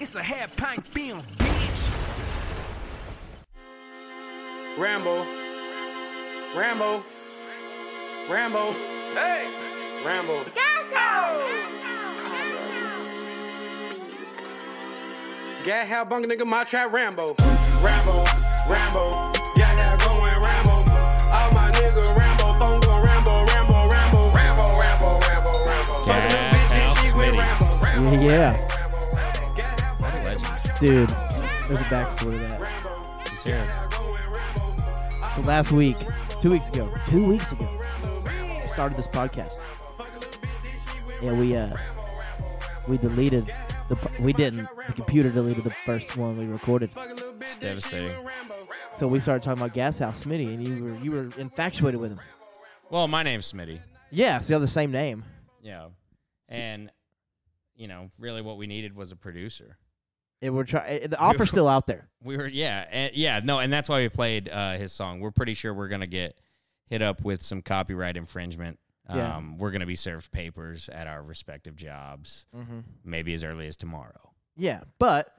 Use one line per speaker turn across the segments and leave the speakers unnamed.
It's a half pint film, bitch.
Rambo. Rambo. Rambo. Hey! Rambo. Gat how bunk nigga, my trap Rambo. Rambo, Rambo. Gat how going Rambo. All my nigga Rambo. Phone going Rambo, Rambo, Rambo. Rambo, Rambo, Rambo, Rambo. Fucking them
Gas
bitch,
House
bitch, she with
Smitty.
Rambo. Rambo,
Yeah.
Rambo, Rambo, Rambo. Gat how bunk nigga, my trap
Dude, there's a backstory to that.
Rambo.
It's here.
Going Rambo.
So last week, two weeks ago, two weeks ago, we started this podcast. And we uh we deleted the p- we didn't the computer deleted the first one we recorded.
It's devastating.
So we started talking about Gas House Smitty, and you were you were infatuated with him.
Well, my name's Smitty.
Yeah, it's the other same name.
Yeah. And, you know, really what we needed was a producer.
And we're trying. The offer's still out there.
We were, yeah. And, yeah, no, and that's why we played uh, his song. We're pretty sure we're going to get hit up with some copyright infringement. Um,
Yeah.
We're going to be served papers at our respective jobs,
Mm-hmm.
maybe as early as tomorrow.
Yeah, but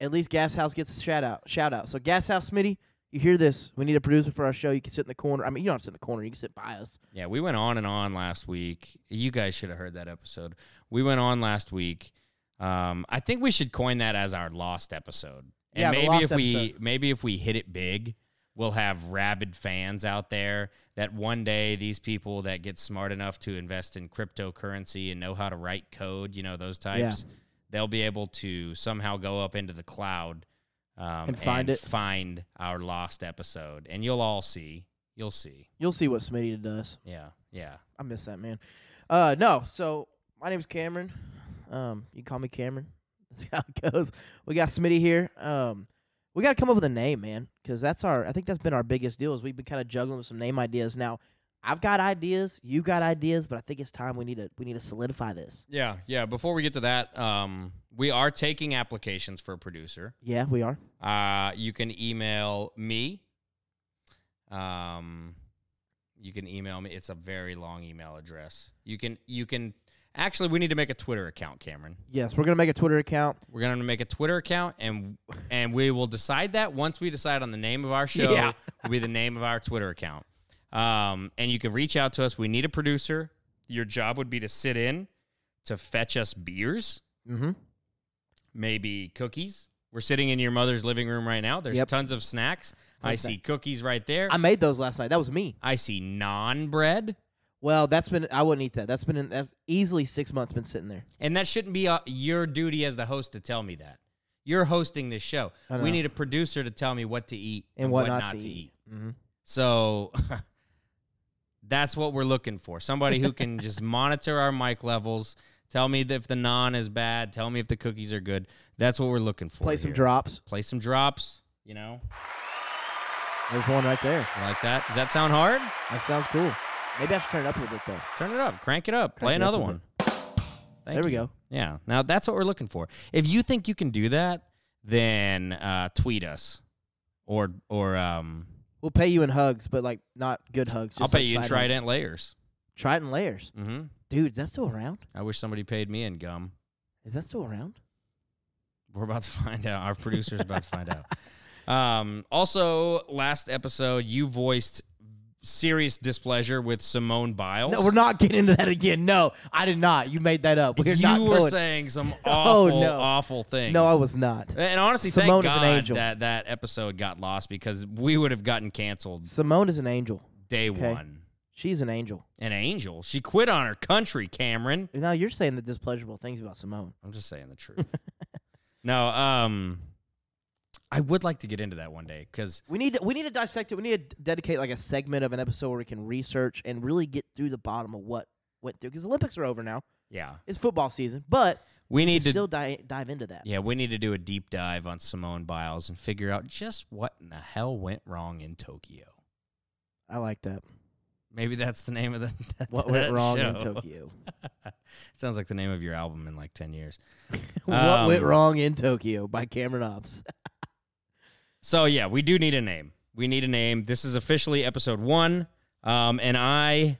at least Gas House gets a shout out. Shout out. So Gas House Smitty, you hear this? We need a producer for our show. You can sit in the corner. I mean, you don't have to sit in the corner. You can sit by us.
Yeah, we went on and on last week. You guys should have heard that episode. We went on last week. Um, I think we should coin that as our lost episode. And
Yeah, the
maybe
lost
if we
episode.
maybe if we hit it big, we'll have rabid fans out there that one day these people that get smart enough to invest in cryptocurrency and know how to write code, you know, those types, they'll be able to somehow go up into the cloud um,
And find it.
find our lost episode. And you'll all see. You'll see.
You'll see what Smitty does.
Yeah. Yeah.
I miss that man. Uh, no. So my name's Cameron. Um, you can call me Cameron. That's how it goes. We got Smitty here. Um, we got to come up with a name, man, because that's our. I think that's been our biggest deal is we've been kind of juggling with some name ideas. Now, I've got ideas, you got ideas, but I think it's time we need to we need to solidify this.
Yeah, yeah. Before we get to that, um, we are taking applications for a producer.
Yeah, we are.
Uh, you can email me. Um, you can email me. It's a very long email address. You can you can actually we need to make a Twitter account, Cameron.
Yes, we're gonna make a Twitter account.
We're gonna make a Twitter account and and we will decide that once we decide on the name of our show.
Yeah.
will be the name of our Twitter account. Um, and you can reach out to us. We need a producer. Your job would be to sit in to fetch us beers.
Mm-hmm.
maybe cookies. We're sitting in your mother's living room right now. There's
Yep.
tons of snacks. I
of
see cookies right there.
I made those last night. That was me.
I see non bread,
Well, that's been. I wouldn't eat that. That's been. In, that's easily six months been sitting there.
and that shouldn't be uh, your duty as the host to tell me that. You're hosting this show.
I know.
We need a producer to tell me what to eat
And what not to eat. Mm-hmm.
So that's what we're looking for. Somebody who can just monitor our mic levels. Tell me if the non is bad. Tell me if the cookies are good. That's what we're looking for.
Play some
here.
drops.
Play some drops. You know,
There's one right there.
You like that. Does that sound hard?
That sounds cool. Maybe I should turn it up a little bit though.
Turn it up. Crank it up. Play
Crank it up
another
a
one. Thank
There we
you.
go.
Yeah. Now that's what we're looking for. If you think you can do that, then uh, tweet us or or um,
We'll pay you in hugs, but like not good hugs. Just
I'll pay
like
you in
side
Trident
hugs.
layers.
Trident layers,
Mm-hmm.
dude. Is that still around?
I wish somebody paid me in gum.
Is that still around?
We're about to find out. Our producer's about to find out. Um, also, last episode, you voiced serious displeasure with Simone Biles.
No, we're not getting into that again. No, I did not. You made that up. We're
you
not
were
going-
saying some
Oh,
awful,
no.
awful things.
No, I was not.
And honestly,
Simone is
thank
an
God
angel.
that that episode got lost because we would have gotten canceled
Simone is an angel.
day
Okay.
one.
She's an angel.
An angel. She quit on her country, Cameron.
Now you're saying the displeasurable things about Simone.
I'm just saying the truth. no, um, I would like to get into that one day because
We need to, we need to dissect it. We need to dedicate like a segment of an episode where we can research and really get through the bottom of what went through. Because Olympics are over now.
yeah,
It's football season, but
we need to
still di- dive into that.
yeah we need to do a deep dive on Simone Biles and figure out just what in the hell went wrong in Tokyo.
I like that.
Maybe that's the name of the
What
that
went wrong in
show.
Tokyo?
Sounds like the name of your album in like ten years.
what went
Um,
wrong in Tokyo by Cameron Ops.
So yeah, we do need a name. We need a name. This is officially episode one. Um, and I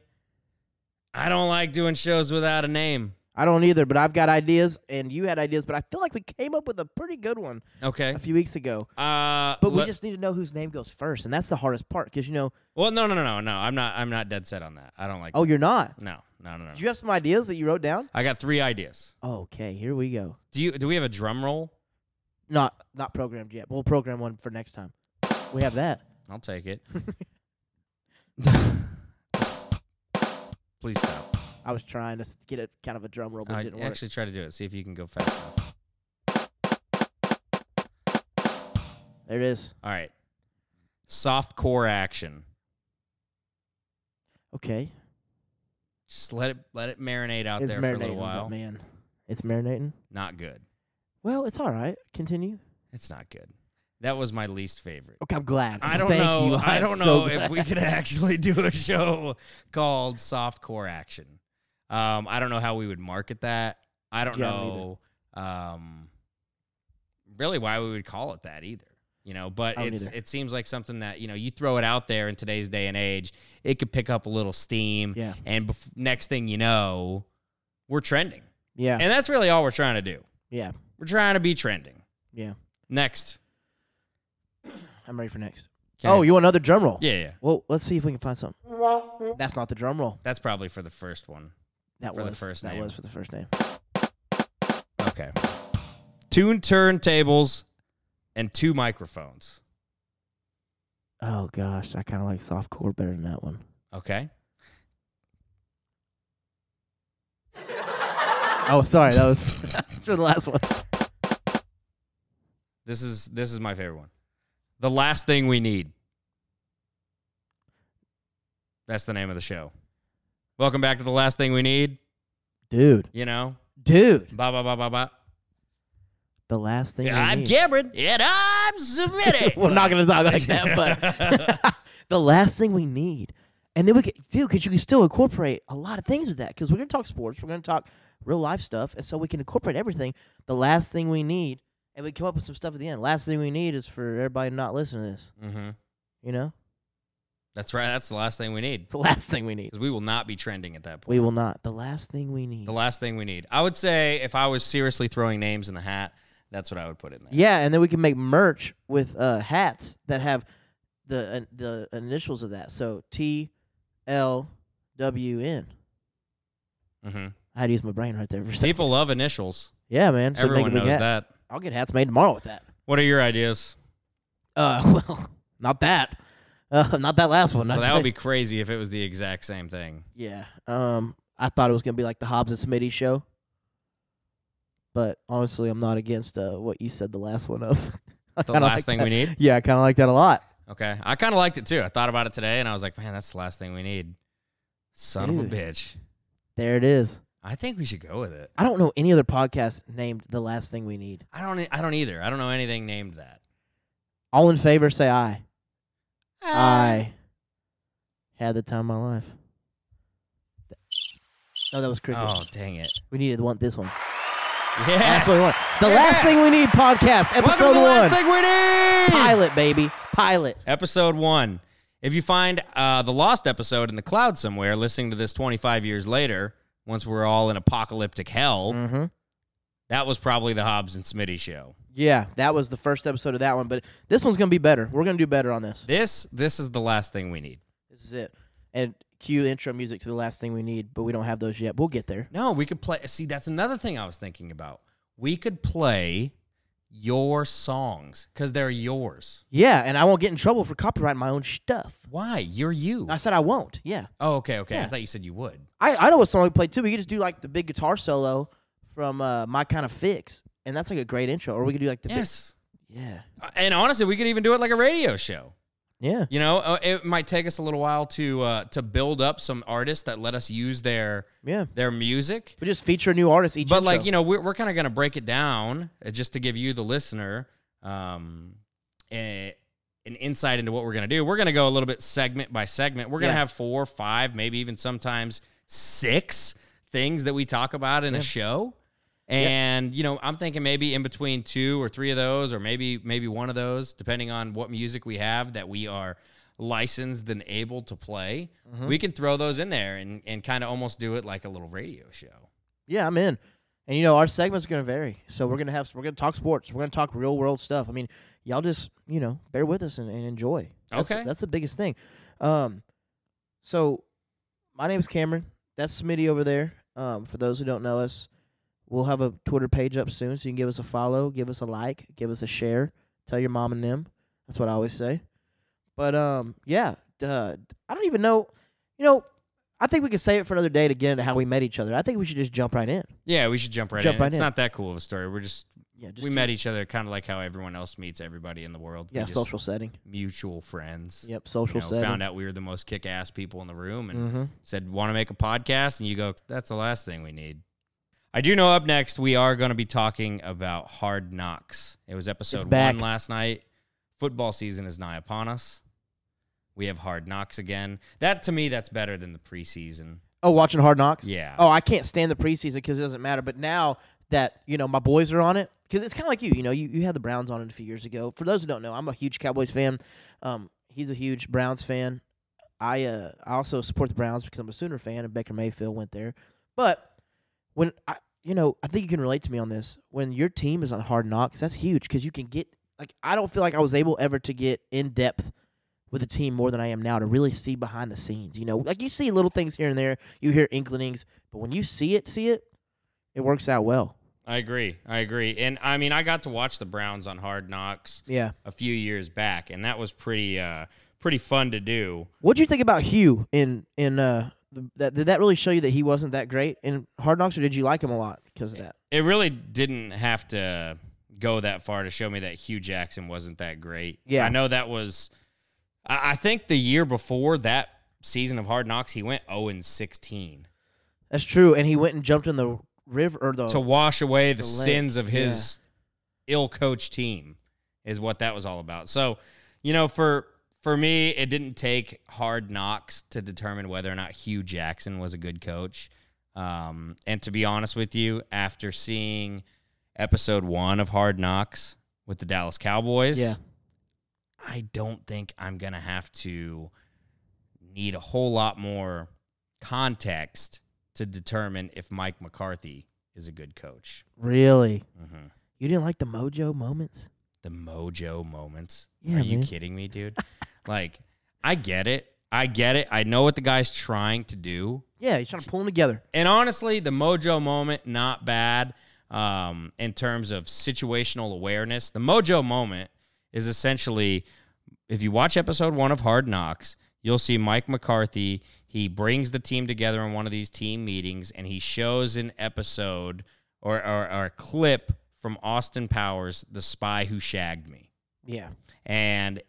I don't like doing shows without a name.
I don't either, but I've got ideas, and you had ideas, but I feel like we came up with a pretty good one
Okay.
a few weeks ago.
Uh,
But we
let-
just need to know whose name goes first, and that's the hardest part because you know,
well, no, no, no, no, no. I'm not. I'm not dead set on that. I don't like.
oh, you're not.
No, no, no, no.
Do you have some ideas that you wrote down?
I got three ideas.
Okay, here we go.
Do you? Do we have a drum roll?
Not not programmed yet. We'll program one for next time. We have that.
I'll take it. Please stop.
I was trying to s- get a kind of a drum roll, but it
I
didn't work.
actually try to do it. See if you can go fast enough.
there it is.
All right. Soft core action.
Okay,
Just let it let it marinate out
it's
there for a
marinating,
little
but
while.
man. It's marinating.
Not good.
Well, it's all right. Continue.
It's not good. That was my least favorite.
Okay, I'm glad.
I don't
Thank
know.
You.
I
I'm
don't
so
know
glad.
if we could actually do a show called Softcore Action. Um, I don't know how we would market that. I don't
Yeah, I don't
know um, really why we would call it that either. You know, but
I don't
it's
either.
it seems like something that you know you throw it out there in today's day and age, it could pick up a little steam,
Yeah.
and bef- next thing you know, we're trending,
Yeah.
and that's really all we're trying to do.
yeah.
We're trying to be trending.
Yeah.
Next,
I'm ready for next.
Okay.
Oh, you want another drum roll?
yeah, yeah,
Well, let's see if we can find something. That's not the drum roll.
that's probably for the first one.
That
For the
was
first
that
name.
was for the first name.
Okay. Two turntables and two microphones.
Oh gosh, I kind of like softcore better than that one.
Okay.
Oh, sorry, that was that's for the last one.
This is this is my favorite one. The last thing we need. That's the name of the show. Welcome back to the last thing we need.
Dude,
You know,
dude,
ba ba ba ba ba.
the last thing. we
I'm
need.
Cameron and I'm submitting.
We're not gonna talk like that, but the last thing we need, and then we could, dude, because you can still incorporate a lot of things with that. Because we're gonna talk sports, we're gonna talk real life stuff, and so we can incorporate everything. The last thing we need, and we come up with some stuff at the end. Last thing we need is for everybody to not listen to this.
hmm
You know,
That's right. That's the last thing we need
it's the last thing we need.
because we will not be trending at that point.
We will not. The last thing we need.
The last thing we need. I would say if I was seriously throwing names in the hat, that's what I would put in there.
Yeah, and then we can make merch with uh, hats that have the uh, the initials of that. So T L W N.
hmm
I had to use my brain right there for a second.
People love initials.
Yeah, man. So make a
Everyone
big
knows
hat.
that.
I'll get hats made tomorrow with that.
What are your ideas?
Uh, well, not that. Uh, not that last one.
Well,
I'll
that
tell
would be crazy if it was the exact same thing.
you. Yeah. Um, I thought it was gonna be like the Hobbs and Smitty show, but honestly, I'm not against uh what you said the last one of. I
The
kinda
last
like
thing
that.
we need.
Yeah, I kind of like that a lot.
Okay. I kind of liked it too. I thought about it today and I was like, man, that's the last thing we need. Son
Dude.
of a bitch.
There it is.
I think we should go with it.
I don't know any other podcast named "The Last Thing We Need."
I don't e, I don't either. I don't know anything named that.
All in favor, say aye.
Oh,
I had the time of my life. Th- No, that was crickets.
Oh, dang it.
We needed one. This one.
Yeah.
That's what we want. The last thing we need podcast
Welcome
episode
to the last
one.
thing we need.
Pilot baby, pilot.
episode one. If you find uh, the lost episode in the cloud somewhere, listening to this 25 years later, once we're all in apocalyptic hell,
Mm-hmm.
that was probably the Hobbs and Smitty show.
Yeah, that was the first episode of that one, but this one's gonna be better. We're gonna do better on this.
This this is the last thing we need.
This is it. And cue intro music to the last thing we need, but we don't have those yet. We'll get there.
No, we could play. See, that's another thing I was thinking about. We could play your songs because they're yours.
Yeah, and I won't get in trouble for copyrighting my own stuff.
Why? You're you.
I said I won't. Yeah.
Oh, okay, okay.
Yeah.
I thought you said you would.
I, I know what song we play too. We could just do like the big guitar solo from uh, My Kind of Fix, and that's like a great intro. Or we could do like the
Yes.
big, yeah,
Uh, And honestly, we could even do it like a radio show.
yeah,
You know, uh, it might take us a little while to uh, to build up some artists that let us use their
yeah.
their music.
We just feature a new artist each.
But like you know, we're we're kind of gonna break it down uh, just to give you the listener um, a, an insight into what we're gonna do. We're gonna go a little bit segment by segment. We're gonna
Yeah.
have four, five, maybe even sometimes six things that we talk about in a show. And you know, I'm thinking maybe in between two or three of those, or maybe maybe one of those, depending on what music we have that we are licensed and able to play. We can throw those in there and and kind of almost do it like a little radio show.
Yeah, I'm in. And you know, our segments are gonna vary. So we're gonna have we're gonna talk sports. We're gonna talk real world stuff. I mean, y'all just you know bear with us and, and enjoy. That's,
Okay.
that's the biggest thing. Um, so my name's Cameron. That's Smitty over there. Um, for those who don't know us, we'll have a Twitter page up soon, so you can give us a follow, give us a like, give us a share, tell your mom and them. That's what I always say. But um, yeah, duh, I don't even know. You know, I think we could save it for another day to get into how we met each other. I think we should just jump right in.
Yeah, we should jump right
Jump
in.
right
it's
in.
not that cool of a story. We're just
Yeah, just
we met each other kind of like how everyone else meets everybody in the world. We
Yeah,
just
social setting.
mutual friends.
Yep,
You
social
know,
setting.
found out we were the most kick-ass people in the room and
Mm-hmm.
said, "Want to make a podcast?" And you go, "That's the last thing we need." I do know. Up next, we are going to be talking about Hard Knocks. It was episode
It's back.
one last night. Football season is nigh upon us. We have Hard Knocks again. That to me, that's better than the preseason.
Oh, watching Hard Knocks.
Yeah.
Oh, I can't stand the preseason because it doesn't matter. But now that you know my boys are on it, because it's kind of like you. You know, you, you had the Browns on it a few years ago. For those who don't know, I'm a huge Cowboys fan. Um, he's a huge Browns fan. I uh, I also support the Browns because I'm a Sooner fan, and Baker Mayfield went there. But when I, you know, I think you can relate to me on this. When your team is on Hard Knocks, that's huge because you can get like I don't feel like I was able ever to get in depth with the team more than I am now to really see behind the scenes. You know, like you see little things here and there, you hear inklings, but when you see it, see it, it works out well.
I agree. I agree. And I mean, I got to watch the Browns on Hard Knocks
Yeah.
a few years back, and that was pretty uh, pretty fun to do.
What do you think about Hugh in in uh th- that did that really show you that he wasn't that great in Hard Knocks or did you like him a lot because of that?
It really didn't have to go that far to show me that Hugh Jackson wasn't that great.
Yeah.
I know that was. I, I think the year before that season of Hard Knocks, he went zero and sixteen
That's true. And he went and jumped in the river or the
to wash away the,
Oh, The lake,
sins of his ill-coached team is what that was all about. So, you know, for for me, it didn't take hard knocks to determine whether or not Hugh Jackson was a good coach. Um, and to be honest with you, after seeing episode one of Hard Knocks with the Dallas Cowboys,
Yeah.
I don't think I'm gonna have to need a whole lot more context to determine if Mike McCarthy is a good coach.
Really?
hmm
You didn't like the mojo moments?
The mojo moments.
Yeah,
Are you
man.
kidding me, dude? like, I get it. I get it. I know what the guy's trying to do.
Yeah, he's trying to pull them together.
And honestly, the mojo moment, not bad um, in terms of situational awareness. The mojo moment is essentially if you watch episode one of Hard Knocks, you'll see Mike McCarthy. He brings the team together in one of these team meetings and he shows an episode or, or, or a clip from Austin Powers, The Spy Who Shagged Me
Yeah.
and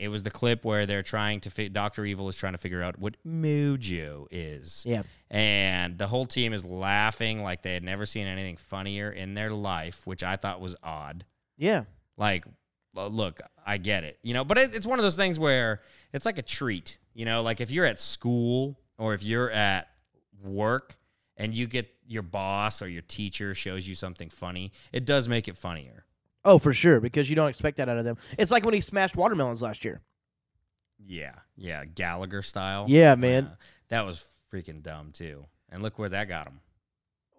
it was the clip where they're trying to fi- Doctor Evil is trying to figure out what Mojo is.
Yeah.
and the whole team is laughing like they had never seen anything funnier in their life, which I thought was odd.
Yeah.
Like, l- look, I get it, you know, but it, it's one of those things where it's like a treat, you know, like if you're at school or if you're at work and you get your boss or your teacher shows you something funny, it does make it funnier.
Oh, for sure, because you don't expect that out of them. It's like when he smashed watermelons last year.
Yeah, yeah, Gallagher style.
Yeah, man.
Uh, that was freaking dumb too. And look where that got him.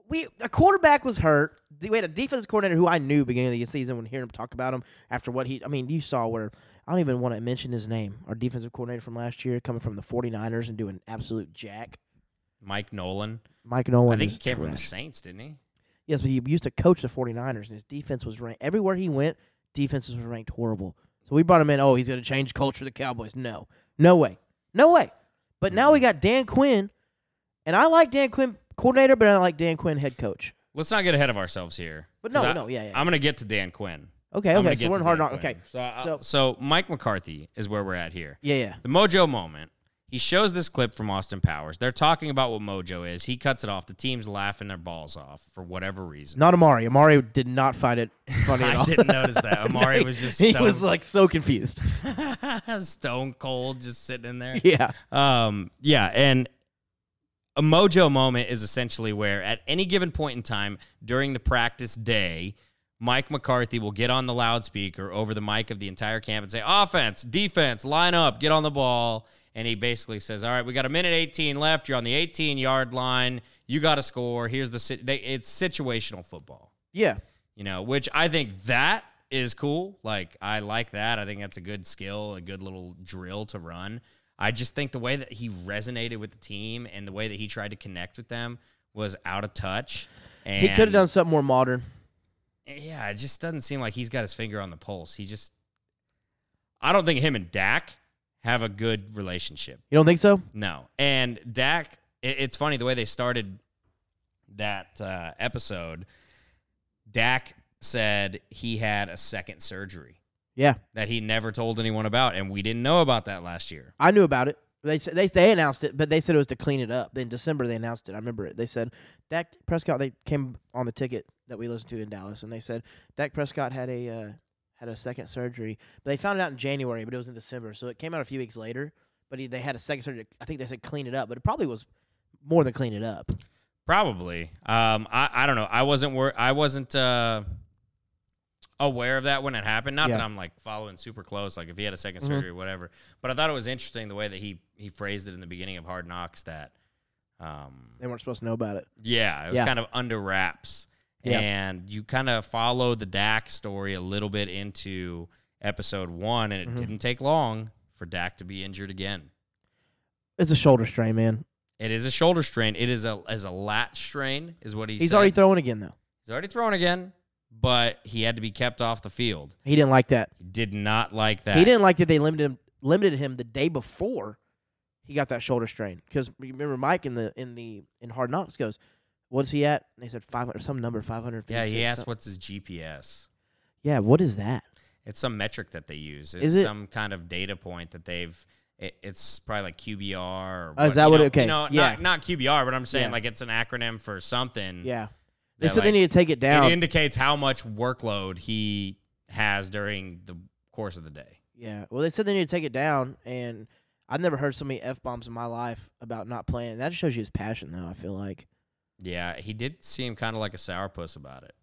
we a quarterback was hurt. D- We had a defensive coordinator who I knew beginning of the season when hearing him talk about him after what he I mean, you saw where I don't even want to mention his name. Our defensive coordinator from last year coming from the 49ers and doing absolute jack.
Mike Nolan.
Mike Nolan.
I think
is
he came from the
trash.
Saints, didn't he?
Yes, but he used to coach the 49ers and his defense was ranked everywhere he went, defenses were ranked horrible. So we brought him in, oh, he's gonna change culture of the Cowboys. No. No way. No way. But now we got Dan Quinn, and I like Dan Quinn coordinator, but I don't like Dan Quinn head coach.
Let's not get ahead of ourselves here.
But no,
'Cause I-
no, yeah, yeah.
I'm gonna get to Dan Quinn.
Okay,
I'm gonna
okay.
get
So we're
to
in hard
Dan
knock. Okay.
Quinn. So, I-
So-
so Mike McCarthy is where we're at here.
Yeah, yeah.
The Mojo moment. He shows this clip from Austin Powers. They're talking about what Mojo is. He cuts it off. The team's laughing their balls off for whatever reason.
Not Amari. Amari did not find it funny at
I
all.
didn't notice that. Amari was just
he
stone,
was like so confused.
stone cold, just sitting in there.
yeah.
Um, yeah, and a mojo moment is essentially where at any given point in time during the practice day, Mike McCarthy will get on the loudspeaker over the mic of the entire camp and say, "Offense, defense, line up, get on the ball." And he basically says, "All right, we got a minute 18 left. You're on the 18 yard line. you got to score. Here's the sit. They, it's situational football,
Yeah.
you know, which I think that is cool. Like I like that. I think that's a good skill, a good little drill to run. I just think the way that he resonated with the team and the way that he tried to connect with them was out of touch. And
He could have done something more modern.
yeah, it just doesn't seem like he's got his finger on the pulse. He just, I don't think him and Dak have a good relationship.
You don't think so?
No. And Dak, it, it's funny the way they started that uh, episode. Dak said he had a second surgery
Yeah.
that he never told anyone about, and we didn't know about that last year.
I knew about it. They s- they they announced it, but they said it was to clean it up. In December they announced it. I remember it. They said Dak Prescott. They came on the ticket that we listened to in Dallas, and they said Dak Prescott had a uh, had a second surgery. But they found it out in January, but it was in December, so it came out a few weeks later. But he, they had a second surgery. I think they said clean it up, but it probably was more than clean it up.
Probably. Um, I, I don't know. I wasn't wor- I wasn't uh, aware of that when it happened. Not that
Yeah.
I'm like following super close. Like if he had a 2nd surgery, whatever. But I thought it was interesting the way that he he phrased it in the beginning of Hard Knocks that. Um,
They weren't supposed to know about it.
Yeah, it was
Yeah.
kind of under wraps.
Yeah.
And you kind of follow the Dak story a little bit into episode one, and it
Mm-hmm.
didn't take long for Dak to be injured again.
It's a shoulder strain, man.
It is a shoulder strain. It is a as a lat strain, is what he
He's
said.
already throwing again though.
He's already thrown again, but he had to be kept off the field.
He didn't like that.
He did not like that.
He didn't like that they limited him limited him the day before he got that shoulder strain. Because remember, Mike in the in the in Hard Knocks goes, "What's he at?" And they said five hundred some number five hundred.
Yeah, he asked what's his GPS.
Yeah, what is that?
It's some metric that they use. It's
Is it-
some kind of data point that they've. It, it's probably like QBR. Or
Oh, is that
you
what it-
know-
okay,
You know,
yeah.
not, not QBR, but I'm saying
Yeah.
like it's an acronym for something.
Yeah, they
Yeah,
said they
Hmm. like,
need to take it
It
down.
indicates how much workload he has during the course of the day.
yeah, well, they said they need to take it down, and I've never heard so many f bombs in my life about not playing. That just shows you his passion, though. I feel like,
Yeah, he did seem kind of like a sourpuss about it.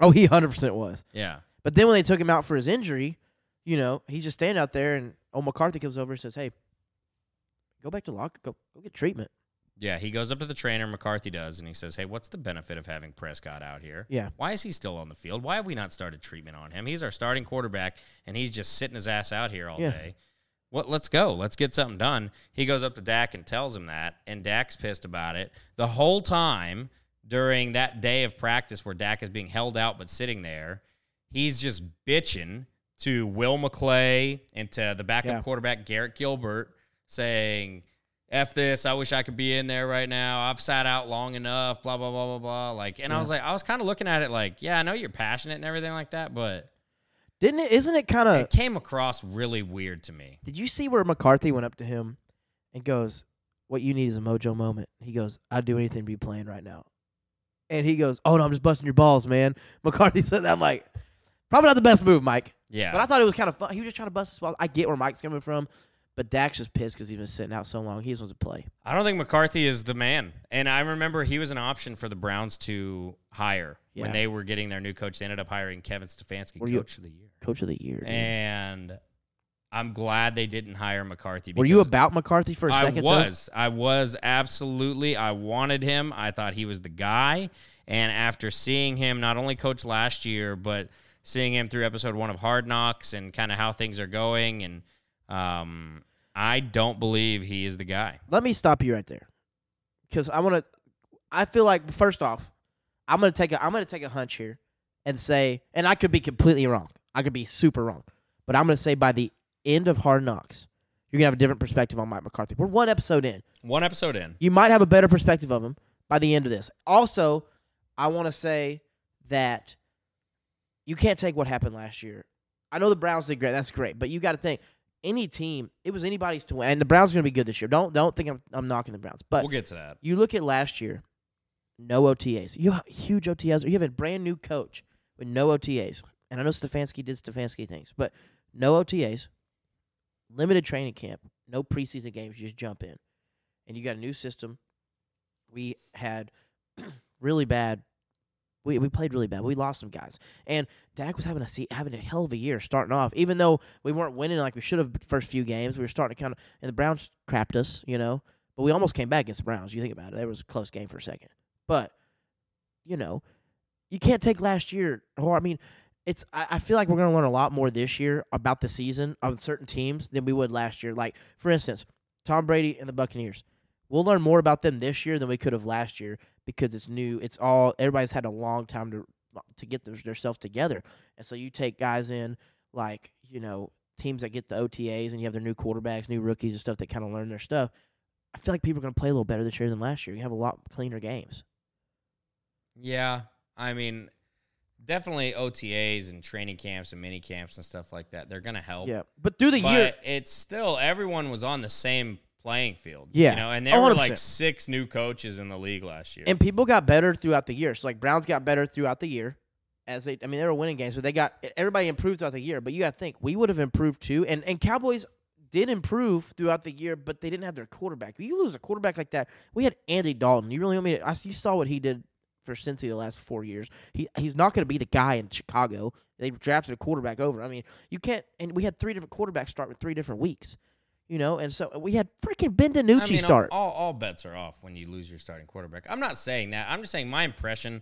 oh, he hundred percent was.
Yeah.
But then when they took him out for his injury, you know, he's just standing out there, and old McCarthy comes over and says, "Hey, go back to locker, go go get treatment."
Yeah, he goes up to the trainer, McCarthy does, and he says, Hey, what's the benefit of having Prescott out here?
Yeah.
Why is he still on the field? Why have we not started treatment on him? He's our starting quarterback, and he's just sitting his ass out here all
Yeah.
day. What? Let's go. Let's get something done. He goes up to Dak and tells him that, and Dak's pissed about it. The whole time during that day of practice where Dak is being held out but sitting there, he's just bitching to Will McClay and to the backup
Yeah.
quarterback Garrett Gilbert, saying, F this. I wish I could be in there right now. I've sat out long enough, blah, blah, blah, blah, blah. Like, and I was like, I was kind of looking at it like, yeah, I know you're passionate and everything like that, but
Didn't it? Isn't it kind of?
it came across really weird to me.
Did you see where McCarthy went up to him and goes, "What you need is a mojo moment." He goes, "I'd do anything to be playing right now," and he goes, "Oh no, I'm just busting your balls, man." McCarthy said that. I'm like, probably not the best move, Mike.
Yeah.
But I thought it was kind of fun. He was just trying to bust his balls. I get where Mike's coming from, but Dak's just pissed because he's been sitting out so long. He just wants to play.
I don't think McCarthy is the man. And I remember he was an option for the Browns to hire
Yeah.
when they were getting their new coach. They ended up hiring Kevin Stefanski,
Were
coach
you-
of the year.
Coach of the year. dude.
And I'm glad they didn't hire McCarthy.
Were you
because-
about McCarthy for a
I
second? though?
was. I was absolutely. I wanted him. I thought he was the guy. And after seeing him not only coach last year, but seeing him through episode one of Hard Knocks and kind of how things are going, and um, I don't believe he is the guy.
let me stop you right there because i want to i feel like first off i'm gonna take a i'm gonna take a hunch here and say and i could be completely wrong i could be super wrong but i'm gonna say by the end of hard knocks you're gonna have a different perspective on mike mccarthy we're one episode in
One episode in.
you might have a better perspective of him by the end of this also i want to say that you can't take what happened last year i know the browns did great that's great but you got to think any team it was anybody's to win and the browns are going to be good this year don't don't think i'm, I'm knocking the browns but
We'll get to that.
you look at last year, no OTAs. You have huge OTAs. You have a brand new coach with no OTAs. And I know Stefanski did Stefanski things, but no OTAs, limited training camp, no preseason games. You just jump in. And you got a new system. We had really bad. We, we played really bad. We lost some guys, and Dak was having a se- having a hell of a year starting off. Even though we weren't winning like we should have the first few games, we were starting to kind of. And the Browns crapped us, you know. But we almost came back against the Browns. You think about it; that was a close game for a second. But you know, you can't take last year. Or I mean, it's I, I feel like we're going to learn a lot more this year about the season of certain teams than we would last year. Like for instance, Tom Brady and the Buccaneers. We'll learn more about them this year than we could have last year because it's new. It's all everybody's had a long time to to get their, their self together, and so you take guys in like you know teams that get the OTAs and you have their new quarterbacks, new rookies and stuff that kind of learn their stuff. I feel like people are going to play a little better this year than last year. You have a lot cleaner games.
Yeah, I mean, definitely OTAs and training camps and mini camps and stuff like that. They're going to help.
Yeah, Oh, but through the
but
year,
it's still everyone was on the same playing field.
Yeah,
you know, and there were
100%.
like six new coaches in the league last year.
and people got better throughout the year. So like Browns got better throughout the year. As they, I mean, they were winning games, so they got everybody improved throughout the year. But you got to think we would have improved too, and and Cowboys did improve throughout the year, but they didn't have their quarterback. You lose a quarterback like that. We had Andy Dalton. You really want me to? I, you saw what he did for Cincy the last four years. He he's not going to be the guy in Chicago. They drafted a quarterback over. I mean, you can't. And we had three different quarterbacks start with three different weeks. You know, and so we had freaking Ben DiNucci
I mean,
start.
All, all bets are off when you lose your starting quarterback. I'm not saying that. I'm just saying my impression.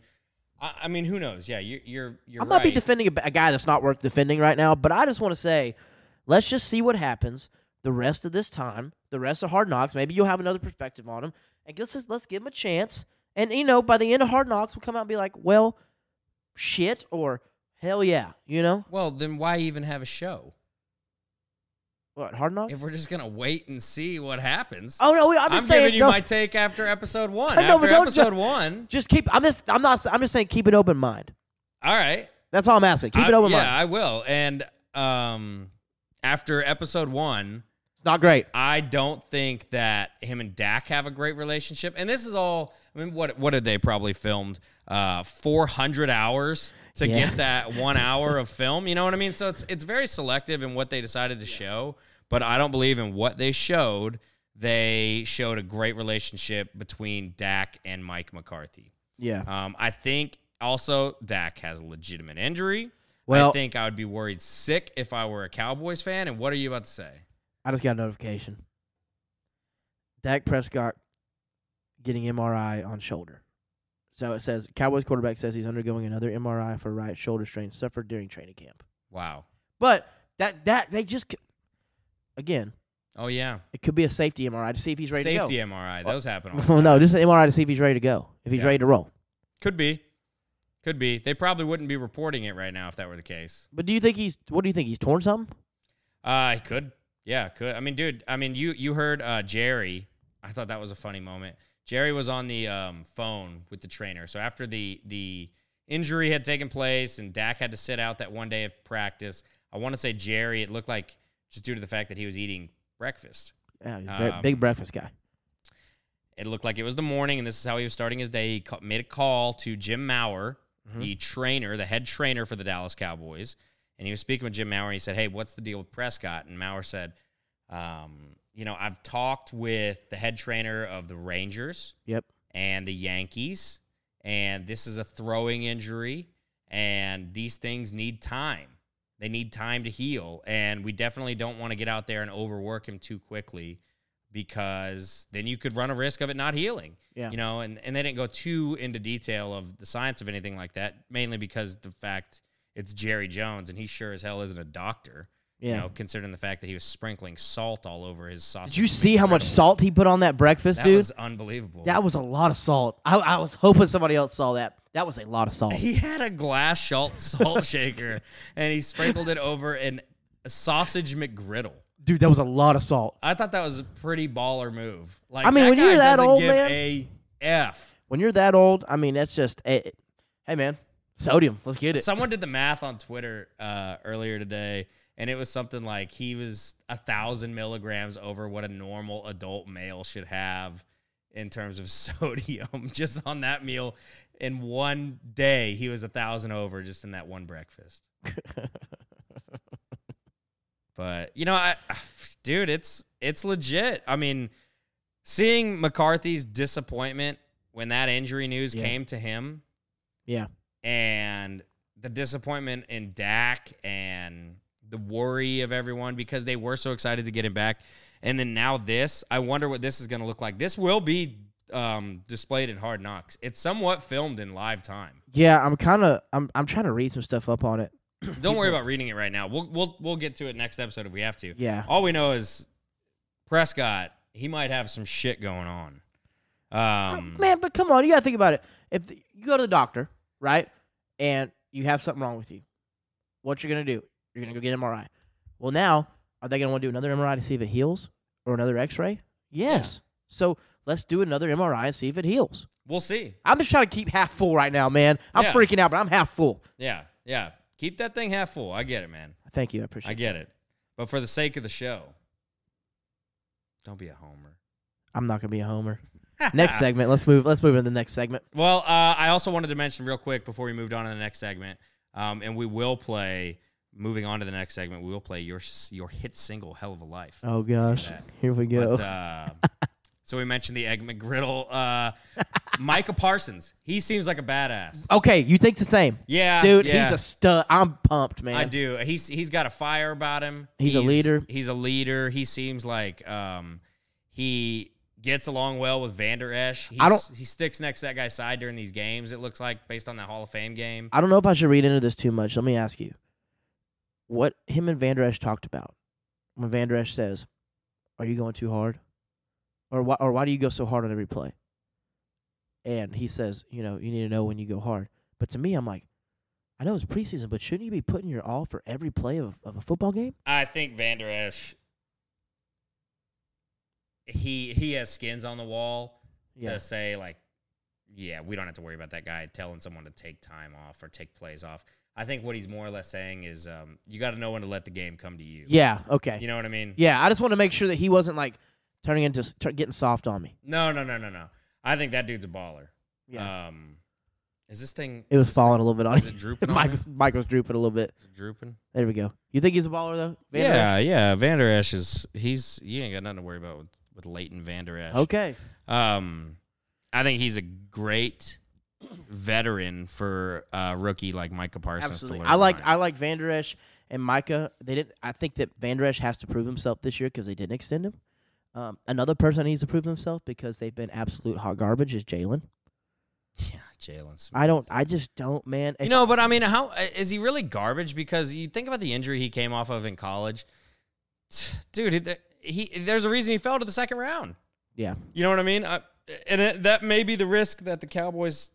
I, I mean, who knows? Yeah, you're you're you're
I'm
right.
not be defending a, ba- a guy that's not worth defending right now, but I just want to say, let's just see what happens the rest of this time, the rest of Hard Knocks. Maybe you'll have another perspective on him, and let's just, let's give him a chance. And you know, by the end of Hard Knocks, we'll come out and be like, well, shit, or hell yeah, you know
well, then why even have a show
what? Hard Knocks.
if we're just gonna wait and see what happens?
Oh no, we- I'm
I'm,
just saying,
giving you
don't-
my take after episode one.
I know, but
after
don't
episode
ju-
one,
just keep. I'm just. I'm not. I'm just saying, keep an open mind.
all right.
That's all I'm asking. Keep
I-
an open
Yeah,
mind.
I will. And um, after episode one,
It's not great.
I don't think that him and Dak have a great relationship. And this is all. I mean, what what did they probably filmed? Uh, four hundred hours to
Yeah.
get that one hour of film. You know what I mean? So it's it's very selective in what they decided to show. But I don't believe in what they showed. They showed a great relationship between Dak and Mike McCarthy.
Yeah.
Um, I think also Dak has a legitimate injury.
Well-
I think I would be worried sick if I were a Cowboys fan. And what are you about to say?
I just got a notification. Dak Prescott getting MRI on shoulder. So it says Cowboys quarterback says he's undergoing another MRI for right shoulder strain suffered during training camp.
Wow.
But that that they just c- again,
Oh yeah.
it could be a safety MRI to see if he's ready
Safety
to Oh.
MRI. Those happen. All
go.
the
Well,
time.
no, just an MRI to see if he's ready to go. If he's
Yeah.
ready to roll.
Could be. Could be. They probably wouldn't be reporting it right now if that were the case.
But do you think he's what do you think he's torn something?
Uh, it could. Yeah, could. I mean, dude. I mean, you you heard uh, Jerry. I thought that was a funny moment. Jerry was on the um, phone with the trainer. So after the the injury had taken place and Dak had to sit out that one day of practice, I want to say Jerry. It looked like just due to the fact that he was eating breakfast.
Yeah, he's a very
Um,
big breakfast guy.
It looked like it was the morning, and this is how he was starting his day. He ca- made a call to Jim Maurer, the trainer, the head trainer for the Dallas Cowboys, and he was speaking with Jim Maurer. And he said, "Hey, what's the deal with Prescott?" And Maurer said, um, "You know, I've talked with the head trainer of the Rangers
Yep.
and the Yankees, and this is a throwing injury, and these things need time. They need time to heal, and we definitely don't want to get out there and overwork him too quickly because then you could run a risk of it not healing.
Yeah.
You know, and, and they didn't go too into detail of the science of anything like that, mainly because the fact it's Jerry Jones and he sure as hell isn't a doctor.
Yeah.
You know, considering the fact that he was sprinkling salt all over his sausage.
Did you see how much salt he put on that breakfast,
that
dude?
was unbelievable.
That was a lot of salt. I, I was hoping somebody else saw that. That was a lot of salt.
He had a glass salt salt shaker and he sprinkled it over an, a sausage McGriddle.
Dude, that was a lot of salt.
I thought that was a pretty baller move. Like
I mean,
that
when
guy
you're that
doesn't
old,
give
man-
a f.
When you're that old, I mean, that's just, eh, hey, man, sodium. Let's get it.
Someone did the math on Twitter uh, earlier today, and it was something like he was a thousand milligrams over what a normal adult male should have in terms of sodium just on that meal. In one day, he was a thousand over just in that one breakfast. but you know, I, dude, it's it's legit. I mean, seeing McCarthy's disappointment when that injury news
Yeah.
came to him
yeah.
and the disappointment in Dak and the worry of everyone because they were so excited to get him back. And then now this, I wonder what this is going to look like. This will be um, displayed in Hard Knocks. It's somewhat filmed in live time.
Yeah, I'm kind of I'm I'm trying to read some stuff up on it.
Don't worry about reading it right now. We'll we'll we'll get to it next episode if we have to.
Yeah.
All we know is Prescott. He might have some shit going on. Um,
Oh, Man, but come on, you gotta think about it. If th- you go to the doctor, right, and you have something wrong with you, what you're gonna do? You're gonna go get an MRI. Well, now are they gonna want to do another MRI to see if it heals or another X-ray? Yes. So let's do another MRI and see if it heals.
we'll see.
I'm just trying to keep half full right now, man. I'm
Yeah.
freaking out, but I'm half full.
Yeah, yeah. Keep that thing half full. I get it, man.
Thank you, I appreciate.
I
it.
get it. But for the sake of the show, don't be a homer.
I'm not gonna be a homer. next segment. Let's move. Let's move into the next segment.
Well, uh, I also wanted to mention real quick before we moved on to the next segment, um, and we will play. Moving on to the next segment, we will play your s- your hit single "Hell of a Life."
Oh gosh,
that.
here we go.
But, uh, so we mentioned the Egg McGriddle. Uh, Micah Parsons, he seems like a badass.
okay, you think the same?
Yeah,
dude,
Uh, yeah.
he's a stud. I'm pumped, man.
I do. He's he's got a fire about him.
He's a leader.
He's a leader. He seems like um he gets along well with Vander Esch. He's,
I don't-
He sticks next to that guy's side during these games. It looks like based on that Hall of Fame game.
I don't know if I should read into this too much. Let me ask you. What him and Van Der Esch talked about when Van Der Esch says, Are you going too hard? Or why or why do you go so hard on every play? And he says, you know, you need to know when you go hard. But to me, I'm like, I know it's preseason, but shouldn't you be putting your all for every play of, of a football game?
I think Vander Esch. He he has skins on the wall
Yeah.
to say like, yeah, we don't have to worry about that guy telling someone to take time off or take plays off. I think what he's more or less saying is, um, you got to know when to let the game come to you.
Yeah, okay.
You know what I mean?
Yeah, I just want to make sure that he wasn't like turning into s- tur- getting soft on me.
No, no, no, no, no. I think that dude's a baller.
Yeah.
Um, is this thing?
it was
is this
falling a little bit on
is
you.
it drooping on
Mike
me?
was- Mike was drooping a little bit.
thing drooping?
There we go. You think he's a baller though? Van Der
yeah, yeah. Vander Esch is he's you ain't got nothing to worry about with, with Leighton Vander Esch.
Esch? Okay.
Um, I think he's a great veteran for a rookie like Micah Parsons to
Absolutely.
learn.
I like I
behind.
like Van Der Esch and Micah. They didn't. I think that Van Der Esch has to prove himself this year because they didn't extend him. Um, another person that needs to prove himself because they've been absolute hot garbage is Jalen.
yeah, Jalen. Smith.
I don't. I just don't, man.
You
If-
know, but I mean, how uh, is he really garbage? Because you think about the injury he came off of in college, dude. it- He there's a reason he fell to the second round.
yeah.
You know what I mean? I, and it, that may be the risk that the Cowboys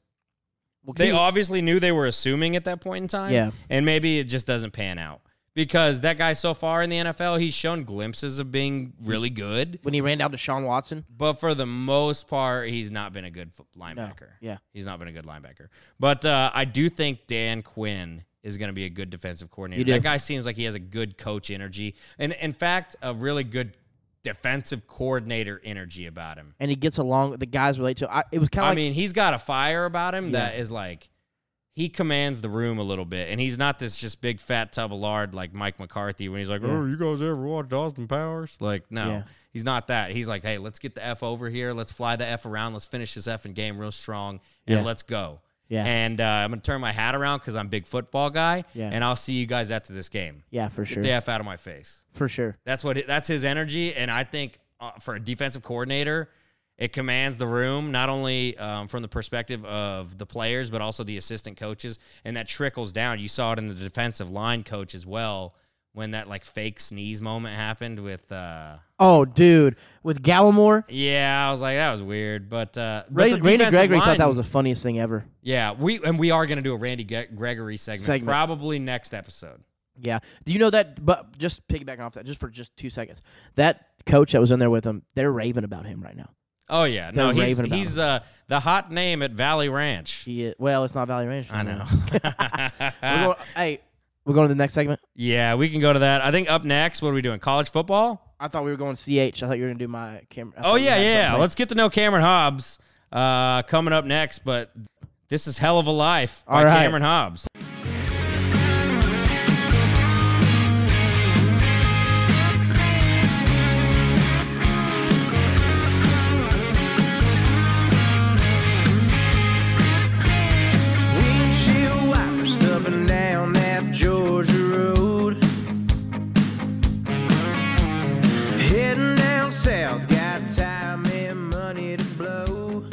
Well,
they
Keith-
obviously knew they were assuming at that point in time.
Yeah.
And maybe it just doesn't pan out because that guy so far in the NFL, he's shown glimpses of being really good,
when he ran down to Sean Watson.
but for the most part, he's not been a good fo- linebacker.
Yeah.
He's not been a good linebacker. But uh, I do think Dan Quinn is going to be a good defensive coordinator.
You do.
That guy seems like he has a good coach energy. And in fact, a really good defensive coordinator energy about him.
And he gets along. The guys relate to. I, it was kind
I
of like
mean, he's got a fire about him that
Yeah.
is like he commands the room a little bit, and he's not this just big fat tub of lard like Mike McCarthy when he's like,
Yeah.
"Oh, you guys ever watched Austin Powers?" Like, no,
Yeah.
he's not that. He's like, "Hey, let's get the f over here. Let's fly the f around. Let's finish this effing game real strong, and
Yeah.
let's go."
Yeah.
And uh, I'm gonna turn my hat around because I'm a big football guy,
Yeah.
and I'll see you guys after this game.
yeah, for
Get
sure,
the f out of my face.
for sure.
That's what that's his energy, and I think uh, for a defensive coordinator, it commands the room not only um, from the perspective of the players, but also the assistant coaches, and that trickles down. You saw it in the defensive line coach as well when that like fake sneeze moment happened with. Uh,
Oh, dude, with Gallimore,
yeah, I was like that was weird, but uh, but
Ray,
the
Randy
defensive
Gregory thought
line-
that was the funniest thing ever.
yeah. We and we are gonna do a Randy Ge- Gregory segment,
Segment.
probably next episode.
Yeah. Do you know that? But just piggybacking off that, just for just two seconds, that coach that was in there with him, they're raving about him right now.
Oh yeah, no,
They're
he's
raving about
he's uh, the hot name at Valley Ranch.
He is, well, it's not Valley Ranch.
I
anymore.
know.
We're going, hey, we're going to the next segment.
Yeah, we can go to that. I think up next, what are we doing? College football?
I thought we were going CH. I thought you were going to do my camera. I
Oh
thought you
yeah,
had
yeah.
something.
Let's get to know Cameron Hobbs uh, coming up next. But this is "Hell of a Life" by
All right.
Cameron Hobbs.
Windshield wipers up and down that Georgia road. Heading down south, got time and money to blow.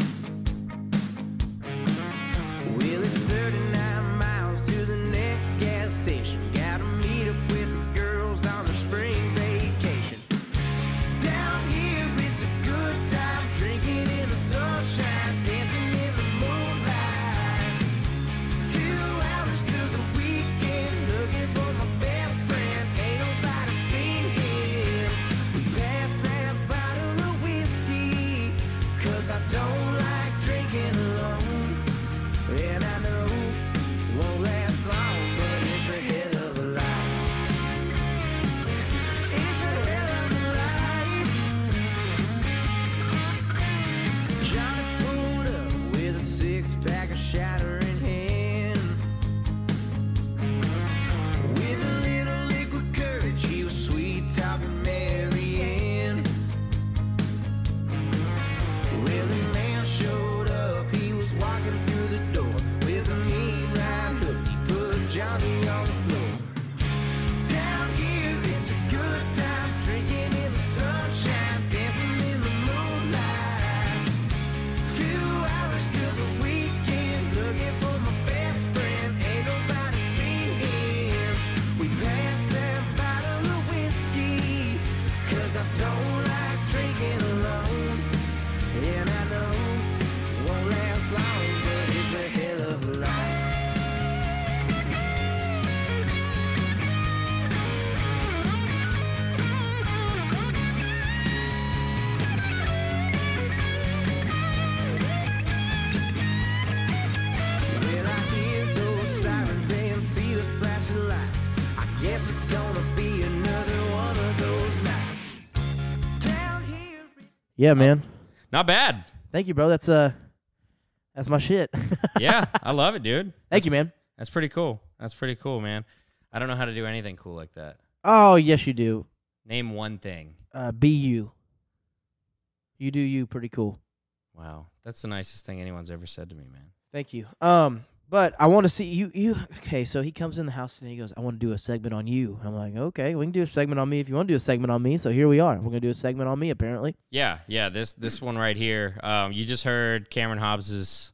It's gonna be another one of those nights. Down here.
Yeah, man.
Not bad.
Thank you, bro. That's uh, that's my shit.
Yeah, I love it, dude.
Thank you, man.
That's pretty cool. That's pretty cool, man. I don't know how to do anything cool like that.
Oh yes, you do.
Name one thing.
Uh, be you. You do you. Pretty cool.
Wow, that's the nicest thing anyone's ever said to me, man.
Thank you. Um, but I want to see you. You okay? So he comes in the house and he goes, "I want to do a segment on you." I'm like, "Okay, we can do a segment on me if you want to do a segment on me." So here we are. We're gonna do a segment on me. Apparently,
Yeah, yeah. This this one right here. Um, you just heard Cameron Hobbs's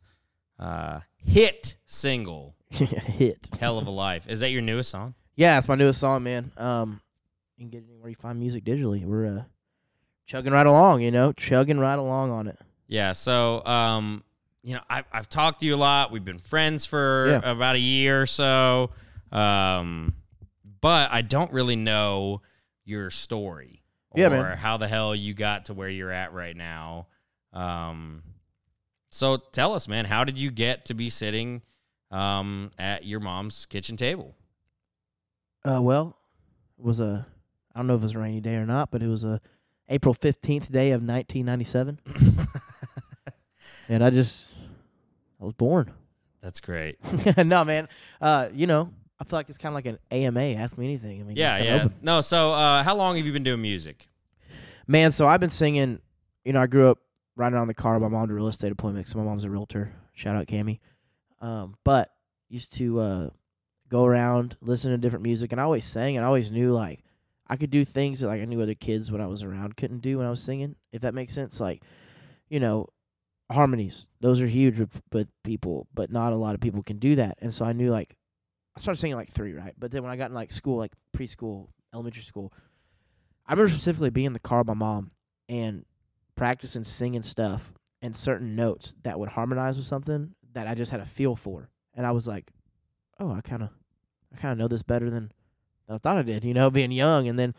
uh, hit single
hit.
"Hell of a Life." Is that your newest song?
Yeah, it's my newest song, man. Um, you can get it anywhere you find music digitally. We're uh, chugging right along. You know, chugging right along on it.
Yeah. So, um, you know, I, I've talked to you a lot. We've been friends for
Yeah.
about a year or so, um, but I don't really know your story
Yeah,
or
man.
how the hell you got to where you're at right now. Um, so tell us, man, how did you get to be sitting um, at your mom's kitchen table?
Uh, well, it was a I don't know if it was a rainy day or not, but it was a April fifteenth day of nineteen ninety seven, and I just I was born.
That's great.
no, man. Uh, you know, I feel like it's kind of like an AMA. Ask me anything. I mean,
Yeah,
just
yeah.
kinda open.
No, so uh, how long have you been doing music?
Man, so I've been singing. You know, I grew up riding around the car. My mom did real estate appointments. So my mom's a realtor. Shout out Cammy. Um, but used to uh, go around listen to different music, and I always sang, and I always knew like I could do things that like I knew other kids when I was around couldn't do when I was singing. If that makes sense, like you know, harmonies those are huge with, with people, but not a lot of people can do that. And so I knew like I started singing at, like three, right? But then when I got in like school, like preschool, elementary school, I remember specifically being in the car with my mom and practicing singing stuff and certain notes that would harmonize with something that I just had a feel for. And I was like, oh, I kind of, I kind of know this better than, than I thought I did, you know, being young. And then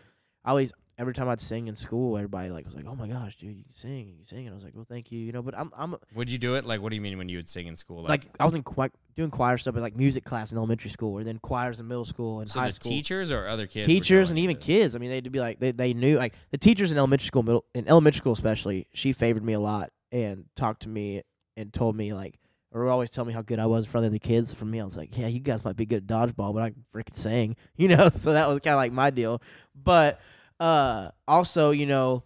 I always, every time I'd sing in school, everybody like was like, oh my gosh, dude, you can sing, you can sing. And I was like, well, thank you, you know, but I'm, I'm
Would you do it? Like, what do you mean when you would sing in school?
like, I was in qu- doing choir stuff, but like music class in elementary school or then choirs in middle school and
so
high
the
school
teachers or other kids? were
teachers
telling
and
you
even
this?
kids. I mean, they'd be like they, they knew like the teachers in elementary school, middle in elementary school especially. She favored me a lot and talked to me and told me like or would always tell me how good I was in front of the kids. For me, I was like, yeah, you guys might be good at dodgeball, but I freaking sang, you know. So that was kind of like my deal. But uh also, you know,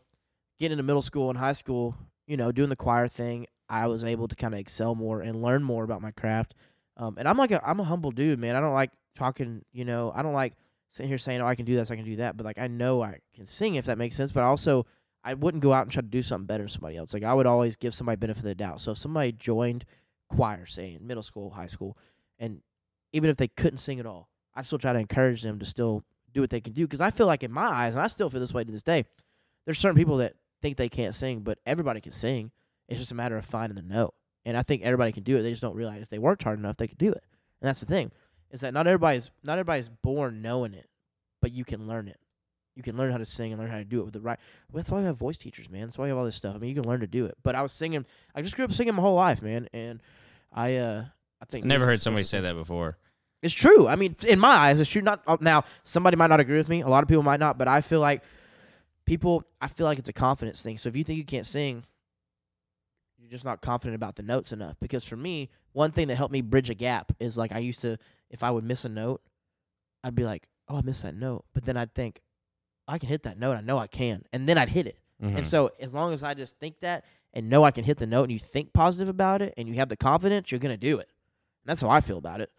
getting into middle school and high school, you know, doing the choir thing, I was able to kind of excel more and learn more about my craft. Um, and I'm like a, I'm a humble dude, man. I don't like talking, you know, I don't like sitting here saying, "Oh, I can do this, I can do that," but like I know I can sing if that makes sense. But also, I wouldn't go out and try to do something better than somebody else. Like I would always give somebody benefit of the doubt. So if somebody joined choir, say in middle school, high school, and even if they couldn't sing at all, I still try to encourage them to still do what they can do because I feel like in my eyes, and I still feel this way to this day. There's certain people that think they can't sing, but everybody can sing. It's just a matter of finding the note. And I think everybody can do it. They just don't realize if they worked hard enough, they could do it. And that's the thing is that not everybody's not everybody's born knowing it, but you can learn it. You can learn how to sing and learn how to do it with the right. Well, that's why we have voice teachers, man. That's why we have all this stuff. I mean, you can learn to do it. But I was singing. I just grew up singing my whole life, man. And I, uh, I think
I never heard
music's-
somebody say that before.
It's true. I mean, in my eyes, it's true. Not uh, now. Somebody might not agree with me. A lot of people might not. But I feel like people. I feel like it's a confidence thing. So if you think you can't sing, you're just not confident about the notes enough. Because for me, one thing that helped me bridge a gap is like I used to, if I would miss a note, I'd be like, "Oh, I missed that note," but then I'd think, "I can hit that note. I know I can," and then I'd hit it.
Mm-hmm.
And so as long as I just think that and know I can hit the note, and you think positive about it, and you have the confidence, you're gonna do it. And that's how I feel about it.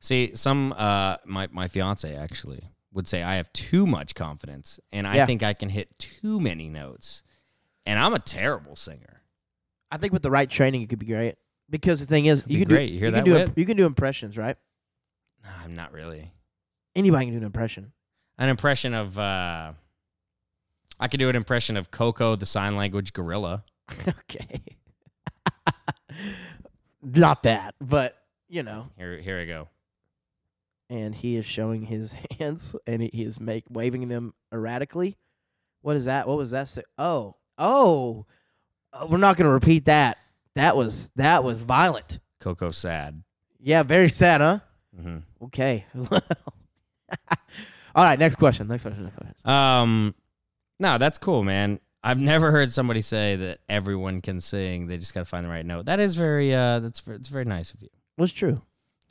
See, some uh, my my fiance actually would say I have too much confidence, and I
Yeah.
think I can hit too many notes, and I'm a terrible singer.
I think with the right training, it could be great. Because the thing is,
be
you can
great.
do
You hear
can
that,
do
Whit?
you can do impressions, right?
No, I'm not really
Anybody can do an impression.
an impression of. Uh, I could do an impression of Coco, the sign language gorilla.
okay. Not that, but you know.
Here, here I go.
And he is showing his hands, and he is make waving them erratically. What is that? What was that? Say? Oh, oh, Uh, we're not gonna repeat that. That was that was violent.
Coco sad.
Yeah, very sad, huh?
Mm-hmm.
Okay. All right, next question. Next question. Next question.
Um, no, that's cool, man. I've never heard somebody say that everyone can sing. They just got to find the right note. That is very uh, that's ver- it's very nice of you.
What's true?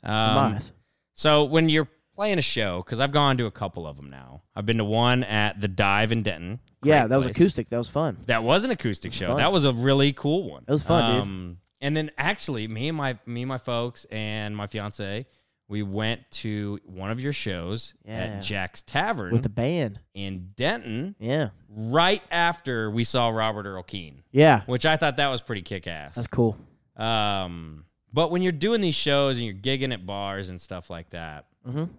Um,
Lies.
so when you're playing a show, because I've gone to a couple of them now. I've been to one at the Dive in Denton.
Yeah,
Great
that was
place.
acoustic. That was fun.
That was an acoustic show.
fun.
That was a really cool one.
It was fun, dude.
dude. And then actually, me and my me and my folks and my fiance, we went to one of your shows
Yeah.
at Jack's Tavern
With the band.
in Denton,
Yeah.
right after we saw Robert Earl Keen,
Yeah.
which I thought that was pretty kick ass.
That's cool.
Um, but when you're doing these shows and you're gigging at bars and stuff like that,
Mhm.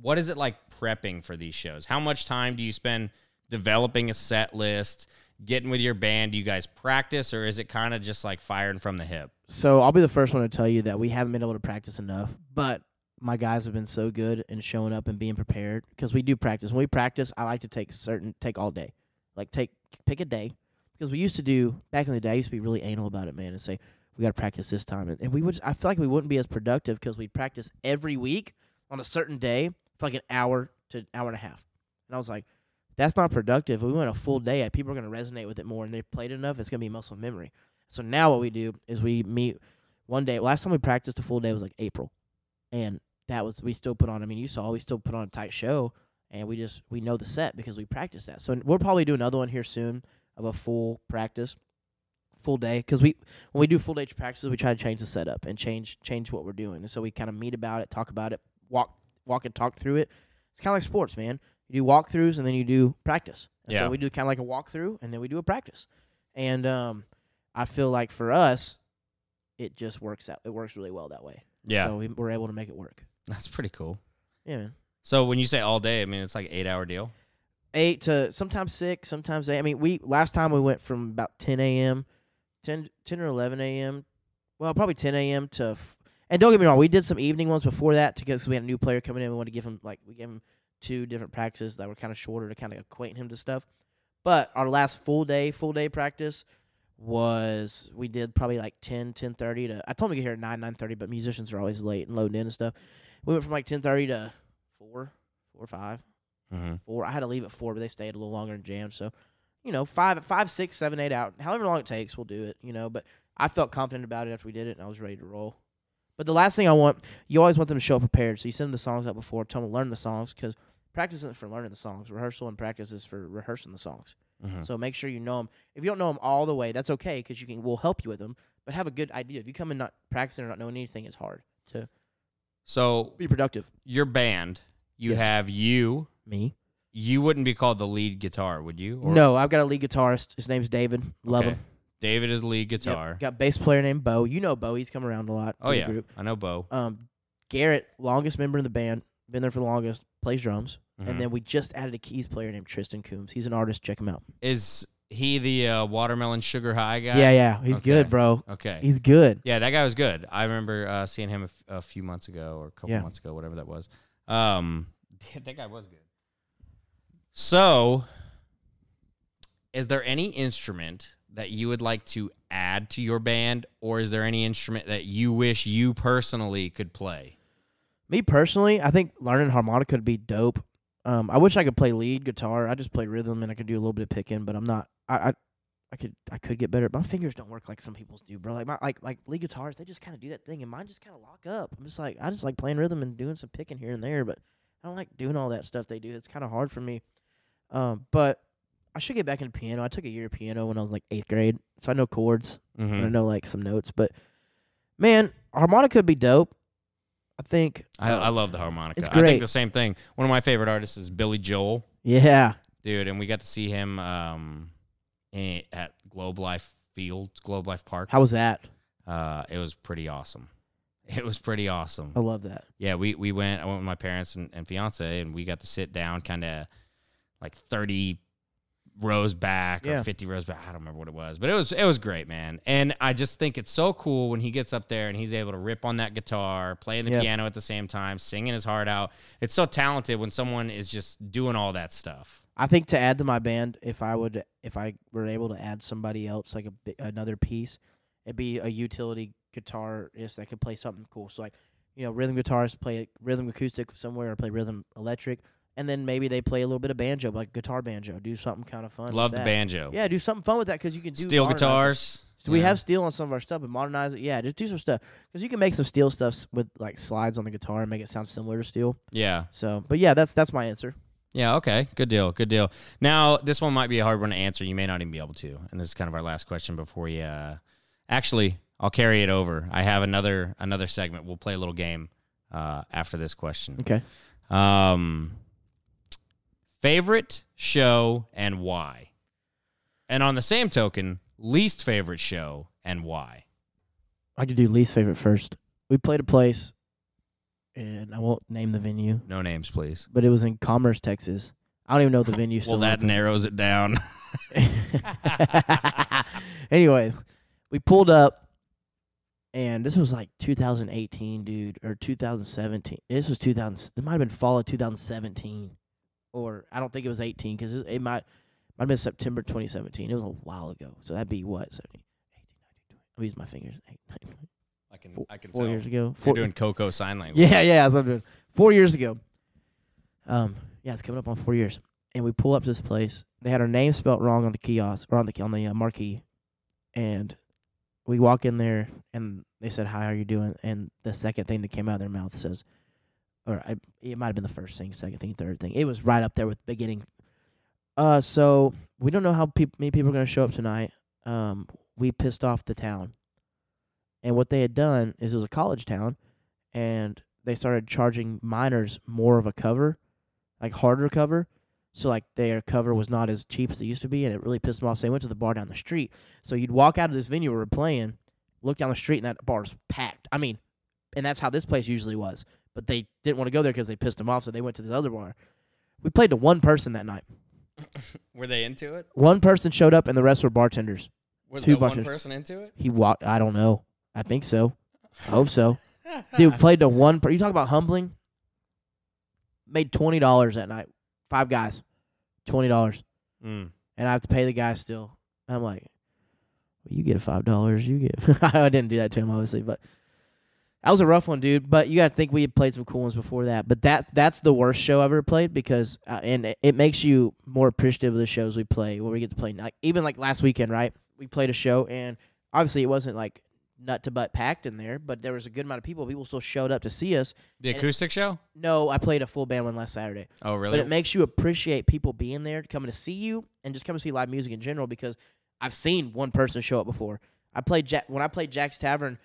what is it like prepping for these shows? How much time do you spend developing a set list, getting with your band? Do you guys practice, or is it kind of just like firing from the hip?
So I'll be the first one to tell you that we haven't been able to practice enough, but my guys have been so good in showing up and being prepared because we do practice. When we practice, I like to take certain take all day, like take pick a day because we used to do back in the day. I used to be really anal about it, man, and say we got to practice this time, and, and we would. I feel like we wouldn't be as productive because we practice every week on a certain day for like an hour to an hour and a half, and I was like. That's not productive. We went a full day. People are going to resonate with it more, and they've played enough. It's going to be muscle memory. So now what we do is we meet one day. Last time we practiced a full day was like April, and that was we still put on. I mean, you saw we still put on a tight show, and we just we know the set because we practiced that. So we'll probably do another one here soon of a full practice, full day. Because we when we do full day practices, we try to change the setup and change change what we're doing. And so we kind of meet about it, talk about it, walk walk and talk through it. It's kind of like sports, man. You do walkthroughs and then you do practice. And
Yeah.
So we do kind of like a walkthrough and then we do a practice. And um, I feel like for us, it just works out. It works really well that way. So we, we're able to make it work.
that's pretty cool.
Yeah, man.
So when you say all day, I mean it's like an eight hour deal.
Eight to sometimes six, sometimes eight. I mean, we last time we went from about 10 a.m., 10, 10 or 11 a.m. Well, probably 10 a.m. to. F- and don't get me wrong, we did some evening ones before that because we had a new player coming in. We wanted to give him like we gave him two different practices that were kind of shorter to kind of acquaint him to stuff. But our last full day, full day practice was we did probably like 10, 10.30 to. I told him to get here at 9, 9.30, but musicians are always late and loading in and stuff. We went from like 10.30 to 4, 4 5
Mhm.
four. I had to leave at four, but they stayed a little longer and jammed. So, you know, five, five, six, seven, eight out. However long it takes, we'll do it. You know, but I felt confident about it after we did it, and I was ready to roll. But the last thing I want, you always want them to show up prepared. So you send them the songs out before, tell them to learn the songs because practice isn't for learning the songs. Rehearsal and practice is for rehearsing the songs.
Mhm.
So make sure you know them. If you don't know them all the way, that's okay because you can. We'll help you with them, but have a good idea. If you come in not practicing or not knowing anything, it's hard to
So
be productive.
your band, you
Yes.
have you.
Me.
You wouldn't be called the lead guitar, would you?
no, I've got a lead guitarist. His name's David. Love
Okay.
him.
David is lead
Yep.
guitar.
Got bass player named Bo. You know Bo. He's come around a lot. to
oh
the
yeah,
Group.
I know Bo.
Um, Garrett, longest member in the band, been there for the longest, plays drums.
Mhm.
And then we just added a keys player named Tristan Coombs. He's an artist. Check him out.
Is he the uh, watermelon sugar high guy?
Yeah, yeah. He's
Okay.
good, bro.
Okay.
He's good.
Yeah, that guy was good. I remember uh, seeing him a, f- a few months ago or a couple
Yeah.
months ago, whatever that was. Um, that guy was good. So, is there any instrument that you would like to add to your band, or is there any instrument that you wish you personally could play?
Me personally, I think learning harmonica would be dope. Um, I wish I could play lead guitar. I just play rhythm and I could do a little bit of picking, but I'm not. I, I, I could I could get better. My fingers don't work like some people's do, bro. Like my like like lead guitars, they just kind of do that thing, and mine just kind of lock up. I'm just like I just like playing rhythm and doing some picking here and there, but I don't like doing all that stuff they do. It's kind of hard for me. Um, but I should get back into piano. I took a year of piano when I was like eighth grade, so I know chords and I
Mhm.
know like some notes. But man, harmonica would be dope. I think.
I,
uh,
I love the harmonica.
it's
I think
great.
the same thing. One of my favorite artists is Billy Joel,
Yeah.
dude, and we got to see him um, eh, at Globe Life Field, Globe Life Park.
How was that?
uh, it was pretty awesome. It was pretty awesome.
I love that.
Yeah, we we went. I went with my parents and, and fiance, and we got to sit down, kind of like thirty rows back
Yeah.
or fifty rows back. I don't remember what it was, but it was it was great, man. And I just think it's so cool when he gets up there and he's able to rip on that guitar, playing the
Yeah.
piano at the same time, singing his heart out. It's so talented when someone is just doing all that stuff.
I think to add to my band, if I would, if I were able to add somebody else, like a bi- another piece, it'd be a utility guitarist that could play something cool. So like, you know, rhythm guitarist play rhythm acoustic somewhere or play rhythm electric, and then maybe they play a little bit of banjo, like guitar banjo. Do something kind of fun. with
Love the
that.
banjo.
Yeah, do something fun with that because you can do
Steel
modernize it.
guitars.
So we
you know.
have steel on some of our stuff, but modernize it. Yeah, just do some stuff because you can make some steel stuff s- with like slides on the guitar and make it sound similar to steel.
Yeah.
So, but yeah, that's that's my answer.
Yeah, okay. Good deal. Good deal. Now, this one might be a hard one to answer. You may not even be able to. And this is kind of our last question before we uh actually I'll carry it over. I have another another segment. We'll play a little game uh after this question.
Okay.
Um favorite show and why? And on the same token, least favorite show and why?
I could do least favorite first. We played a place, and I won't name the venue,
No names, please.
but it was in Commerce, Texas. I don't even know the venue.
Well, that narrows it down.
Anyways, we pulled up, and this was like 2018, dude, or 2017. This was 2000. It might have been fall of 2017, or I don't think it was 18 because it, it might might have been September 2017. It was a while ago, so that'd be what 17, 18, 19, 20. I'm using my fingers. Eight, nine,
I can
four,
Mm, I can
four
tell.
years ago.
You're
Four,
doing Coco sign language.
yeah, yeah, that's what I'm doing. Four years ago. Um, yeah, it's coming up on four years, and we pull up to this place. They had our name spelt wrong on the kiosk or on the on the uh, marquee, and we walk in there, and they said, "Hi, how are you doing?" And the second thing that came out of their mouth says, or I, it might have been the first thing, second thing, third thing. It was right up there with beginning. Uh, so we don't know how peop many people are gonna show up tonight. Um, we pissed off the town, and what they had done is it was a college town and they started charging minors more of a cover, like harder cover. So like their cover was not as cheap as it used to be, and it really pissed them off. So they went to the bar down the street. So you'd walk out of this venue we were playing, look down the street, and that bar's packed. I mean, and that's how this place usually was. But they didn't want to go there because they pissed them off, so they went to this other bar. We played to one person that night.
Were they into it?
One person showed up, and the rest were bartenders.
Was
Two
that one
buckets.
person into it?
He walked. I don't know. I think so. I hope so. Dude, we played to one. Per- you talk about humbling. Made twenty dollars that night. Five guys, twenty dollars,
Mm.
and I have to pay the guy still. I'm like, well, you get five dollars. You get. I didn't do that to him, obviously, but that was a rough one, dude. But you got to think we had played some cool ones before that. But that that's the worst show I ever played because, uh, and it, it makes you more appreciative of the shows we play when we get to play. Like even like last weekend, right? We played a show, and obviously it wasn't like nut to butt packed in there, but there was a good amount of people. People still showed up to see us.
The acoustic show?
No, I played a full band one last Saturday.
Oh, really?
But it makes you appreciate people being there, coming to see you, and just coming to see live music in general. Because I've seen one person show up before. I played Jack when I played Jack's Tavern,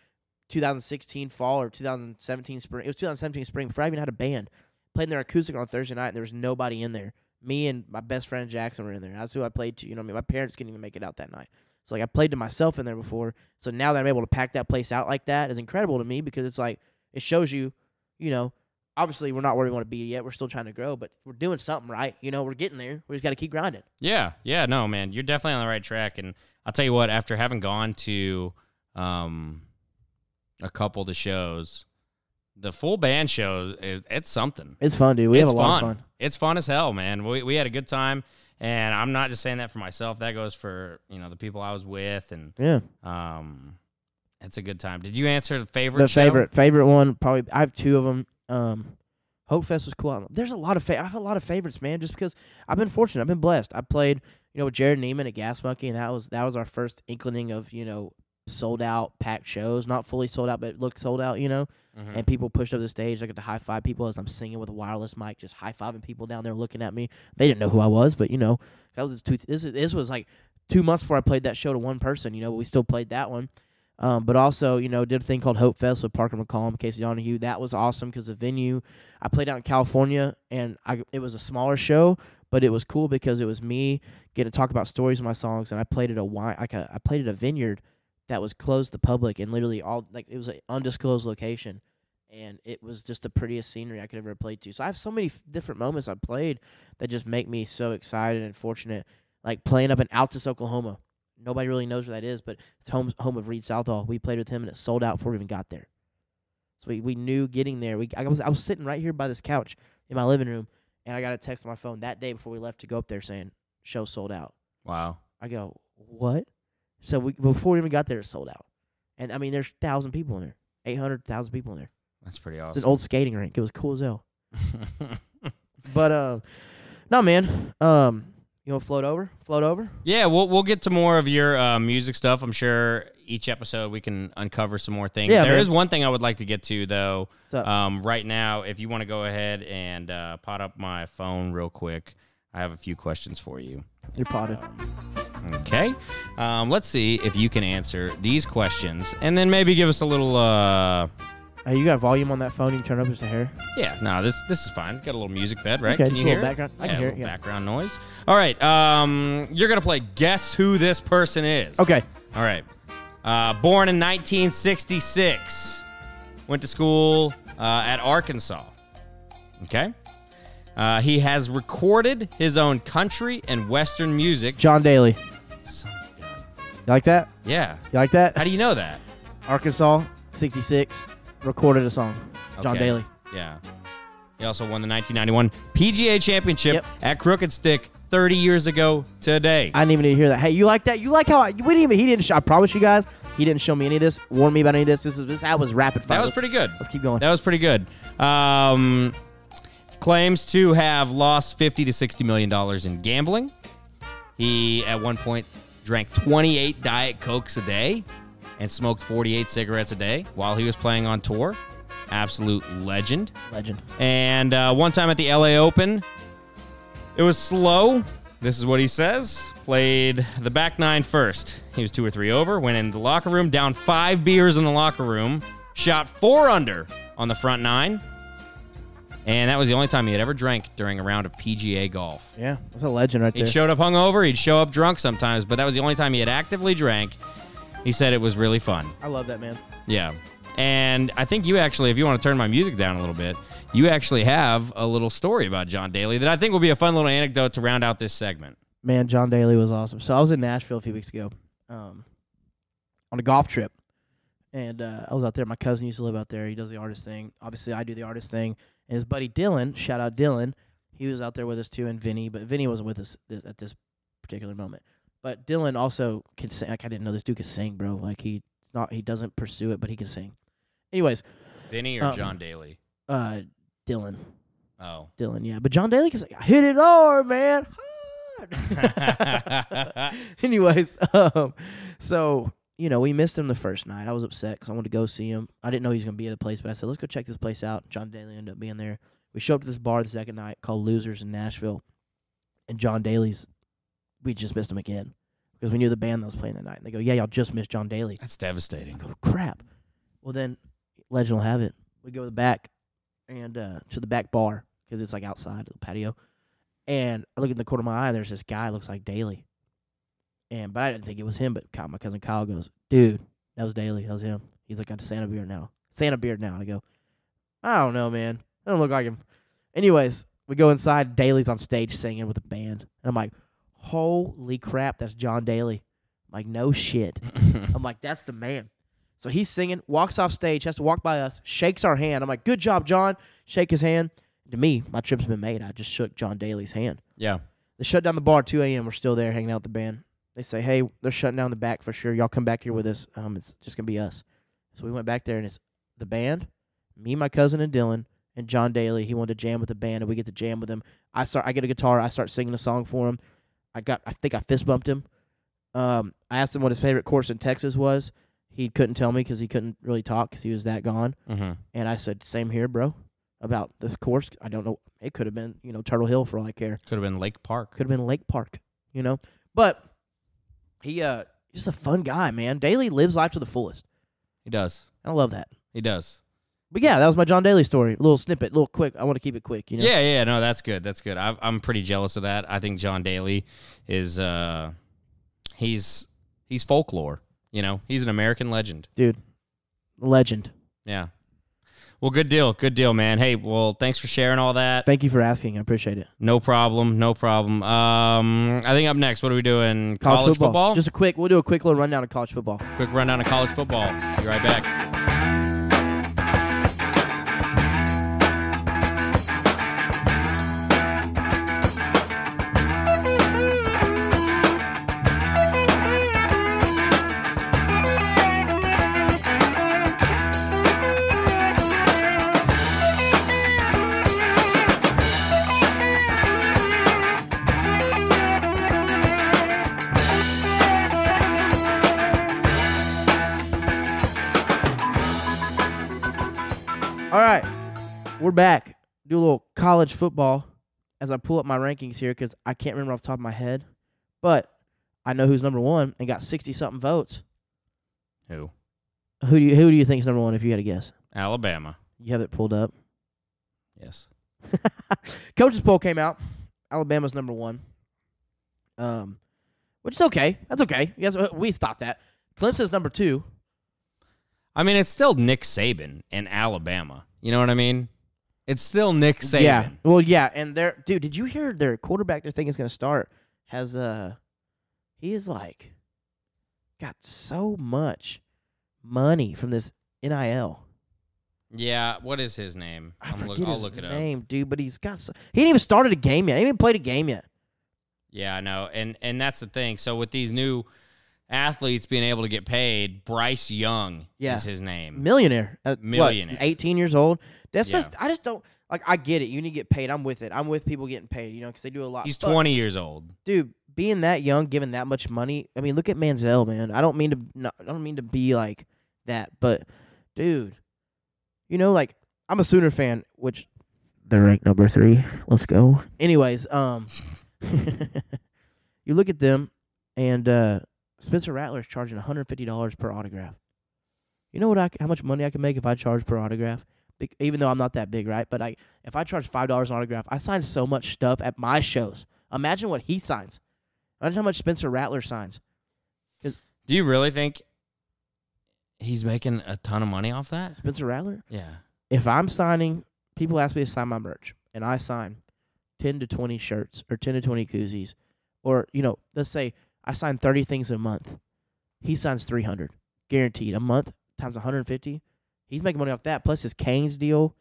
2016 fall or 2017 spring. It was 2017 spring. Before I even had a band, played in their acoustic on Thursday night, and there was nobody in there. Me and my best friend Jackson were in there. That's who I played to. You know, what I mean, my parents couldn't even make it out that night. So like I played to myself in there before. So now that I'm able to pack that place out like that is incredible to me because it's like it shows you, you know, obviously we're not where we want to be yet. We're still trying to grow, but we're doing something right. You know, we're getting there. We just got to keep grinding.
yeah, yeah, no, man, you're definitely on the right track. And I'll tell you what, after having gone to um, a couple of the shows, the full band shows, it, it's something.
It's fun, dude. We
it's fun. It's fun as hell, man. We, we had a good time. And I'm not just saying that for myself. That goes for, you know, the people I was with. And
Yeah,
um, it's a good time. Did you answer the favorite
the
show?
favorite favorite one probably. I have two of them. Um, Hope Fest was cool. There's a lot of fa- I have a lot of favorites, man. Just because I've been fortunate, I've been blessed. I played, you know, with Jared Neiman at Gas Monkey, and that was that was our first inkling of you know sold out packed shows, not fully sold out, but looked sold out. You know,
Mhm.
and people pushed up the stage. I got to high five people as I'm singing with a wireless mic, just high fiving people down there looking at me. They didn't know who I was, but you know, that was two, this. is- This was like two months before I played that show to one person. You know, but we still played that one. Um, but also, you know, did a thing called Hope Fest with Parker McCollum, Casey Donahue. That was awesome because the venue. I played out in California, and I it was a smaller show, but it was cool because it was me getting to talk about stories of my songs, and I played at a wine, like a, I played at a vineyard that was closed to the public, and literally all like it was an undisclosed location and it was just the prettiest scenery I could ever play to. So I have so many f- different moments I played that just make me so excited and fortunate. Like playing up in Altus, Oklahoma. Nobody really knows where that is, but it's home home of Reed Southall. We played with him, and it sold out before we even got there. So we, we knew getting there. We I was I was sitting right here by this couch in my living room, and I got a text on my phone that day before we left to go up there saying show sold out.
Wow.
I go, what? So we before we even got there, it sold out. And I mean, there's thousand people in there, eight hundred thousand people in there.
That's pretty
It's an
awesome.
old skating rink. It was cool as hell. But um, no, man. Um, you want to float over? Float over?
Yeah, we'll we'll get to more of your uh, music stuff. I'm sure each episode we can uncover some more things.
Yeah,
There is
man.
one thing I would like to get to though.
What's up?
Um, right now, if you want to go ahead and uh, pot up my phone real quick, I have a few questions for you.
You're potted.
Okay, um, let's see if you can answer these questions, and then maybe give us a little. Uh,
Hey, you got volume on that phone? You can turn it up just a hair.
yeah, no, this this is fine. Got a little music bed, right?
Okay,
can
just
you
a little
hear? it?
background- I
yeah,
can
a
hear it,
little
yeah.
Background noise. All right, um, you're gonna play Guess Who This Person Is.
Okay.
All right. Uh, born in 1966. Went to school uh, at Arkansas. Okay. Uh, he has recorded his own country and Western music.
John Daly.
Son of a gun.
You like that?
Yeah.
You like that?
How do you know that?
Arkansas, 66, recorded a song. John
Okay.
Daly.
Yeah. He also won the 1991 PGA Championship
Yep.
at Crooked Stick 30 years ago today.
I didn't even need to hear that. Hey, you like that? You like how I, we didn't even, he didn't, sh- I promise you guys, he didn't show me any of this, warn me about any of this. This is, this, that was rapid fire.
that was
Let's-
pretty good.
Let's keep going.
That was pretty good. Um, claims to have lost 50 to 60 million dollars in gambling. He at one point drank 28 diet cokes a day and smoked 48 cigarettes a day while he was playing on tour. Absolute legend.
Legend.
And uh, one time at the LA Open, it was slow. This is what he says. Played the back nine first. He was two or three over, went in the locker room, down five beers in the locker room, shot four under on the front nine. And that was the only time he had ever drank during a round of PGA golf.
Yeah, that's a legend right there.
He'd showed up hungover, he'd show up drunk sometimes, but that was the only time he had actively drank. He said it was really fun.
I love that man.
Yeah. And I think you actually, if you want to turn my music down a little bit, you actually have a little story about John Daly that I think will be a fun little anecdote to round out this segment.
Man, John Daly was awesome. So I was in Nashville a few weeks ago, um, on a golf trip, and uh, I was out there. My cousin used to live out there. He does the artist thing. Obviously, I do the artist thing. And his buddy Dylan, shout out Dylan, he was out there with us too, and Vinny, but Vinny wasn't with us th- at this particular moment. But Dylan also can sing. Like I didn't know this dude could sing, bro. Like he it's not he doesn't pursue it, but he can sing. Anyways,
Vinny or
Um,
John Daly?
uh, Dylan,
Oh.
Dylan, yeah. But John Daly can sing. I hit it hard, man. Hard. Anyways, um, so you know we missed him the first night. I was upset because I wanted to go see him. I didn't know he was gonna be at the place, but I said let's go check this place out. John Daly ended up being there. We showed up to this bar the second night called Losers in Nashville, and John Daly's. We just missed him again because we knew the band that was playing that night. And they go, "Yeah, y'all just missed John Daly."
That's devastating.
I go, crap. Well, then, legend will have it. We go to the back and uh, to the back bar because it's like outside the patio. And I look in the corner of my eye, and there's this guy looks like Daly. And but I didn't think it was him. But Kyle, my cousin Kyle goes, dude, that was Daly. That was him. He's like, got a Santa beard now. Santa beard now. And I go, I don't know, man. I don't look like him. Anyways, we go inside. Daly's on stage singing with a band, and I'm like, holy crap, that's John Daly. I'm like, no shit. I'm like, that's the man. So he's singing, walks off stage, has to walk by us, shakes our hand. I'm like, good job, John. Shake his hand. To me, my trip's been made. I just shook John Daly's hand.
Yeah.
They shut down the bar at 2 a.m. We're still there hanging out with the band. They say, hey, they're shutting down the back for sure. Y'all come back here with us. Um, it's just going to be us. So we went back there, and it's the band, me, my cousin, and Dylan, and John Daly. He wanted to jam with the band, and we get to jam with him. I start, I get a guitar. I start singing a song for him. I got, I think I fist bumped him. Um, I asked him what his favorite course in Texas was. He couldn't tell me because he couldn't really talk because he was that gone.
Mm-hmm.
And I said, same here, bro. About the course, I don't know. It could have been, you know, Turtle Hill for all I care
Could have been Lake Park.
could have been Lake Park, you know. But he uh just a fun guy, man. Daly lives life to the fullest.
He does.
I love that.
He does.
But yeah, that was my John Daly story. little snippet, little quick. I want to keep it quick, you know.
Yeah, yeah, no, that's good. That's good. I've, I'm pretty jealous of that. I think John Daly is uh he's he's folklore, you know. He's an American legend.
Dude. Legend.
Yeah. Well, good deal. Good deal, man. Hey, well, thanks for sharing all that.
Thank you for asking. I appreciate it.
No problem. No problem. Um, I think up next, what are we doing? College, football.
Just a quick we'll do a quick little rundown of college football.
quick rundown of college football. Be right back.
We're back. Do a little college football as I pull up my rankings here because I can't remember off the top of my head, but I know who's number one and got sixty something votes.
Who?
Who do you who do you think is number one? If you had to guess,
Alabama.
you have it pulled up.
Yes.
Coaches poll came out. Alabama's number one. Um, which is okay. That's okay. Yes, we thought that. Clemson's number two.
I mean, it's still Nick Saban and Alabama. You know what I mean? It's still Nick Saban.
Yeah. Well, yeah, and their dude. Did you hear their quarterback? Their thing is going to start. Has uh, he is like, got so much money from this nil.
Yeah, What is his name?
I
I'm
forget
look, I'll
his
look it up.
name, dude. But he's got so, he didn't even started a game yet. He didn't even played a game yet.
Yeah, I know. And and that's the thing. So with these new athletes being able to get paid, Bryce Young
Yeah.
is his name.
Millionaire, uh, what,
Millionaire.
eighteen years old. That's
Yeah.
just I just don't like. I get it. You need to get paid. I'm with it. I'm with people getting paid. You know, because they do a lot.
He's
But-
20 years old.
dude, being that young, given that much money. I mean, look at Manziel, man. I don't mean to, no, I don't mean to be like that, but dude, you know, like I'm a Sooner fan, which they're ranked number three. Let's go. Anyways, um, you look at them, and uh Spencer Rattler's charging 150 dollars per autograph. You know what? I c- how much money I can make if I charge per autograph. Bec- Even though I'm not that big, right? But I, if I charge five dollars an autograph, I sign so much stuff at my shows. Imagine what he signs. Imagine how much Spencer Rattler signs.
Do you really think he's making a ton of money off that?
Spencer Rattler?
Yeah.
If I'm signing, people ask me to sign my merch, and I sign 10 to 20 shirts or 10 to 20 koozies, or, you know, let's say I sign 30 things a month. He signs 300, guaranteed. A month times 150. He's making money off that, plus his Canes deal.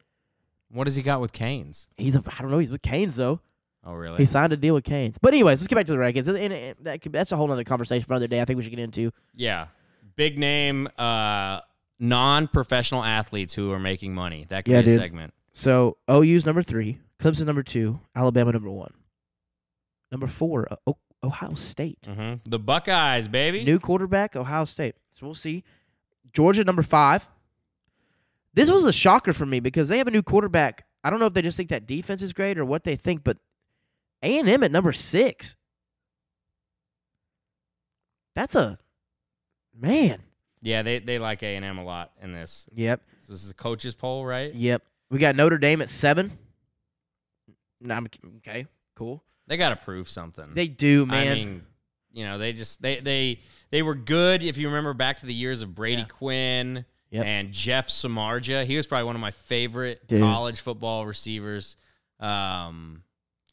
What has he got with Canes?
He's, a, I don't know, he's with Canes, though.
Oh, really?
He signed a deal with Canes. But, anyways, let's get back to the rankings. And- and- and that could- that's a whole other conversation for another day I think we should get into.
yeah. Big name uh non-professional athletes who are making money. That could
Yeah,
be a
dude.
segment.
So OU's number three, Clemson number two, Alabama number one, number four, uh, o- Ohio State.
hmm The Buckeyes, baby.
New quarterback, Ohio State. So we'll see. Georgia number five. This was a shocker for me because they have a new quarterback. I don't know if they just think that defense is great or what they think, but A and M at number six. That's a man.
yeah, they, they like A&M a lot in this.
Yep.
This is a coaches poll, right?
Yep. We got Notre Dame at seven. Nah, I'm, okay. Cool.
They got to prove something.
They do, man.
I mean, you know, they just they they they were good. If you remember back to the years of Brady
Yeah.
Quinn
Yep.
and Jeff Samarja, he was probably one of my favorite
Dude.
college football receivers. Um,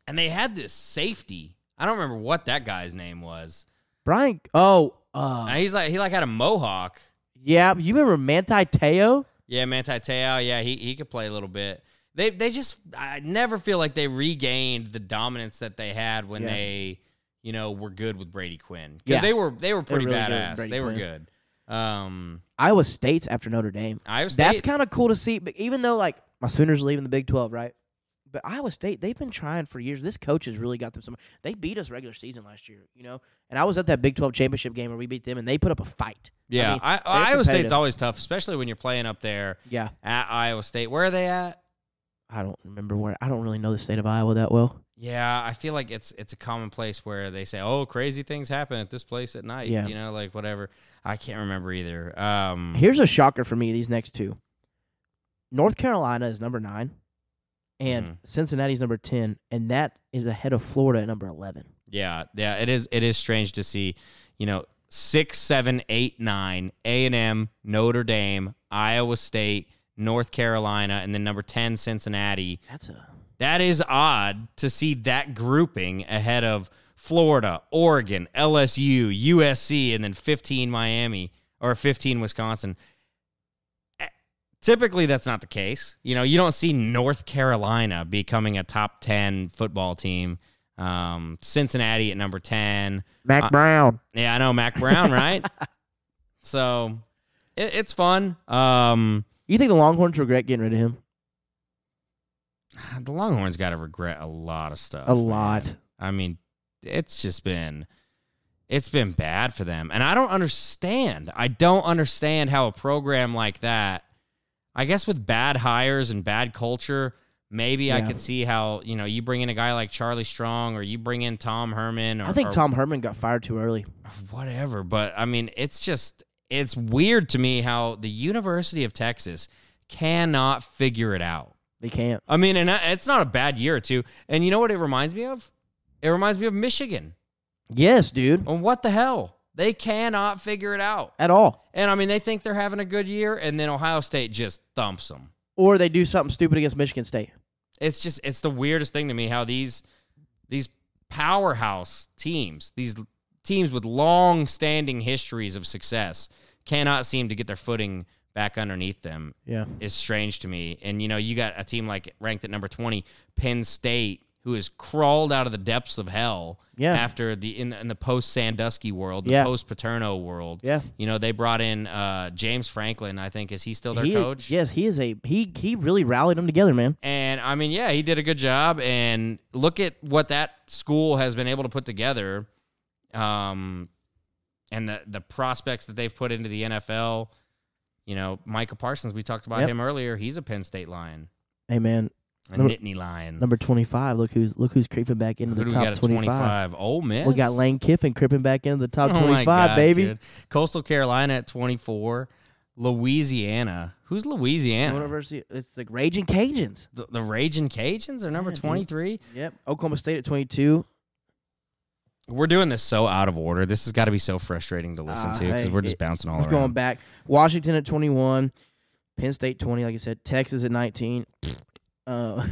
and they had this safety. I don't remember what that guy's name was.
Brian. Oh,
Now,
uh,
he's like he like had a mohawk.
yeah. You remember Manti Te'o?
Yeah, Manti Te'o. Yeah, he he could play a little bit. They they just I never feel like they regained the dominance that they had when
Yeah.
they you know were good with Brady Quinn because
Yeah.
they were they were pretty
really good with
badass.
Brady
They were
Quinn.
good. Um,
Iowa State's after Notre Dame.
Iowa State.
That's kind of cool to see. But even though like my Sooners leaving the Big Twelve, right? But Iowa State, they've been trying for years. This coach has really got them some. They beat us regular season last year, you know. And I was at that Big Twelve championship game where we beat them, and they put up a fight.
yeah,
mean,
I,
they're
Iowa State's
competitive.
always tough, especially when you're playing up there
Yeah,
at Iowa State. Where are they at?
I don't remember where. I don't really know the state of Iowa that well.
Yeah, I feel like it's it's a common place where they say, "Oh, crazy things happen at this place at night."
Yeah.
you know, like whatever. I can't remember either. Um,
Here's a shocker for me. These next two. North Carolina is number nine, and
Mm-hmm.
Cincinnati's number ten, and that is ahead of Florida at number eleven.
Yeah, yeah, it is. It is strange to see, you know, six, seven, eight, nine, A and M, Notre Dame, Iowa State, North Carolina, and then number ten, Cincinnati.
That's a
That is odd to see that grouping ahead of Florida, Oregon, LSU, USC, and then fifteen Miami or fifteen Wisconsin. Eh, Typically, that's not the case. You know, you don't see North Carolina becoming a top ten football team. Um, Cincinnati at number ten.
Mac
Uh,
Brown.
Yeah, I know Mac Brown, right? so it, it's fun. Um,
You think the Longhorns regret getting rid of him?
the Longhorns got to regret a lot of stuff.
A lot.
I mean, it's just been it's been bad for them. And I don't understand. I don't understand how a program like that I guess with bad hires and bad culture, maybe I
Yeah.
could see how you know you bring in a guy like Charlie Strong or you bring in Tom Herman. Or,
I think
or
Tom Herman got fired too early.
whatever. But I mean, it's just it's weird to me how the University of Texas cannot figure it out.
They can't.
I mean, and I- it's not a bad year or two. And you know what it reminds me of? It reminds me of Michigan.
Yes, dude.
And what the hell? They cannot figure it out.
At all.
And I mean, they think they're having a good year, and then Ohio State just thumps them.
Or they do something stupid against Michigan State.
It's just it's the weirdest thing to me how these these powerhouse teams, these teams with long-standing histories of success, cannot seem to get their footing back underneath them
Yeah.
is strange to me. And you know, you got a team like ranked at number twenty, Penn State, who has crawled out of the depths of hell.
Yeah.
After the in, in the post Sandusky world, the
Yeah.
post Paterno world.
Yeah.
You know, they brought in uh, James Franklin. I think is he still their
He-
coach?
Yes, he is a he he really rallied them together, man.
And I mean, yeah, he did a good job. And look at what that school has been able to put together, um, and the the prospects that they've put into the NFL. You know, Micah Parsons. We talked about
Yep.
him earlier. He's a Penn State Lion,
Hey man,
a
Number-
Nittany Lion.
number twenty five. Look who's look who's creeping back into
Mm. Who
the
do we
top
got at
twenty five.
25? Ole Miss.
We got Lane Kiffin creeping back into the top
Oh my
twenty five,
God,
baby.
dude. Coastal Carolina at 24. Louisiana. Who's Louisiana?
University, it's the Raging Cajuns.
The, the Raging Cajuns are number
Yeah, dude.
23.
Yep, Oklahoma State at twenty two.
We're doing this so out of order. This has got to be so frustrating to listen
Ah,
to because
hey,
we're just
it-
bouncing all
It's
around.
going back. Washington at twenty one, Penn State twenty. Like I said, Texas at nineteen. Uh,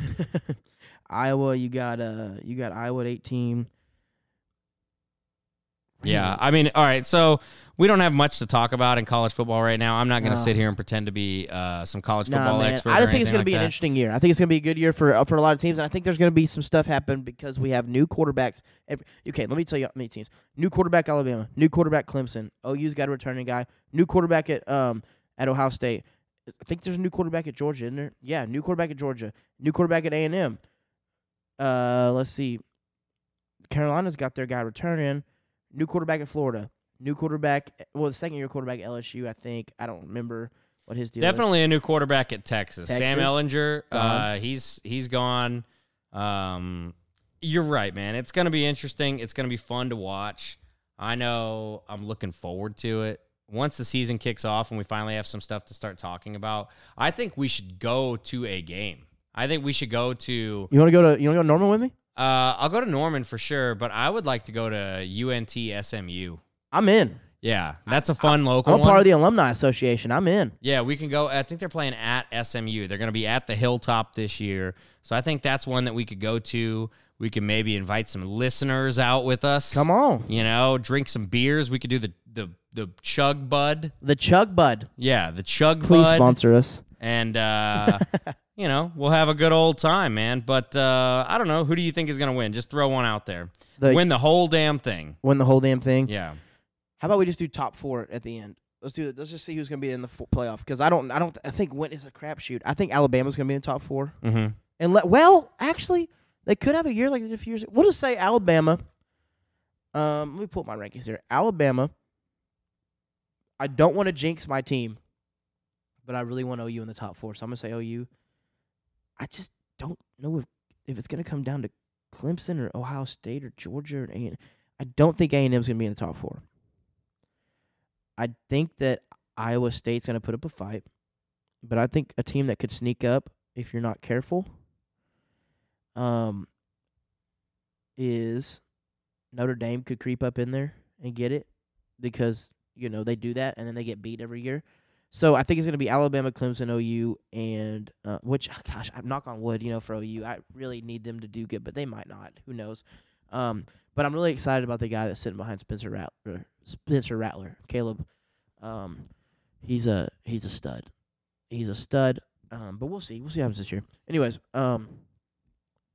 Iowa, you got uh, you got Iowa at eighteen.
Yeah, I mean, all right. So we don't have much to talk about in college football right now. I'm not going to
No.
sit here and pretend to be uh, some college
Nah,
football
man.
expert.
I
or
just think it's
anything
going
like
to be an
that.
interesting year. I think it's going to be a good year for uh, for a lot of teams, and I think there's going to be some stuff happen because we have new quarterbacks. Ev- Okay, let me tell you how many teams: new quarterback Alabama, new quarterback Clemson, OU's got a returning guy, new quarterback at um at Ohio State. I think there's a new quarterback at Georgia, isn't there? Yeah, new quarterback at Georgia, new quarterback at A and M. Uh, let's see, Carolina's got their guy returning, new quarterback at Florida, new quarterback. Well, the second year quarterback at LSU, I think. I don't remember what his deal. is.
Definitely a new quarterback at Texas. Sam
Texas? Uh-huh.
Ellinger, uh,
Gone.
he's he's gone. Um, you're right, man. It's going to be interesting. It's going to be fun to watch. I know I'm looking forward to it. Once the season kicks off and we finally have some stuff to start talking about, I think we should go to a game. I think we should go to
You want to go to you want to go to Norman with me?
Uh, I'll go to Norman for sure, but I would like to go to UNT SMU.
I'm in.
Yeah, that's a fun local
I'm a
one.
part of the alumni association. I'm in.
yeah, we can go. I think they're playing at SMU. They're going to be at the Hilltop this year, so I think that's one that we could go to. We can maybe invite some listeners out with us.
Come on.
you know, drink some beers. We could do the the the chug bud.
The Chug Bud.
Yeah, the chug
Please
bud.
sponsor us.
and uh, you know we'll have a good old time, man. But uh, I don't know who do you think is going to win? Just throw one out there.
The-
win the whole damn thing.
Win the whole damn thing.
Yeah,
How about we just do top four at the end? Let's do it. Let's just see who's going to be in the fo- playoff because I don't. I don't. I think Went is a crapshoot. I think Alabama's going to be in top four.
mm-hmm.
And let well, actually, they could have a year like they did a few years. ago. We'll just say Alabama. Um, let me pull up my rankings here. Alabama. I don't want to jinx my team, but I really want OU in the top four, so I'm gonna say OU. I just don't know if if it's gonna come down to Clemson or Ohio State or Georgia or A. I don't think A and M's gonna be in the top four. I think that Iowa State's gonna put up a fight, but I think a team that could sneak up if you're not careful, um, is Notre Dame could creep up in there and get it because you know they do that and then they get beat every year. So I think it's going to be Alabama, Clemson, OU, and uh, which gosh, I'm knock on wood, you know, for OU, I really need them to do good, but they might not. Who knows? Um, but I'm really excited about the guy that's sitting behind Spencer Rattler. Spencer Rattler, Caleb. Um, he's a he's a stud. He's a stud. Um, but we'll see. We'll see what happens this year. Anyways, um,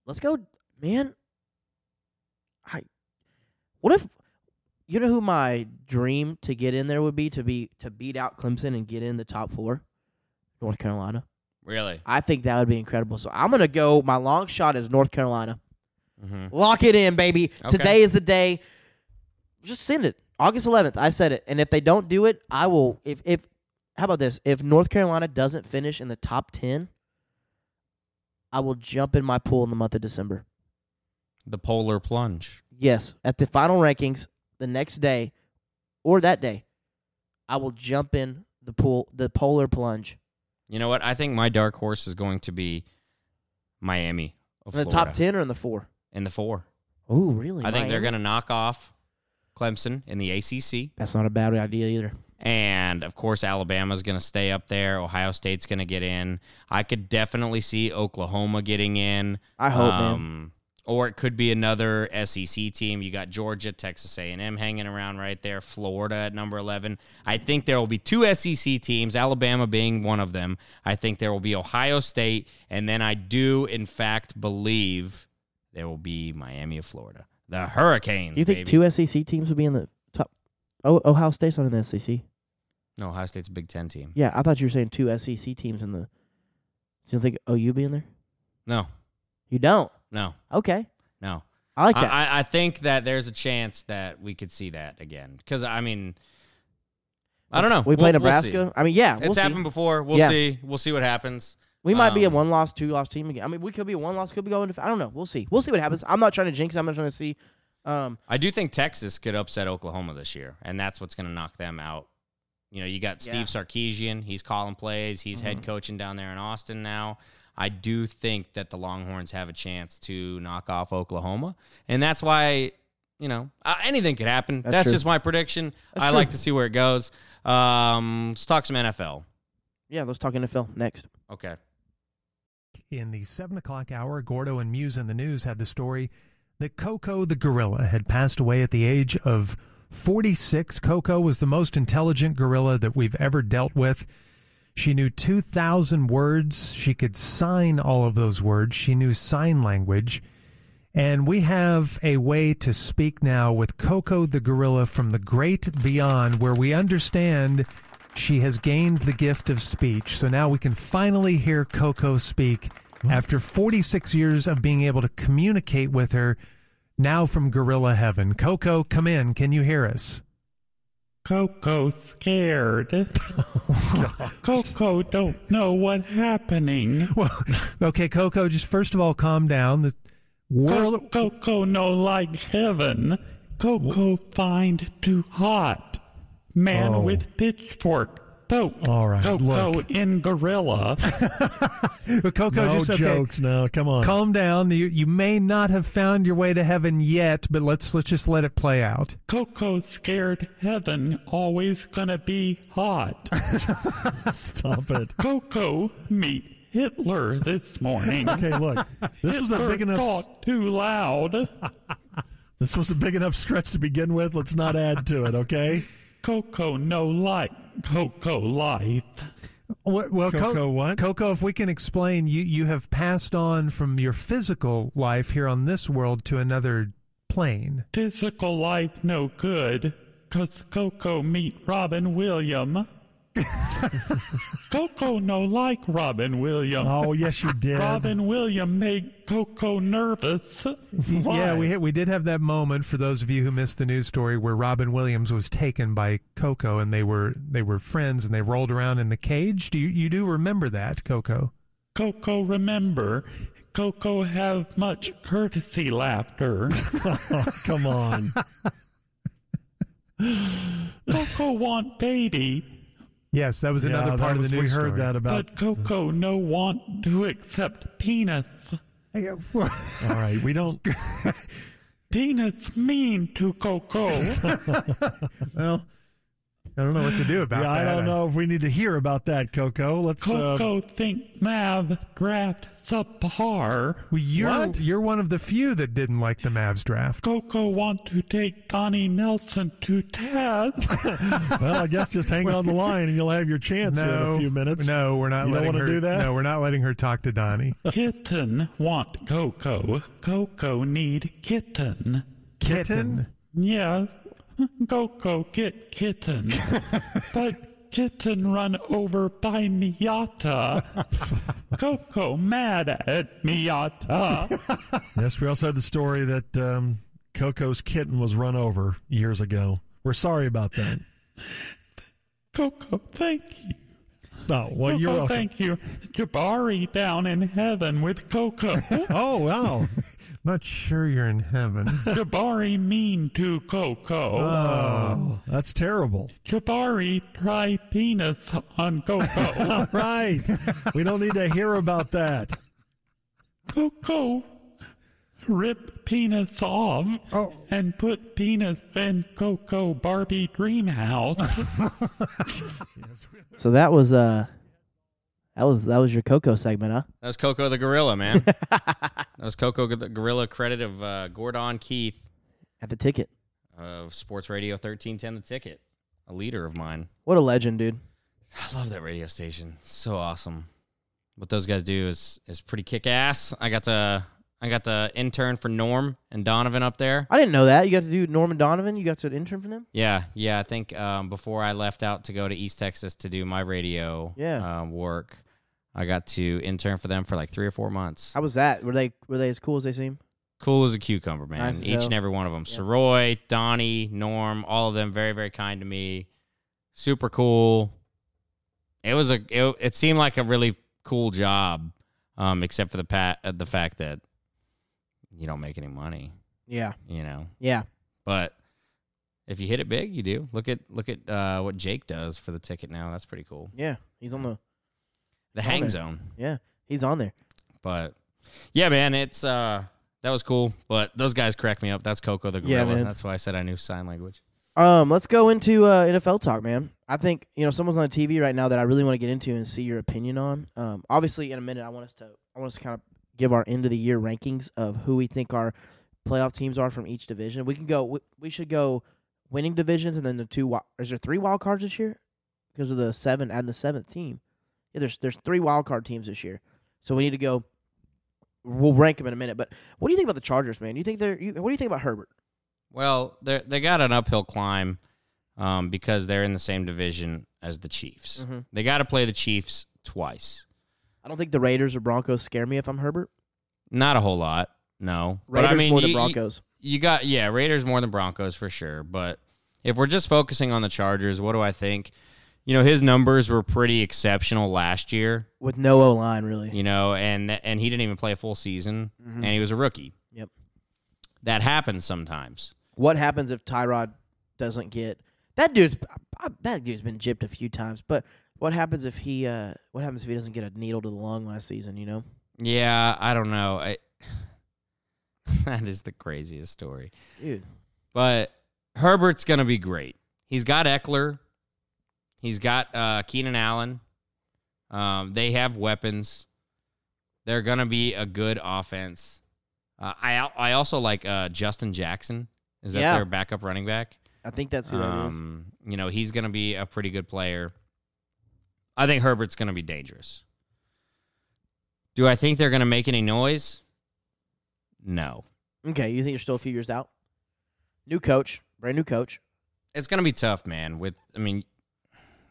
let's go, man. I, what if you know who my dream to get in there would be to be to beat out Clemson and get in the top four, North Carolina.
really.
I think that would be incredible. So I'm gonna go. My long shot is North Carolina.
Mm-hmm.
Lock it in, baby.
Okay.
Today is the day. Just send it. August 11th. I said it. And if they don't do it, I will. If if how about this? If North Carolina doesn't finish in the top ten, I will jump in my pool in the month of December.
The polar plunge.
Yes, at the final rankings the next day or that day, I will jump in the pool, the polar plunge.
You know what? I think my dark horse is going to be Miami. Of
In the
Florida.
top ten or in the four?
In the four.
Oh, really?
I think they're
Miami?
going to knock off Clemson in the ACC.
That's not a bad idea either.
And of course, Alabama's going to stay up there. Ohio State's going to get in. I could definitely see Oklahoma getting in.
I hope, man.
Um, Or it could be another SEC team. You got Georgia, Texas A&M hanging around right there. Florida at number eleven. I think there will be two SEC teams, Alabama being one of them. I think there will be Ohio State, and then I do in fact believe there will be Miami of Florida, the Hurricanes.
Do you think
baby.
two SEC teams would be in the top? Oh, Ohio State's not in the SEC.
No, Ohio State's a Big Ten team.
Yeah, I thought you were saying two SEC teams in the. Do you think OU be in there?
No,
You don't.
no,
Okay,
no.
I like
I,
that.
I, I think that there's a chance that we could see that again. Because I mean, I don't know.
we play
We'll- we'll see.
Nebraska. I mean, yeah, we'll
it's
see.
happened before. We'll
Yeah.
see. We'll see what happens.
We might be a
um,
one-loss, two-loss team again. I mean, we could be a one-loss, could be going. To, I don't know. We'll see. We'll see what happens. I'm not trying to jinx. it. I'm not trying to see. Um,
I do think Texas could upset Oklahoma this year, and that's what's going to knock them out. You know, you got
Yeah. Mm-hmm.
Steve Sarkeesian. He's calling plays. He's head coaching down there in Austin now. I do think that the Longhorns have a chance to knock off Oklahoma, and that's why you know uh, anything could happen. That's,
That's true.
just my prediction.
That's
I
true.
like to see where it goes. Um, let's talk some NFL.
yeah, let's talk NFL next.
Okay.
In the 7 o'clock hour, Gordo and Muse in the News had the story that Coco the gorilla had passed away at the age of 46. Coco was the most intelligent gorilla that we've ever dealt with. She knew 2,000 words. She could sign all of those words. She knew sign language. And we have a way to speak now with Coco the gorilla from the great beyond, where we understand she has gained the gift of speech. So now we can finally hear Coco speak after 46 years of being able to communicate with her. Now from Gorilla Heaven. Coco, come in. Can you hear us?
Coco scared.
Oh,
Coco don't know what happening.
Well, okay, Coco, just first of all, calm down. The world.
Coco no like heaven. Coco find too hot. Man
Oh.
with pitchfork. Poke.
All right,
Coco
look.
in gorilla.
But Coco,
no
just okay.
jokes now. Come on.
Calm down. You, you may not have found your way to heaven yet, but let's let's just let it play out.
Coco scared heaven always gonna be hot.
Stop it.
Coco meet Hitler this morning.
Okay, look. This was a
Hitler
big enough.
talked too loud.
This was a big enough stretch to begin with. Let's not add to it. Okay.
Coco no like Coco life.
What, well, Co-
Coco what?
Coco, if we can explain, you you have passed on from your physical life here on this world to another plane.
Physical life no good, 'cause Coco meet Robin William. Coco no like Robin William.
Oh yes, you did.
Robin William made Coco nervous.
Why?
Yeah, we had- we did have that moment for those of you who missed the news story where Robin Williams was taken by Coco and they were they were friends and they rolled around in the cage. Do you you do remember that, Coco?
Coco remember, Coco have much courtesy laughter.
Come on.
Coco want baby,
Yes, that was
Yeah,
another
that
part
was-
of the
We
news
heard
story.
that about.
but Coco no want to accept penis.
that.
all right, we don't.
Penis mean to Coco.
Well,
I don't know what to do about
yeah, I
that.
don't know if we need to hear about that, Coco. Let's. uh,
Coco think Mav draft subpar.
Well, you're
What?
you're one of the few that didn't like the Mavs draft.
Coco want to take Donnie Nelson to task.
well, I guess just hang on the line and you'll have your chance here in a few minutes.
No, we're not
You don't
letting
wanna
her
do that?
No, we're not letting her talk to Donnie.
kitten want Coco. Coco need kitten.
Kitten.
Yeah, Coco get kitten. but kitten run over by Miata. Coco mad at Miata.
Yes, we also had the story that um, Coco's kitten was run over years ago. We're sorry about that.
Coco, thank you.
Oh, well, you're
Coco,
welcome.
Thank you. Jabari down in heaven with Coco.
Oh, wow. Not sure you're in heaven.
Jabari mean to Coco.
Oh, that's terrible.
Jabari try penis on Coco.
Right. we don't need to hear about that.
Coco rip penis off
Oh.
and put penis in Coco Barbie dream house.
So that was uh, that was that was your Coco segment, huh?
That was Coco the Gorilla, man. that was Coco the Gorilla credit of uh, Gordon Keith
At the ticket.
of Sports Radio 1310 The Ticket, a leader of mine.
What a legend, dude.
I love that radio station. So awesome. What those guys do is is pretty kick ass. I got to I got the intern for Norm and Donovan up there.
I didn't know that. You got to do Norman Donovan. You got to intern for them.
Yeah, yeah. I think um, before I left out to go to East Texas to do my radio
Yeah.
um, work, I got to intern for them for like three or four months.
How was that? Were they were they as cool as they seem?
Cool as a cucumber, man.
Nice as
Each
hell.
and every one of them. Soroy, Donnie, Norm, all of them very, very kind to me. Super cool. It was a. It, it seemed like a really cool job, um, except for the pat uh, the fact that you don't make any money.
Yeah,
You know,
yeah.
but if you hit it big, you do. Look at look at uh, what Jake does for the ticket now. That's pretty cool.
Yeah, he's on the
The
Oh,
hang
there.
zone.
yeah, he's on there.
But yeah, man, it's uh that was cool. But those guys cracked me up. That's Coco the
Yeah,
gorilla.
man.
That's why I said I knew sign language.
Um, let's go into uh, NFL talk, man. I think you know someone's on the TV right now that I really want to get into and see your opinion on. Um, obviously, in a minute, I want us to I want us to kind of give our end of the year rankings of who we think our playoff teams are from each division. We can go. We, we should go winning divisions and then the two. wi- Is there three wild cards this year because of the seven and the seventh team? Yeah, there's there's three wild card teams this year, so we need to go. We'll rank them in a minute, but what do you think about the Chargers, man? Do you think they're? You, what do you think about Herbert?
Well, they they got an uphill climb um, because they're in the same division as the Chiefs.
Mhm.
They got to play the Chiefs twice.
I don't think the Raiders or Broncos scare me if I'm Herbert.
Not a whole lot, no.
Raiders
but I mean,
more than
you- you-
Broncos.
you got yeah raiders more than broncos for sure but if we're just focusing on the chargers what do i think you know his numbers were pretty exceptional last year
with no O line, really.
you know and and he didn't even play a full season and he was a rookie
Mm-hmm. Yep.
that happens sometimes
What happens if Tyrod doesn't get that dude's? I- That dude's been gypped a few times, but what happens if he? Uh, what happens if he doesn't get a needle to the lung last season? You know,
yeah i don't know I, that is the craziest story
dude.
but herbert's gonna be great he's got eckler he's got uh, keenan allen Um, they have weapons. They're gonna be a good offense. Uh, I al- I also like uh, Justin Jackson. Is that
Yeah.
their backup running back?
I think that's who that is.
Um, you know he's gonna be a pretty good player. I think Herbert's gonna be dangerous. Do I think they're gonna make any noise? No.
Okay, you think you're still a few years out? New coach, brand new coach.
It's gonna be tough, man. With I mean,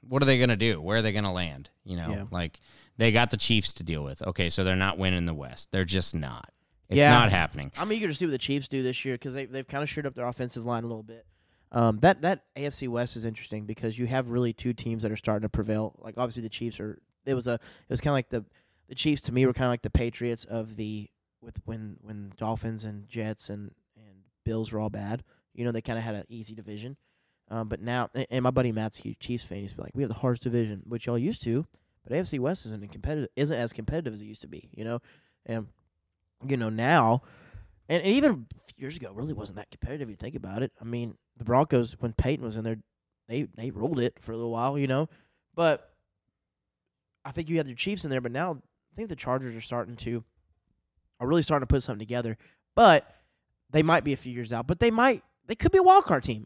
what are they gonna do? Where are they gonna land? You know,
Yeah.
like they got the Chiefs to deal with. Okay, so they're not winning the West. They're just not. It's
Yeah.
not happening.
I'm eager to see what the Chiefs do this year because they they've kind of shored up their offensive line a little bit. Um, that that AFC West is interesting because you have really two teams that are starting to prevail. Like obviously the Chiefs are. It was a it was kind of like the the Chiefs to me were kind of like the Patriots of the with when when Dolphins and Jets and and Bills were all bad. You know they kind of had an easy division. Um, but now a- and my buddy Matt's a huge Chiefs fan. He's been like, we have the hardest division, which y'all used to, but AFC West isn't competitive isn't as competitive as it used to be. You know, and you know now and, and even years ago, it really wasn't that competitive. If you think about it, I mean, the Broncos when Peyton was in there, they they ruled it for a little while, you know. But I think you had the Chiefs in there, but now I think the Chargers are starting to are really starting to put something together. But they might be a few years out, but they might they could be a wild card team.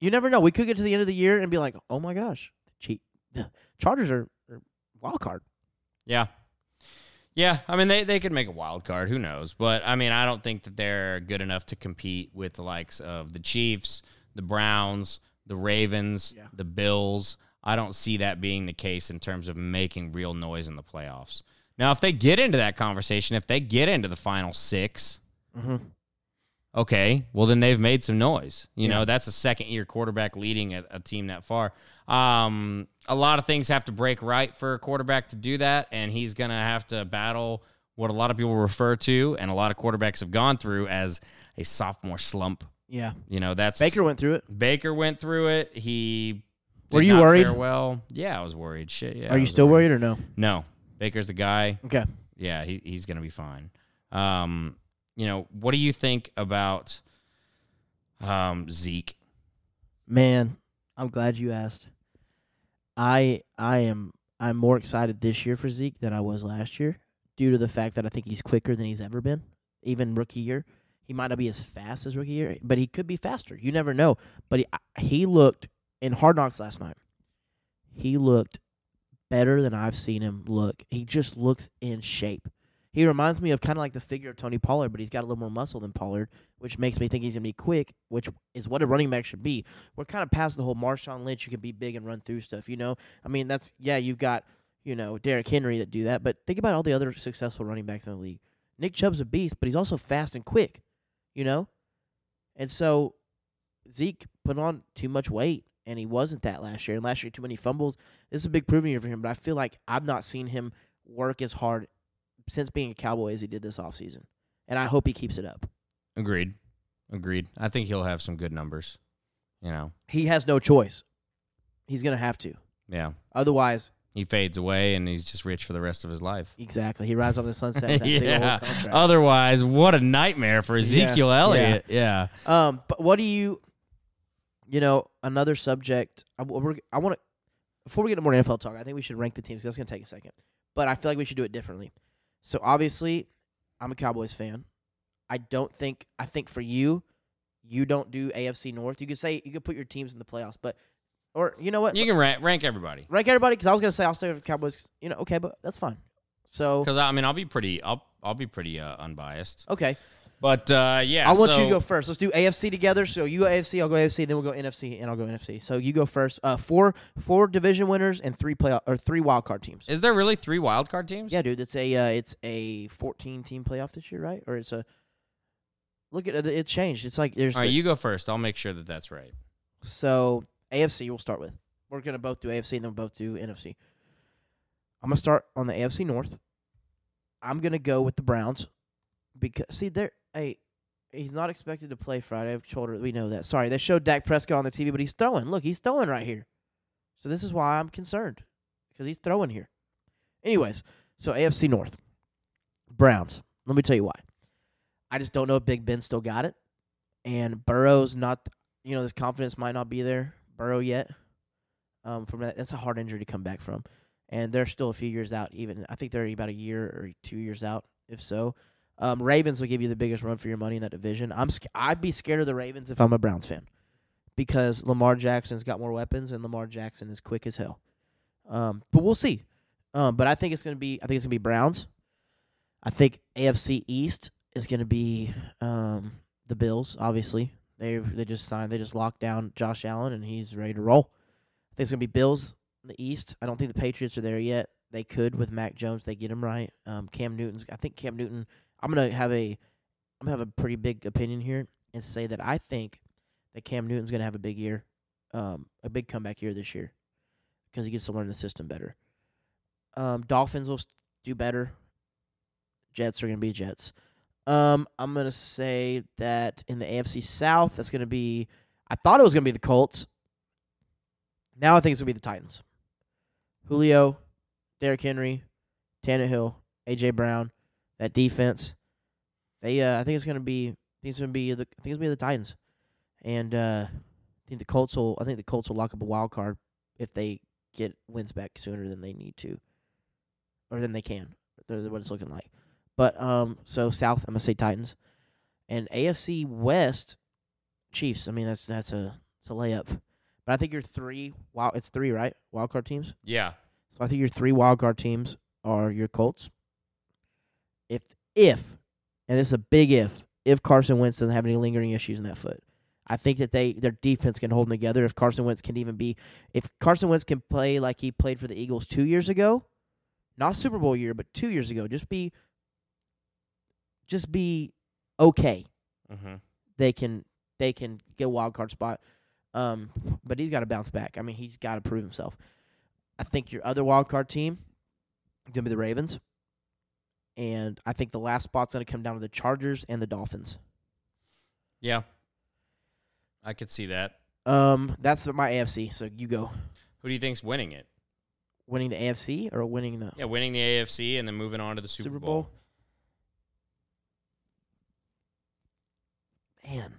You never know. We could get to the end of the year and be like, oh my gosh, cheat. The Chargers are, are wild card.
Yeah. Yeah, I mean they, they could make a wild card, who knows? But I mean I don't think that they're good enough to compete with the likes of the Chiefs, the Browns, the Ravens, the Bills. I don't see that being the case in terms of making real noise in the playoffs. Now, if they get into that conversation, if they get into the final 6 okay, well then they've made some noise. You know, that's a second year quarterback leading a, a team that far. Um, a lot of things have to break right for a quarterback to do that, and he's going to have to battle what a lot of people refer to, and a lot of quarterbacks have gone through as a sophomore slump.
Yeah.
You know, that's
Baker went through it.
Baker went through it. He did
Were you
not
worried?
fare well, yeah, I was worried. Shit, yeah. I
Are you
was
still worried or no?
No, Baker's the guy.
Okay.
Yeah, he, he's gonna be fine. Um, you know, what do you think about um Zeke?
Man, I'm glad you asked. I I am I'm more excited this year for Zeke than I was last year due to the fact that I think he's quicker than he's ever been, even rookie year. He might not be as fast as rookie year, but he could be faster. You never know. But he, I- he looked in Hard Knocks last night. He looked better than I've seen him look. He just looks in shape. He reminds me of kind of like the figure of Tony Pollard, but he's got a little more muscle than Pollard, which makes me think he's going to be quick, which is what a running back should be. We're kind of past the whole Marshawn Lynch. You can be big and run through stuff, you know? I mean, that's, yeah, you've got, you know, Derrick Henry that do that, but think about all the other successful running backs in the league. Nick Chubb's a beast, but he's also fast and quick, you know? And so Zeke put on too much weight, and he wasn't that last year. And last year, too many fumbles. This is a big proving year for him, but I feel like I've not seen him work as hard since being a Cowboy as he did this offseason. And I hope he keeps it up.
Agreed. Agreed. I think he'll have some good numbers. You know.
He has no choice. He's going to have to.
Yeah.
Otherwise,
He fades away and he's just rich for the rest of his life.
exactly, he rides off the sunset. with That big
yeah.
old contract.
Otherwise, what a nightmare for Ezekiel
Yeah.
Elliott. Yeah.
Um, but what do you, you know, another subject? I, we're, I want to before we get into more NFL talk. I think we should rank the teams. 'cause That's gonna take a second, but I feel like we should do it differently. So obviously, I'm a Cowboys fan. I don't think I think for you, you don't do AFC North. You could say you could put your teams in the playoffs, but or you know what?
You can rank, rank everybody.
rank everybody because I was gonna say I'll stay with the Cowboys. 'cause, You know, okay, but that's fine. So
Cuz I mean, I'll be pretty I'll I'll be pretty uh, unbiased.
okay,
But uh yeah,
I want
so-
you to go first. Let's do AFC together. So you go AFC, I'll go AFC, then we'll go NFC, and I'll go NFC. So you go first. Uh, four four division winners and three playoff or three wild card teams.
Is there really three wild card teams?
yeah, dude, it's a uh, it's a fourteen team playoff this year, right? Or it's a look at it. It changed. It's like there's
All right,
the-
you go first. I'll make sure that that's right.
so AFC. We'll start with. We're gonna both do AFC, and then we'll both do NFC. I'm gonna start on the AFC North. I'm gonna go with the Browns because see they're hey, he's not expected to play Friday of shoulder. We know that. Sorry, they showed Dak Prescott on the TV, but he's throwing. Look, he's throwing right here. So this is why I'm concerned because he's throwing here. Anyways, so AFC North, Browns. Let me tell you why. I just don't know if Big Ben still got it, and Burrow's not. You know, this confidence might not be there. Burrow yet. Um, from that, that's a hard injury to come back from, and they're still a few years out. Even I think they're about a year or two years out, if so. Um, Ravens will give you the biggest run for your money in that division. I'm sc- I'd be scared of the Ravens if I'm a Browns fan, because Lamar Jackson's got more weapons and Lamar Jackson is quick as hell. Um, but we'll see. Um, but I think it's gonna be I think it's gonna be Browns. I think AFC East is gonna be um, the Bills. Obviously, they they just signed they just locked down Josh Allen and he's ready to roll. I think it's gonna be Bills in the East. I don't think the Patriots are there yet. They could with Mac Jones. They get him right. Um, Cam Newton's. I think Cam Newton. I'm gonna have a I'm gonna have a pretty big opinion here and say that I think that Cam Newton's gonna have a big year, um, a big comeback year this year because he gets to learn the system better. Um, Dolphins will s- do better. Jets are gonna be Jets. Um, I'm gonna say that in the AFC South, that's gonna be. I thought it was gonna be the Colts. Now I think it's gonna be the Titans. Julio, Derrick Henry, Tannehill, AJ Brown, that defense. They, uh, I think it's gonna be. I think it's gonna be the. I think it's gonna be the Titans, and uh, I think the Colts will. I think the Colts will lock up a wild card if they get wins back sooner than they need to, or than they can. That's what it's looking like. But um, so South, I'm gonna say Titans, and AFC West, Chiefs. I mean, that's that's a it's a layup. But I think your three wow, it's three right wild card teams.
Yeah.
So I think your three wild card teams are your Colts. If if, and this is a big if, if Carson Wentz doesn't have any lingering issues in that foot, I think that they their defense can hold them together. If Carson Wentz can even be, if Carson Wentz can play like he played for the Eagles two years ago, not Super Bowl year, but two years ago, just be, just be okay
Mm-hmm.
they can they can get a wild card spot. Um, but he's got to bounce back. I mean, he's got to prove himself. I think your other wild card team is going to be the Ravens, and I think the last spot's going to come down to the Chargers and the Dolphins.
Yeah. I could see that.
Um, that's my AFC. So you go
Who do you think's winning it?
winning the AFC or winning the
Yeah, winning the AFC and then moving on to the Super,
Super
Bowl.
Bowl. Man,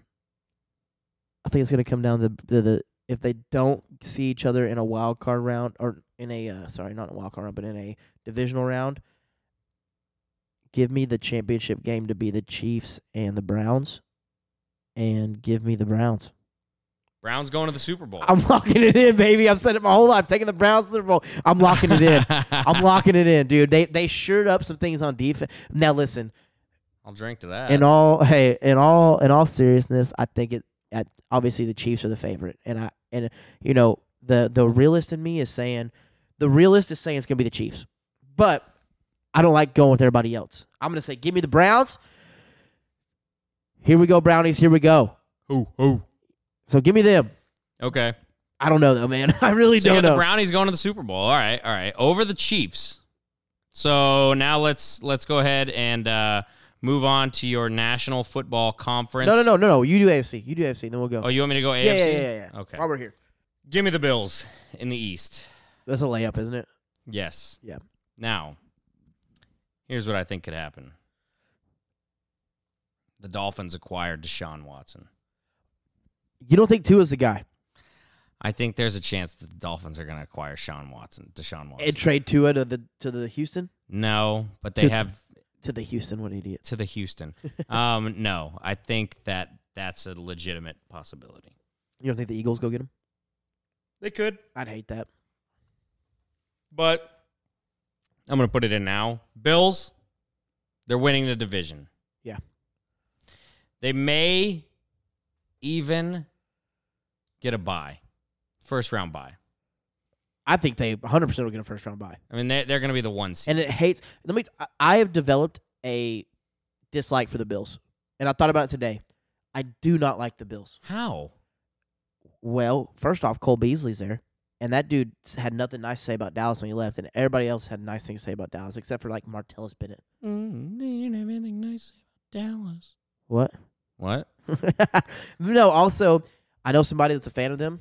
I think it's gonna come down to the, the, the if they don't see each other in a wild card round or in a uh, sorry not in a wild card round but in a divisional round. Give me the championship game to be the Chiefs and the Browns, and give me the Browns.
Browns going to the Super Bowl.
I'm locking it in, baby. I've said it my whole life. Taking the Browns to the Super Bowl. I'm locking it in. I'm locking it in, dude. They they shored up some things on defense. Now listen,
I'll drink to that.
in all hey, in all in all seriousness, I think it. At, obviously, the Chiefs are the favorite, and I and you know the the realist in me is saying the realist is saying it's gonna be the Chiefs, but I don't like going with everybody else. I'm gonna say give me the Browns. Here we go, Brownies. Here we go.
Who? Who?
So give me them.
Okay.
I don't know though, man. I really
So you
don't
got
know.
the Brownies going to the Super Bowl. All right, all right. Over the Chiefs. So now let's let's go ahead and uh, move on to your National Football Conference.
No, no, no, no, no. You do AFC. You do AFC, then we'll go.
Oh, you want me to go AFC?
yeah, yeah, yeah, yeah, yeah.
Okay.
While we're here,
Give me the Bills in the East.
that's a layup, isn't it?
Yes.
Yeah.
Now, here's what I think could happen. The Dolphins acquired Deshaun Watson.
You don't think two is the guy
I think there's a chance that the Dolphins are going to acquire Sean Watson, Deshaun Watson.
and trade Tua to the to the Houston
no, but they
To-
have
to the Houston? What idiot?
to the Houston. um, no, I think that that's a legitimate possibility.
You don't think the Eagles go get him?
They could,
I'd hate that.
but I'm going to put it in now. Bills, they're winning the division.
Yeah.
They may even get a bye, first round bye.
I think they 100 percent will get a first round bye.
I mean, they, they're going to be the one seed.
And it hates. Let me. I- I have developed a dislike for the Bills, and I thought about it today. I do not like the Bills.
How?
Well, first off, Cole Beasley's there, and that dude had nothing nice to say about Dallas when he left, and everybody else had nice things to say about Dallas except for like Martellus Bennett.
Mm, they didn't have anything nice about Dallas.
What?
What?
no, also, I know somebody that's a fan of them.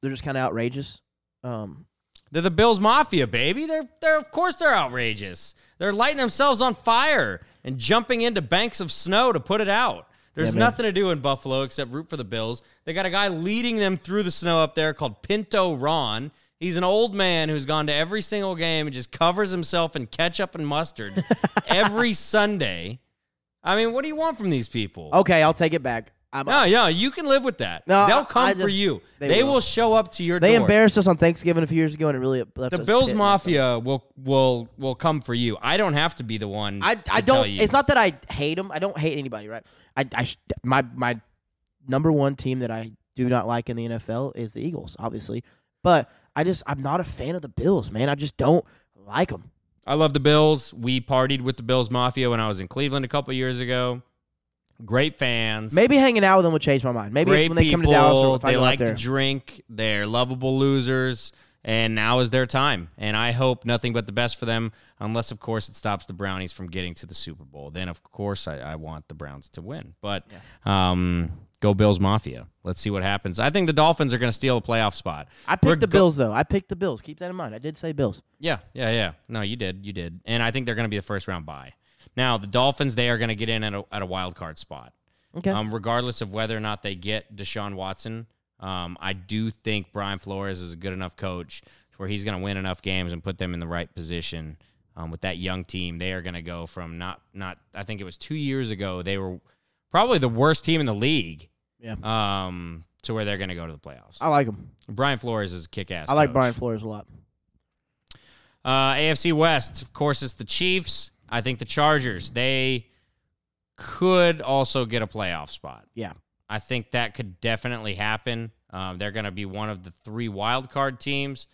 They're just kind of outrageous. Um,
They're the Bills Mafia, baby. They're they're of course they're outrageous. They're lighting themselves on fire and jumping into banks of snow to put it out. There's
Yeah, man.
nothing to do in Buffalo except root for the Bills. They got a guy leading them through the snow up there called Pinto Ron. He's an old man who's gone to every single game and just covers himself in ketchup and mustard every Sunday. I mean, what do you want from these people?
okay, I'll take it back. I'm,
No, no, you can live with that.
Oh, No, I-
They'll come
I
for
just-
you. They,
they
will.
will.
show up to your
they
door.
embarrassed us on Thanksgiving a few years ago, and it really left
the
us
Bills
pissed.
Mafia will will will come for you. I don't have to be the one.
I,
to
I
tell
don't.
you.
It's not that I hate them. I don't hate anybody, right? I, I sh- my my number one team that I do not like in the NFL is the Eagles, obviously. But I just I'm not a fan of the Bills, man. I just don't like them.
I love the Bills. We partied with the Bills Mafia when I was in Cleveland a couple years ago. Great fans.
Maybe hanging out with them will change my mind. Maybe
great
when they
people.
come to Dallas or if I
they
go out
like
there.
to drink. They're lovable losers. And now is their time. And I hope nothing but the best for them, unless, of course, it stops the Brownies from getting to the Super Bowl. Then, of course, I, I want the Browns to win. But um, go Bills Mafia. Let's see what happens. I think the Dolphins are going to steal a playoff spot.
I picked the
Rego-
Bills though. I picked the Bills. Keep that in mind. I did say Bills.
Yeah, yeah, yeah. No, you did, you did, and I think they're going to be the first round bye. Now the Dolphins, they are going to get in at a, at a wild card spot.
Okay.
Um, regardless of whether or not they get Deshaun Watson, um, I do think Brian Flores is a good enough coach where he's going to win enough games and put them in the right position. Um, with that young team, they are going to go from not not. I think it was two years ago they were probably the worst team in the league.
Yeah.
Um, to where they're going to go to the playoffs.
I like them.
Brian Flores is a kick ass.
I like Brian Flores a lot.
Uh, AFC West, of course, it's the Chiefs. I think the Chargers, they could also get a playoff spot.
Yeah.
I think that could definitely happen. Um, they're going to be one of the three wild card teams,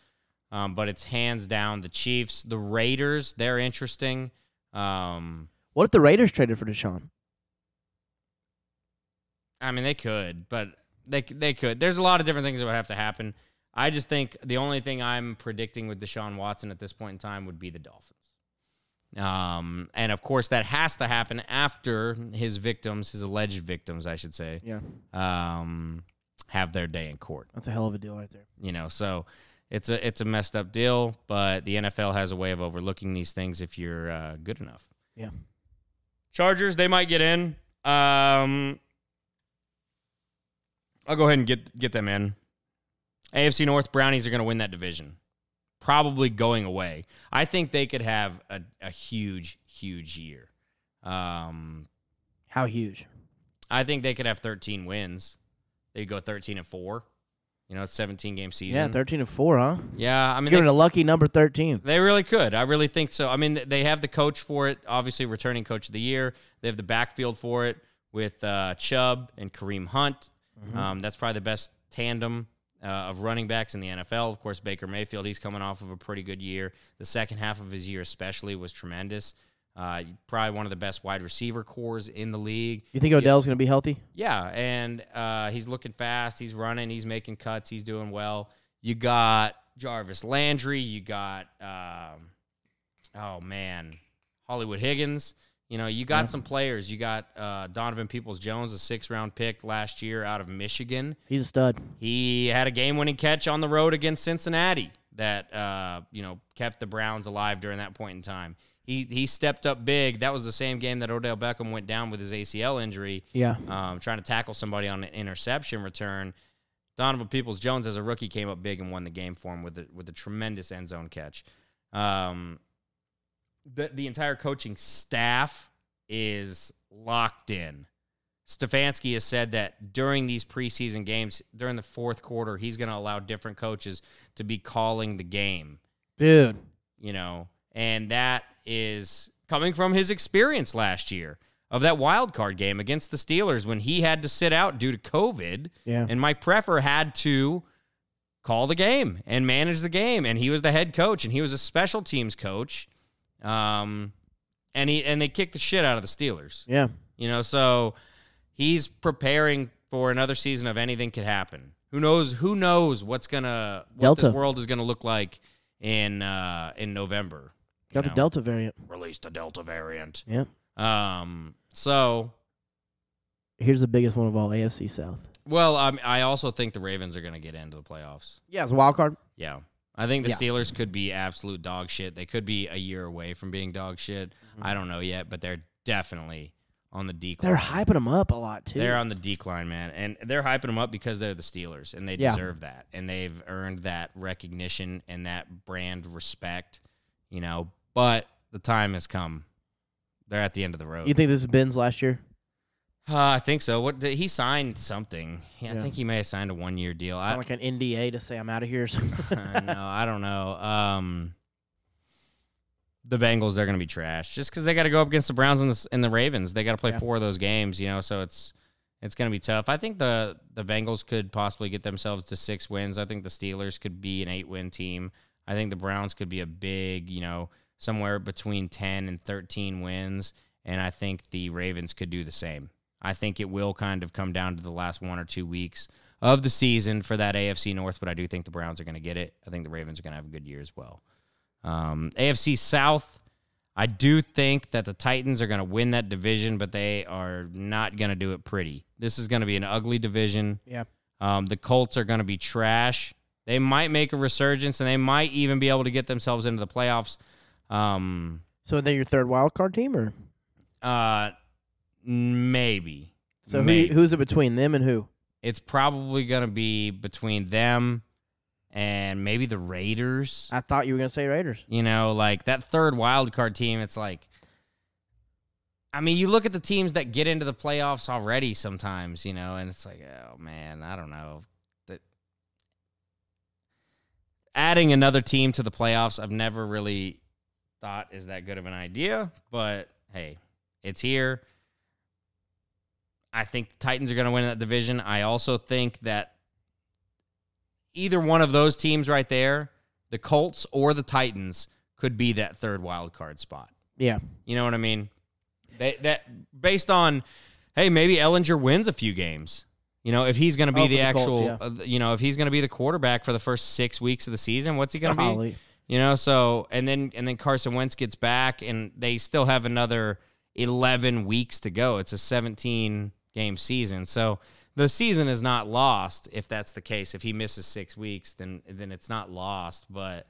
um, but it's hands down the Chiefs. The Raiders, they're interesting. Um,
What if the Raiders traded for Deshaun?
I mean, they could, but They c- they could. There's a lot of different things that would have to happen. I just think the only thing I'm predicting with Deshaun Watson at this point in time would be the Dolphins. Um, and of course that has to happen after his victims, his alleged victims, I should say,
Yeah,
um, have their day in court.
that's a hell of a deal right there.
You know, so it's a it's a messed up deal, but the NFL has a way of overlooking these things if you're uh, good enough.
Yeah.
Chargers, they might get in. Um, I'll go ahead and get get them in. AFC North Brownies are going to win that division, probably going away. I think they could have a, a huge, huge year. Um,
How huge?
I think they could have 13 wins. They go 13 and four. You know, it's 17 game season.
Yeah, thirteen and four, huh?
Yeah, I mean,
Giving
they,
a lucky number thirteen.
they really could. I really think so. I mean, they have the coach for it, obviously, returning coach of the year. They have the backfield for it with uh, Chubb and Kareem Hunt.
Mm-hmm.
Um, that's probably the best tandem uh, of running backs in the NFL. Of course, Baker Mayfield, he's coming off of a pretty good year. The second half of his year, especially, was tremendous. Uh, probably one of the best wide receiver cores in the league.
You think Odell's gonna be healthy?
Yeah, and uh, he's looking fast. He's running. He's making cuts. He's doing well. You got Jarvis Landry. You got um, oh man, Hollywood Higgins. You know, you got some players. You got uh, Donovan Peoples Jones, a six round pick last year out of Michigan.
He's a stud.
He had a game winning catch on the road against Cincinnati that uh, you know kept the Browns alive during that point in time. He he stepped up big. That was the same game that Odell Beckham went down with his ACL injury
Yeah.
um, trying to tackle somebody on an interception return. Donovan Peoples Jones, as a rookie, came up big and won the game for him with a, with a tremendous end zone catch. Um, the the entire coaching staff is locked in. Stefanski has said that during these preseason games, during the fourth quarter, he's going to allow different coaches to be calling the game
Dude.
you know, and that is coming from his experience last year of that wild card game against the Steelers when he had to sit out due to COVID,
Yeah.
and Mike Preffer had to call the game and manage the game, and he was the head coach and he was a special teams coach, um, and he and they kicked the shit out of the Steelers,
Yeah.
you know, so he's preparing for another season of anything could happen. Who knows? Who knows what's gonna what this
Delta.
world is gonna look like in uh, in November? you
Got the
know?
Delta variant.
Release the Delta variant.
Yeah.
Um. So
Here's the biggest one of all, AFC South.
well, um, I also think the Ravens are gonna get into the playoffs.
Yeah, it's a wild card.
Yeah. I think the
Yeah.
Steelers could be absolute dog shit. They could be a year away from being dog shit. I don't know yet, but they're definitely on the decline.
Mm-hmm. They're hyping him up a lot too.
They're on the decline, man, and they're hyping them up because they're the Steelers, and they
Yeah.
deserve that, and they've earned that recognition and that brand respect, you know. But the time has come; they're at the end of the road.
you think this is Ben's last year?
uh, I think so. What did, he signed something? Yeah, I
Yeah.
think he may have signed a one-year deal.
Sound
I,
like an NDA to say I'm out of here or something.
no, I don't know. Um, the Bengals they're going to be trash just because they got to go up against the Browns and the, and the Ravens. They got to play
Yeah.
four of those games, you know. So it's it's going to be tough. I think the the Bengals could possibly get themselves to six wins. I think the Steelers could be an eight win team. I think the Browns could be a big, you know, somewhere between ten and thirteen wins. And I think the Ravens could do the same. I think it will kind of come down to the last one or two weeks of the season for that AFC North, but I do think the Browns are going to get it. I think the Ravens are going to have a good year as well. Um, AFC South, I do think that the Titans are going to win that division, but they are not going to do it pretty. This is going to be an ugly division.
yeah.
Um, the Colts are going to be trash. They might make a resurgence, and they might even be able to get themselves into the playoffs. Um,
So they're your third wild card team, or
uh, maybe.
so who,
Maybe.
who's it between them and who?
it's probably going to be between them and maybe the Raiders.
I thought you were gonna say Raiders.
You know, like that third wild card team, it's like I mean, you look at the teams that get into the playoffs already sometimes, you know, and it's like, oh man, I don't know. That adding another team to the playoffs I've never really thought is that good of an idea, but hey, it's here. I think the Titans are going to win that division. I also think that either one of those teams right there, the Colts or the Titans, could be that third wild card spot.
Yeah.
You know what I mean? They, that based on, hey, maybe Ellinger wins a few games. You know, if he's going to be
Oh, for
the,
the Colts,
actual,
yeah.
uh, you know, if he's going to be the quarterback for the first six weeks of the season, what's he going to be?
Golly.
You know, so and then and then Carson Wentz gets back, and they still have another eleven weeks to go. It's a seventeen game season, so the season is not lost. If that's the case, if he misses six weeks, then then it's not lost. But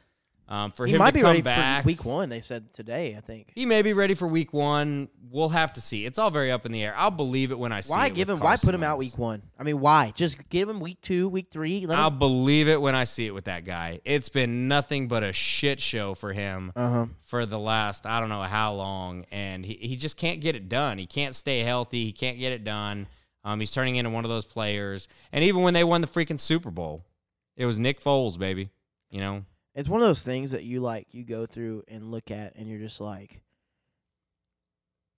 um, for
He
him
might
to
be
come
ready
back,
for week one. They said today. I think.
he may be ready for week one. We'll have to see. It's all very up in the air. I'll believe it when I see
Why
it.
give
with
him? Why
Carson
put him out
Wentz.
week one? I mean, why? Just give him week two, week three. Let
I'll
him.
believe it when I see it with that guy. It's been nothing but a shit show for him
Uh huh.
for the last I don't know how long, and he, he just can't get it done. He can't stay healthy. He can't get it done. Um, he's turning into one of those players. And even when they won the freaking Super Bowl, it was Nick Foles, baby. You know,
It's one of those things that you like. You go through and look at, and you're just like,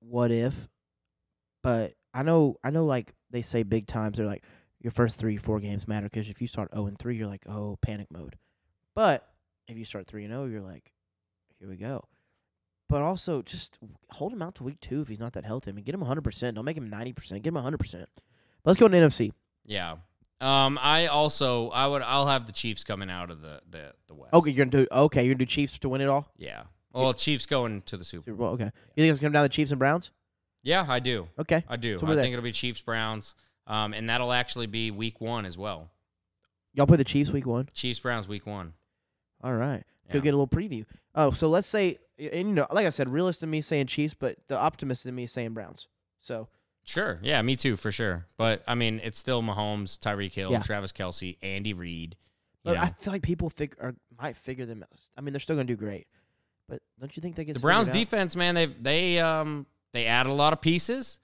"What if?" But I know, I know. Like they say, big times. They're like, your first three, four games matter because if you start zero and three, you're like, oh, panic mode. But if you start three and zero, you're like, here we go. But also, just hold him out to week two if he's not that healthy. I mean, get him 100%. Don't make him 90%. Get him 100%. Let's go to NFC.
yeah. Um, I also I would I'll have the Chiefs coming out of the the, the West.
Okay, you're gonna do okay. You're gonna do Chiefs to win it all.
Yeah. Well, Chiefs going to the Super. Bowl.
Super Bowl. Okay, you think it's gonna come down to the Chiefs and Browns?
Yeah, I do.
Okay,
I do.
So
I
we're there.
think it'll be Chiefs Browns, um, and that'll actually be Week One as well.
y'all play the Chiefs week one.
Chiefs Browns Week One.
All right.
Yeah.
Go get a little preview. Oh, so let's say, and you know, like I said, realist in me saying Chiefs, but the optimist in me is saying Browns. So
Sure. Yeah, me too, for sure. But I mean, it's still Mahomes, Tyreek Hill,
Yeah.
Travis Kelsey, Andy Reid. You
but
know.
I feel like people fig- are, might figure them. out. I mean, they're still going to do great, but don't you think they get
the Browns
figured out?
defense, man, they they um they add a lot of pieces.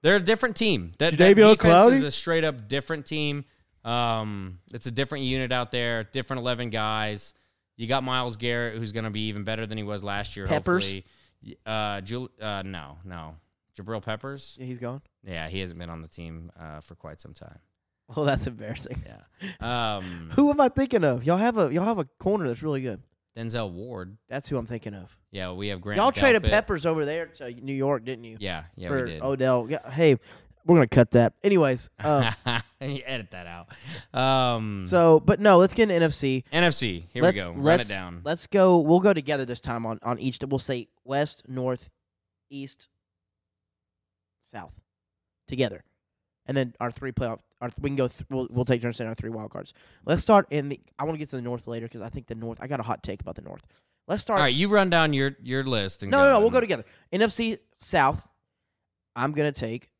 They're a different team. That, that
Jadavion
defense is
Clowney?
a straight up different team. Um, it's a different unit out there. Different eleven guys. You got Miles Garrett, who's going to be even better than he was last year.
Peppers?
Hopefully. Y- Uh, Jul- uh, no, no, Jabril Peppers.
Yeah, he's gone.
Yeah, he hasn't been on the team uh, for quite some time.
Well, that's embarrassing.
Yeah. Um,
Who am I thinking of? Y'all have a y'all have a corner that's really good.
Denzel Ward.
That's who I'm thinking of.
Yeah, we have Grant.
y'all traded
Delpit.
Peppers over there to New York, didn't you?
Yeah, yeah,
for
we did.
Odell. Yeah, hey, we're gonna cut that. Anyways, um,
Edit that out. Um,
so but no, let's get into NFC.
NFC. Here
let's,
we go. Run
Let's,
it down.
Let's go. We'll go together this time on on each. We'll say west, north, east, south, together, and then our three playoff. Our we can go. Th- we'll we'll take turns saying our three wild cards. Let's start in the. I want to get to the north later because I think the north. I got a hot take about the north. Let's
All
start.
right, you run down your your list. And
No, no, no. We'll
and-
go together. NFC South. I'm gonna take.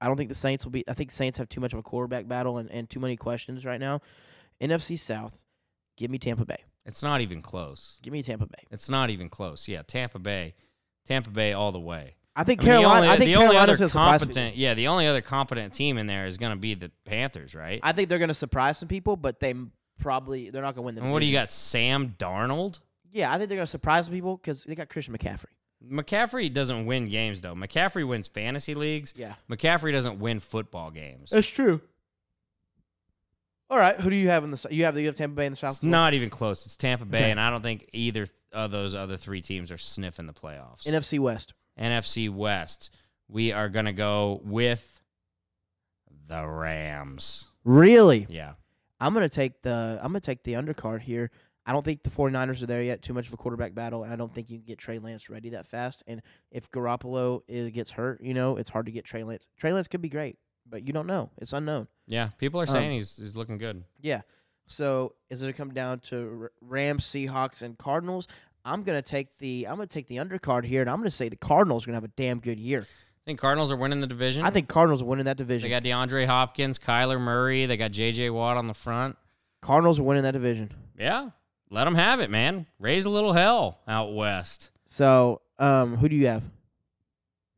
I don't think the Saints will be. I think Saints have too much of a quarterback battle and, and too many questions right now. NFC South. Give me Tampa Bay.
It's not even close.
Give me Tampa Bay.
It's not even close. Yeah, Tampa Bay, Tampa Bay all the way.
I think
I mean, the
Carolina.
only-
I think
the only
Carolina's
other
gonna surprise some
competent. Yeah, the only other competent team in there is going to be the Panthers, right?
people. I think they're gonna surprise some people, but they m- probably they're not gonna win the.
and what do you
division.
got? Sam Darnold.
Yeah, I think they're gonna surprise some people because they got Christian McCaffrey.
McCaffrey doesn't win games though. McCaffrey wins fantasy leagues.
Yeah,
McCaffrey doesn't win football games.
that's true. All right, who do you have in the? s- You have you have Tampa Bay in the South.
It's not even close. It's Tampa Bay,
Okay.
and I don't think either of those other three teams are sniffing the playoffs.
NFC West.
NFC West, we are going to go with the Rams.
Really,
Yeah.
I'm gonna take the I'm gonna take the undercard here. I don't think the 49ers are there yet. Too much of a quarterback battle, and I don't think you can get Trey Lance ready that fast. And if Garoppolo is, gets hurt, you know it's hard to get Trey Lance. Trey Lance could be great, but you don't know. It's unknown.
Yeah. People are saying
Um,
he's, he's looking good.
Yeah. So is it gonna come down to R- Rams, Seahawks, and Cardinals? I'm gonna take the I'm gonna take the undercard here, and I'm gonna say the Cardinals are gonna have a damn good year.
I think Cardinals are winning the division.
I think Cardinals are winning that
they
division.
got DeAndre Hopkins, Kyler Murray. They got J.J. Watt on the front.
Cardinals are winning that division.
Yeah. Let them have it, man. Raise a little hell out west.
So um, who do you have?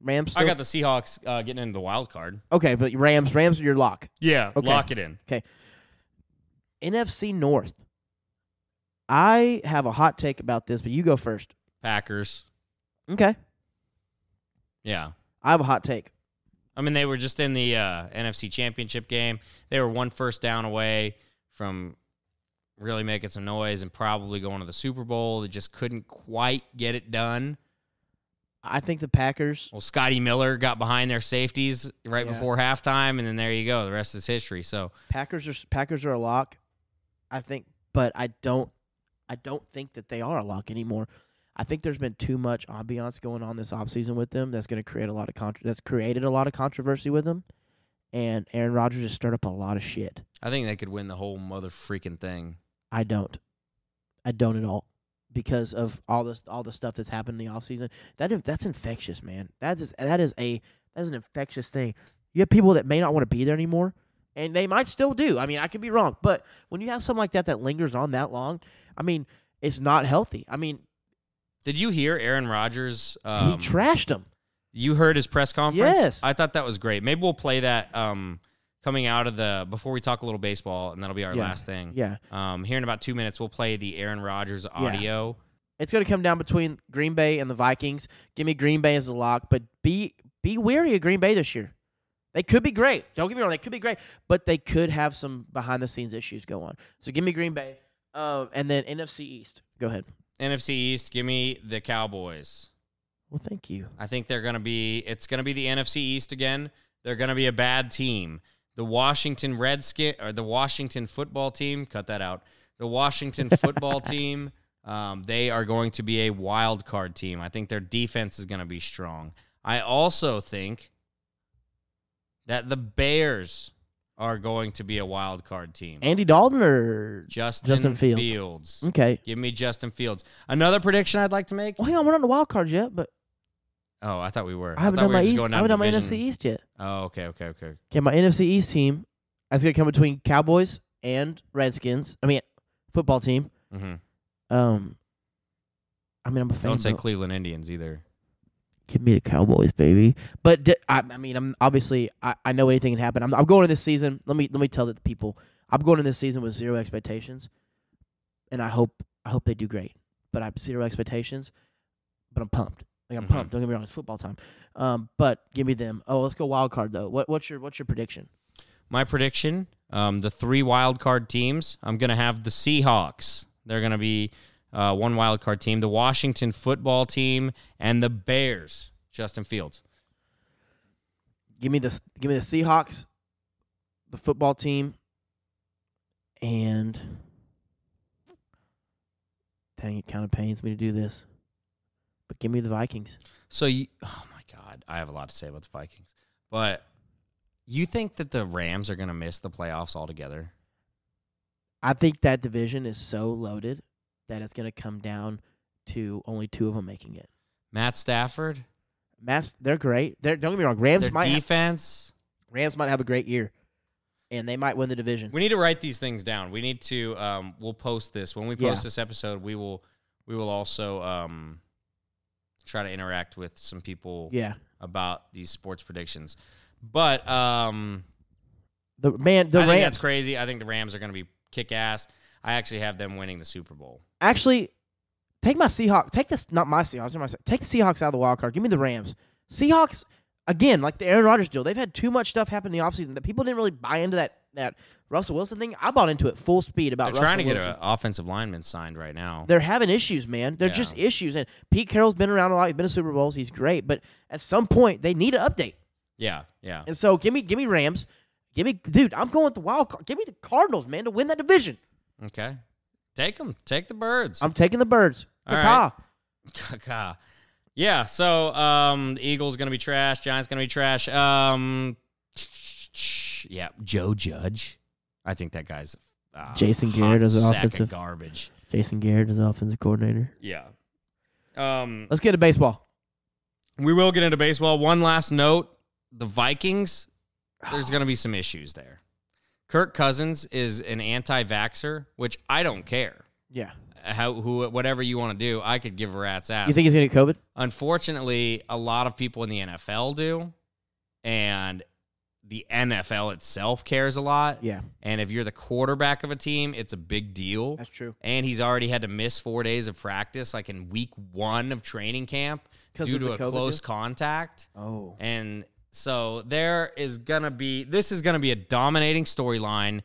Rams.
I
still?
got the Seahawks uh, getting into the wild card.
okay, but Rams. Rams are your lock.
Yeah.
Okay.
Lock it in.
NFC North. I have a hot take about this, but you go first.
Packers.
Okay.
Yeah.
I have a hot take.
I mean, they were just in the uh, NFC Championship game. They were one first down away from really making some noise and probably going to the Super Bowl. They just couldn't quite get it done.
I think the Packers.
Well, Scotty Miller got behind their safeties right
Yeah.
before halftime, and then there you go. The rest is history. So
Packers are Packers are a lock. I think, but I don't. I don't think that they are a lock anymore. I think there's been too much ambiance going on this offseason with them. That's going to create a lot of contro- that's created a lot of controversy with them, and Aaron Rodgers has stirred up a lot of shit.
I think they could win the whole mother freaking thing.
I don't. I don't at all because of all this all the stuff that's happened in the offseason. That in- that's infectious, man. That is that is a that is an infectious thing. You have people that may not want to be there anymore and they might still do. I mean, I could be wrong, but when you have something like that that lingers on that long, I mean, it's not healthy. I mean,
Did you hear Aaron Rodgers? Um,
he trashed them.
You heard his press conference?
Yes.
I thought that was great. Maybe we'll play that um, coming out of the before we talk a little baseball, and that'll be our
Yeah.
last thing.
Yeah.
Um, here in about two minutes, we'll play the Aaron Rodgers audio.
It's going to come down between Green Bay and the Vikings. Give me Green Bay as a lock, but be be wary of Green Bay this year. They could be great. Don't get me wrong; they could be great, but they could have some behind the scenes issues go on. So give me Green Bay, uh, and then NFC East. Go ahead.
NFC East, give me the Cowboys.
Well, thank you.
I think they're going to be. It's going to be the NFC East again. They're going to be a bad team. The Washington Redskin or the Washington football team. Cut that out. The Washington football team. Um, they are going to be a wild card team. I think their defense is going to be strong. I also think that the Bears are going to be a wild card team.
Andy Dalton or
Justin,
Justin Fields.
Fields.
okay.
Give me Justin Fields. Another prediction I'd like to make.
Well, hang on, we're not on the wild card yet, but
Oh, I thought we were.
I haven't
thought
done
we
my
were just
East.
going
I
down
haven't done my
division.
NFC East yet.
Oh, okay, okay, okay.
Okay, my NFC East team. That's going to come between Cowboys and Redskins. I mean, football team.
Mm-hmm.
Um, I mean, I'm a fan.
Don't say
but-
Cleveland Indians either.
Give me the Cowboys, baby. But d I I I, mean, I'm obviously I, I know anything can happen. I'm, I'm going in this season. Let me let me tell the people. I'm going in this season with zero expectations, and I hope I hope they do great. But I have zero expectations. But I'm pumped. Like I'm
Mhm.
pumped. Don't get me wrong. It's football time. Um, but give me them. Oh, let's go wild card though. What what's your what's your prediction?
My prediction: um, the three wild card teams. I'm going to have the Seahawks. They're going to be uh, one wild card team. The Washington Football Team and the Bears. Justin Fields.
Give me the give me the Seahawks, the football team, and dang, it kind of pains me to do this, but give me the Vikings.
So you. Oh my God, I have a lot to say about the Vikings, but you think that the Rams are going to miss the playoffs altogether?
I think that division is so loaded that it's going to come down to only two of them making it.
Matt Stafford,
Mass, they're great. They're don't get me wrong. Rams
their
might have,
defense.
Rams might have a great year, and they might win the division.
We need to write these things down. We need to. Um, we'll post this when we
Yeah.
post this episode. We will. We will also um, try to interact with some people
Yeah,
about these sports predictions. But um,
the man, the
I think
Rams.
that's crazy. I think the Rams are going to be kick ass. I actually have them winning the Super Bowl.
Actually, take my Seahawks. Take this, not my Seahawks. Not my, Se- take the Seahawks out of the wild card. Give me the Rams. Seahawks again, like the Aaron Rodgers deal. They've had too much stuff happen in the offseason that people didn't really buy into that that Russell Wilson thing. I bought into it full speed about.
They're trying to
Russell
get
Wilson.
an offensive lineman signed right now.
they're having issues, man. They're just issues. And Pete Carroll's been around a lot. He's been to Super Bowls. He's great, but at some point they need an update.
Yeah, yeah.
And so give me give me Rams. Give me dude, I'm going with the wild card. Give me the Cardinals, man, to win that division.
Okay, take them. Take the birds.
I'm taking the birds.
All right.
Ta-ta.
Kaka. Yeah, so um the Eagles gonna be trash, Giants gonna be trash. Um yeah, Joe Judge. I think that guy's uh,
Jason
hot
Garrett is an
sack of
offensive-
garbage.
Jason Garrett is the offensive coordinator.
Yeah. Um
Let's get to baseball.
we will get into baseball. One last note. The Vikings, there's gonna be some issues there. Kirk Cousins is an anti vaxxer, which I don't care.
Yeah.
How who whatever you want to do, I could give a rat's ass.
You think he's gonna get COVID?
Unfortunately, a lot of people in the NFL do, and the NFL itself cares a lot.
Yeah.
And if you're the quarterback of a team, it's a big deal.
That's true.
And he's already had to miss four days of practice, like in week one of training camp,
'Cause
due
of
to
the
a
COVID
close
news?
contact.
Oh.
And so there is going to be, this is going to be a dominating storyline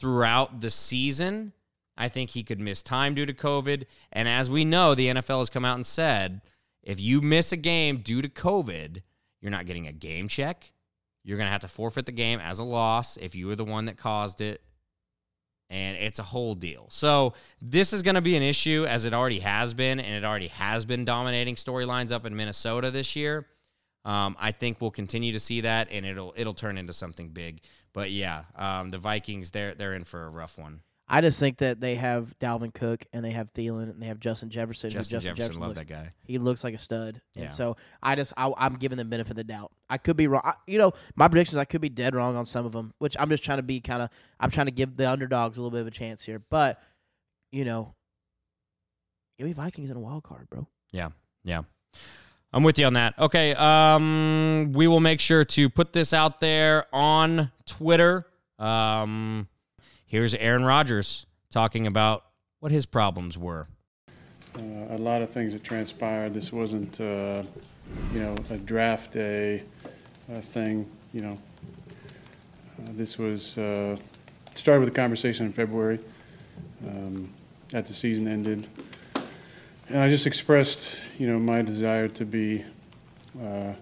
throughout the season. I think he could miss time due to COVID. And as we know, the NFL has come out and said If you miss a game due to COVID, you're not getting a game check. You're going to have to forfeit the game as a loss if you were the one that caused it. And it's a whole deal. So, this is going to be an issue as it already has been, and it already has been dominating storylines up in Minnesota this year. Um, I think we'll continue to see that, and it'll it'll turn into something big. But yeah, um, the Vikings they're they're in for a rough one.
I just think that they have Dalvin Cook and they have Thielen and they have Justin Jefferson. who
Justin, Jefferson, love
looks,
that guy.
He looks like a stud,
Yeah.
and so I just I, I'm giving them benefit of the doubt. I could be wrong. I, you know, my predictions I could be dead wrong on some of them, which I'm just trying to be kind of I'm trying to give the underdogs a little bit of a chance here. But you know, give me Vikings in a wild card, bro.
Yeah, yeah. I'm with you on that. Okay, um, we will make sure to put this out there on Twitter. Um, here's Aaron Rodgers talking about what his problems were.
uh, a lot of things that transpired. This wasn't, uh, you know, a draft day uh, thing. You know, uh, this was uh, started with a conversation in February. Um, at the season ended, and I just expressed, you know, my desire to be uh,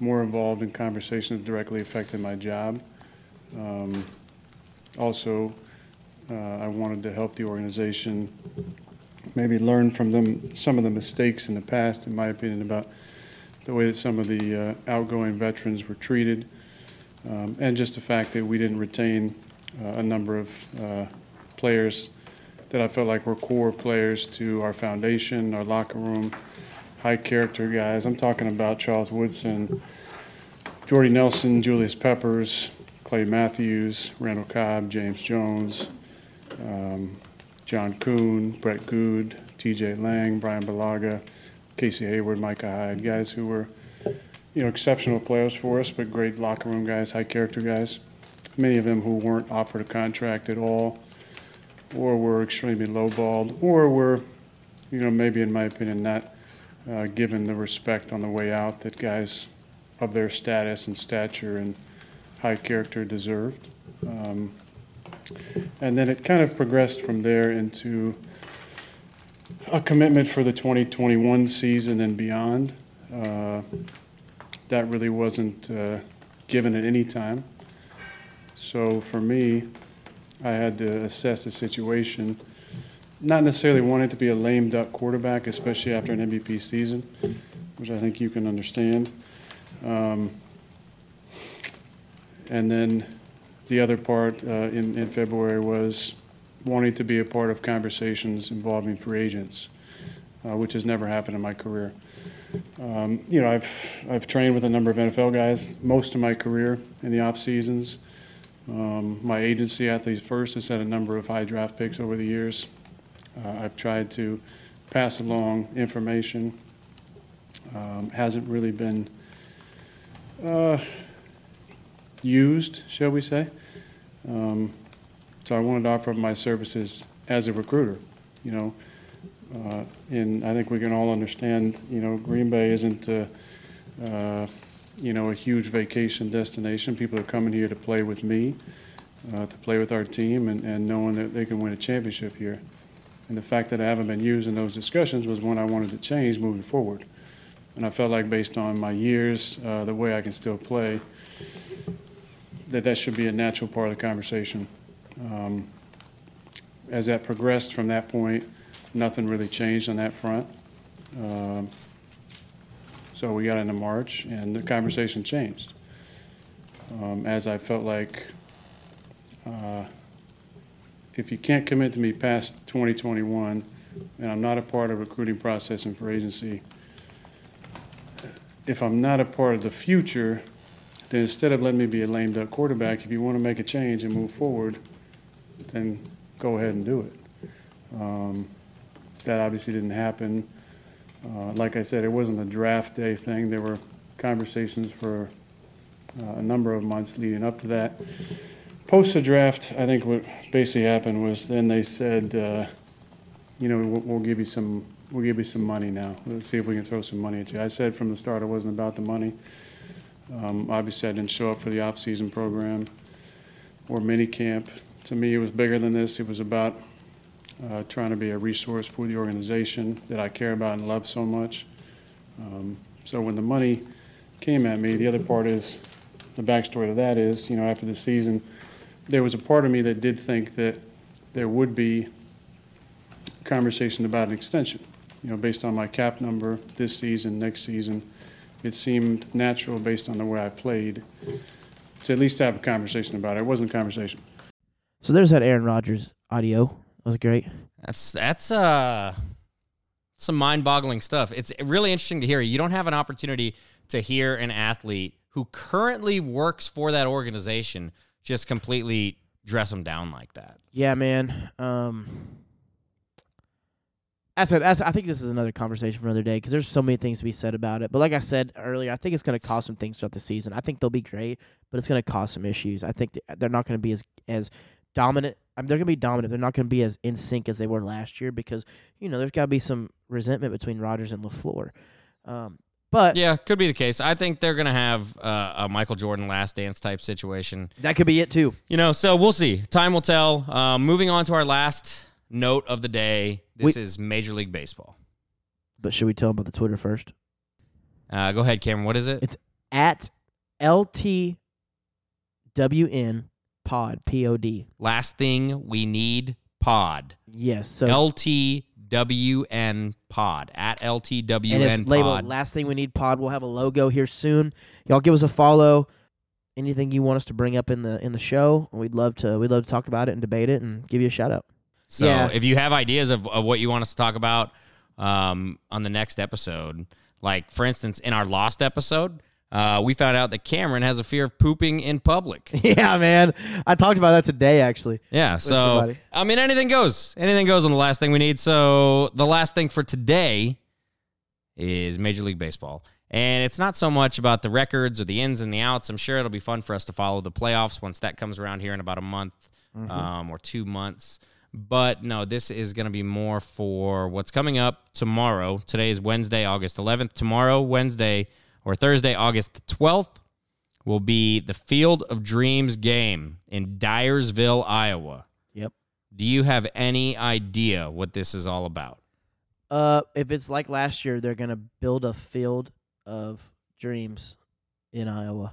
more involved in conversations that directly affected my job. Um, also, uh, I wanted to help the organization maybe learn from them some of the mistakes in the past, in my opinion, about the way that some of the uh, outgoing veterans were treated, um, and just the fact that we didn't retain uh, a number of uh, players that I felt like were core players to our foundation, our locker room, high character guys. I'm talking about Charles Woodson, Jordy Nelson, Julius Peppers, Clay Matthews, Randall Cobb, James Jones. Um, John Kuhn, Brett Good, TJ Lang, Brian Balaga, Casey Hayward, Micah Hyde, guys who were, you know, exceptional players for us, but great locker room guys, high character guys. Many of them who weren't offered a contract at all, or were extremely lowballed, or were, you know, maybe in my opinion, not uh, given the respect on the way out that guys of their status and stature and high character deserved. Um, and then it kind of progressed from there into a commitment for the 2021 season and beyond. Uh, that really wasn't uh, given at any time. So for me, I had to assess the situation. Not necessarily wanting to be a lame duck quarterback, especially after an MVP season, which I think you can understand. Um, and then the other part uh, in, in February was wanting to be a part of conversations involving free agents, uh, which has never happened in my career. Um, you know, I've, I've trained with a number of NFL guys most of my career in the off seasons. Um, my agency, Athletes First, has had a number of high draft picks over the years. Uh, I've tried to pass along information. Um, hasn't really been uh, used, shall we say. Um, so I wanted to offer up my services as a recruiter, you know. Uh, and I think we can all understand, you know, Green Bay isn't, uh, uh, you know, a huge vacation destination. People are coming here to play with me, uh, to play with our team, and, and knowing that they can win a championship here. And the fact that I haven't been used in those discussions was one I wanted to change moving forward. And I felt like, based on my years, uh, the way I can still play, that that should be a natural part of the conversation. Um, As that progressed from that point, nothing really changed on that front. Um, So we got into March, and the conversation changed. Um, As I felt like, uh, if you can't commit to me past 2021, and I'm not a part of recruiting process and for agency, if I'm not a part of the future, then instead of letting me be a lame duck quarterback, if you want to make a change and move forward, then go ahead and do it. Um, that obviously didn't happen. Uh, like I said, it wasn't a draft day thing. There were conversations for uh, a number of months leading up to that. Post the draft, I think what basically happened was then they said, uh, you know, we'll, we'll give you some, we'll give you some money now. Let's see if we can throw some money at you. I said from the start it wasn't about the money. Um, Obviously, I didn't show up for the off-season program or mini camp. To me, it was bigger than this. It was about uh, trying to be a resource for the organization that I care about and love so much, Um, So when the money came at me, the other part is, the backstory to that is, you know, after the season, there was a part of me that did think that there would be conversation about an extension. You know, based on my cap number this season, next season, it seemed natural based on the way I played to at least have a conversation about it. It wasn't a conversation.
So there's that Aaron Rodgers audio. That was great.
That's that's uh some mind-boggling stuff. It's really interesting to hear. You don't have an opportunity to hear an athlete who currently works for that organization just completely dress them down like that.
Yeah, man. Um, I said, I said- I think this is another conversation for another day because there's so many things to be said about it. But like I said earlier, I think it's going to cause some things throughout the season. I think they'll be great, but it's going to cause some issues. I think th- they're not going to be as as dominant. I mean, they're going to be dominant. They're not going to be as in sync as they were last year because you know there's got to be some resentment between Rodgers and Lafleur. Um, but
Yeah, could be the case. I think they're going to have uh, a Michael Jordan last dance type situation.
that could be it too.
You know, so we'll see. Time will tell. Uh, moving on to our last note of the day. This
We-
is Major League Baseball.
But should we tell them about the Twitter first?
Uh, go ahead, Cameron. What is it?
It's at LTWN pod, P O D.
last thing we need pod.
Yes. So
LTWN pod at LTWN
and it's labeled
pod.
last thing we need pod. We'll have a logo here soon. Y'all give us a follow. Anything you want us to bring up in the in the show, we'd love to we'd love to talk about it and debate it and give you a shout out.
so
yeah.
if you have ideas of, of what you want us to talk about um, on the next episode, like for instance, in our lost episode, uh, we found out that Cameron has a fear of pooping in public.
yeah, man. I talked about that today actually.
Yeah. So
somebody.
I mean, anything goes. Anything goes on the last thing we need. So the last thing for today is Major League Baseball, and it's not so much about the records or the ins and the outs. I'm sure it'll be fun for us to follow the playoffs once that comes around here in about a month um, or two months. But no, this is going to be more for what's coming up tomorrow. Today is Wednesday, August 11th. Tomorrow, Wednesday or Thursday, August 12th will be the Field of Dreams game in Dyersville, Iowa.
Yep.
Do you have any idea what this is all about?
Uh if it's like last year, they're gonna build a field of dreams in Iowa.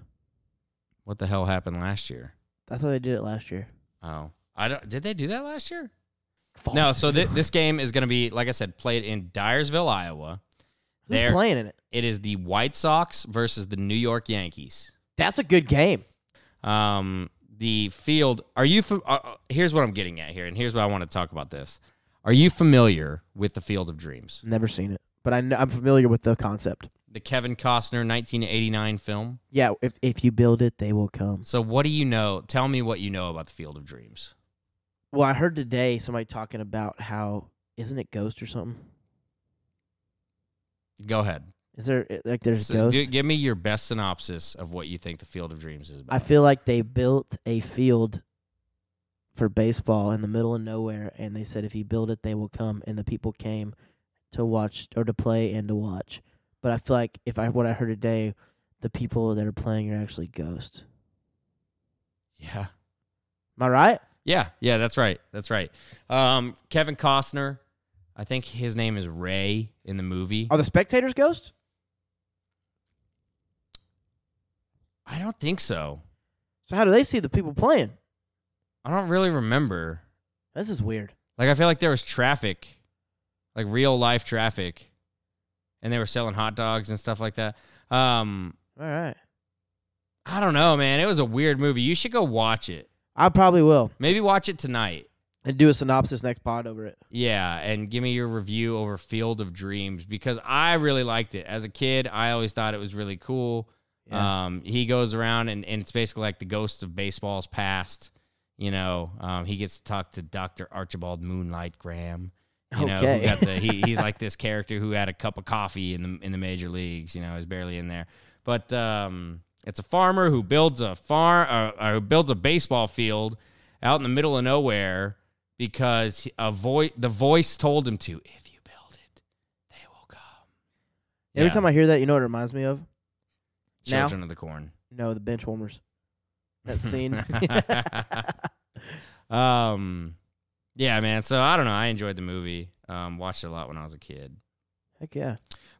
What the hell happened last year?
I thought they did it last year.
Oh, I don't. Did they do that last year? No. So thi- this game is going to be, like I said, played in Dyersville, Iowa.
Who's
There,
playing in it?
it is the White Sox versus the New York Yankees.
That's a good game.
Um, the field. Are you? Fam- uh, uh, here's what I'm getting at here, and here's what I want to talk about. This. Are you familiar with the Field of Dreams?
Never seen it, but I know, I'm familiar with the concept.
the Kevin Costner 1989 film.
Yeah, if if you build it, they will come.
So what do you know? Tell me what you know about the Field of Dreams.
Well, I heard today somebody talking about how isn't it Ghost or something?
Go ahead.
Is there eh, like there's
So
Ghost?
do- give me your best synopsis of what you think the Field of Dreams is about.
I feel like they built a field for baseball in the middle of nowhere, and they said if you build it, they will come, and the people came to watch or to play and to watch. But I feel like if I what I heard today, the people that are playing are actually Ghost.
yeah.
Am I right?
Yeah, yeah, that's right. That's right. Um, Kevin Costner, I think his name is Ray in the movie.
Are the spectators Ghost?
I don't think so.
So how do they see the people playing?
I don't really remember.
This is weird.
Like I feel like there was traffic, like real life traffic, and they were selling hot dogs and stuff like that. Um,
All right,
I don't know, man. It was a weird movie. You should go watch it.
I probably will.
Maybe watch it tonight.
and do a synopsis next pod over it.
Yeah, and give me your review over Field of Dreams because I really liked it. As a kid, I always thought it was really cool. Um, he goes around and, and it's basically like the ghost of baseball's past. You know, um, he gets to talk to Dr. Archibald Moonlight Graham. You know,
Okay.
who got the, he, he's like this character who had a cup of coffee in the in the major leagues. You know, is barely in there. But um, it's a farmer who builds a farm or, or who builds a baseball field out in the middle of nowhere because he- a voice the voice told him to. If you build it, they will come.
Every
Yeah.
time I hear that, you know what it reminds me of? now-
Children of the Corn.
No, the bench warmers. That scene.
um, yeah, man. So I don't know. I enjoyed the movie. Um, watched it a lot when I was a kid.
Heck yeah.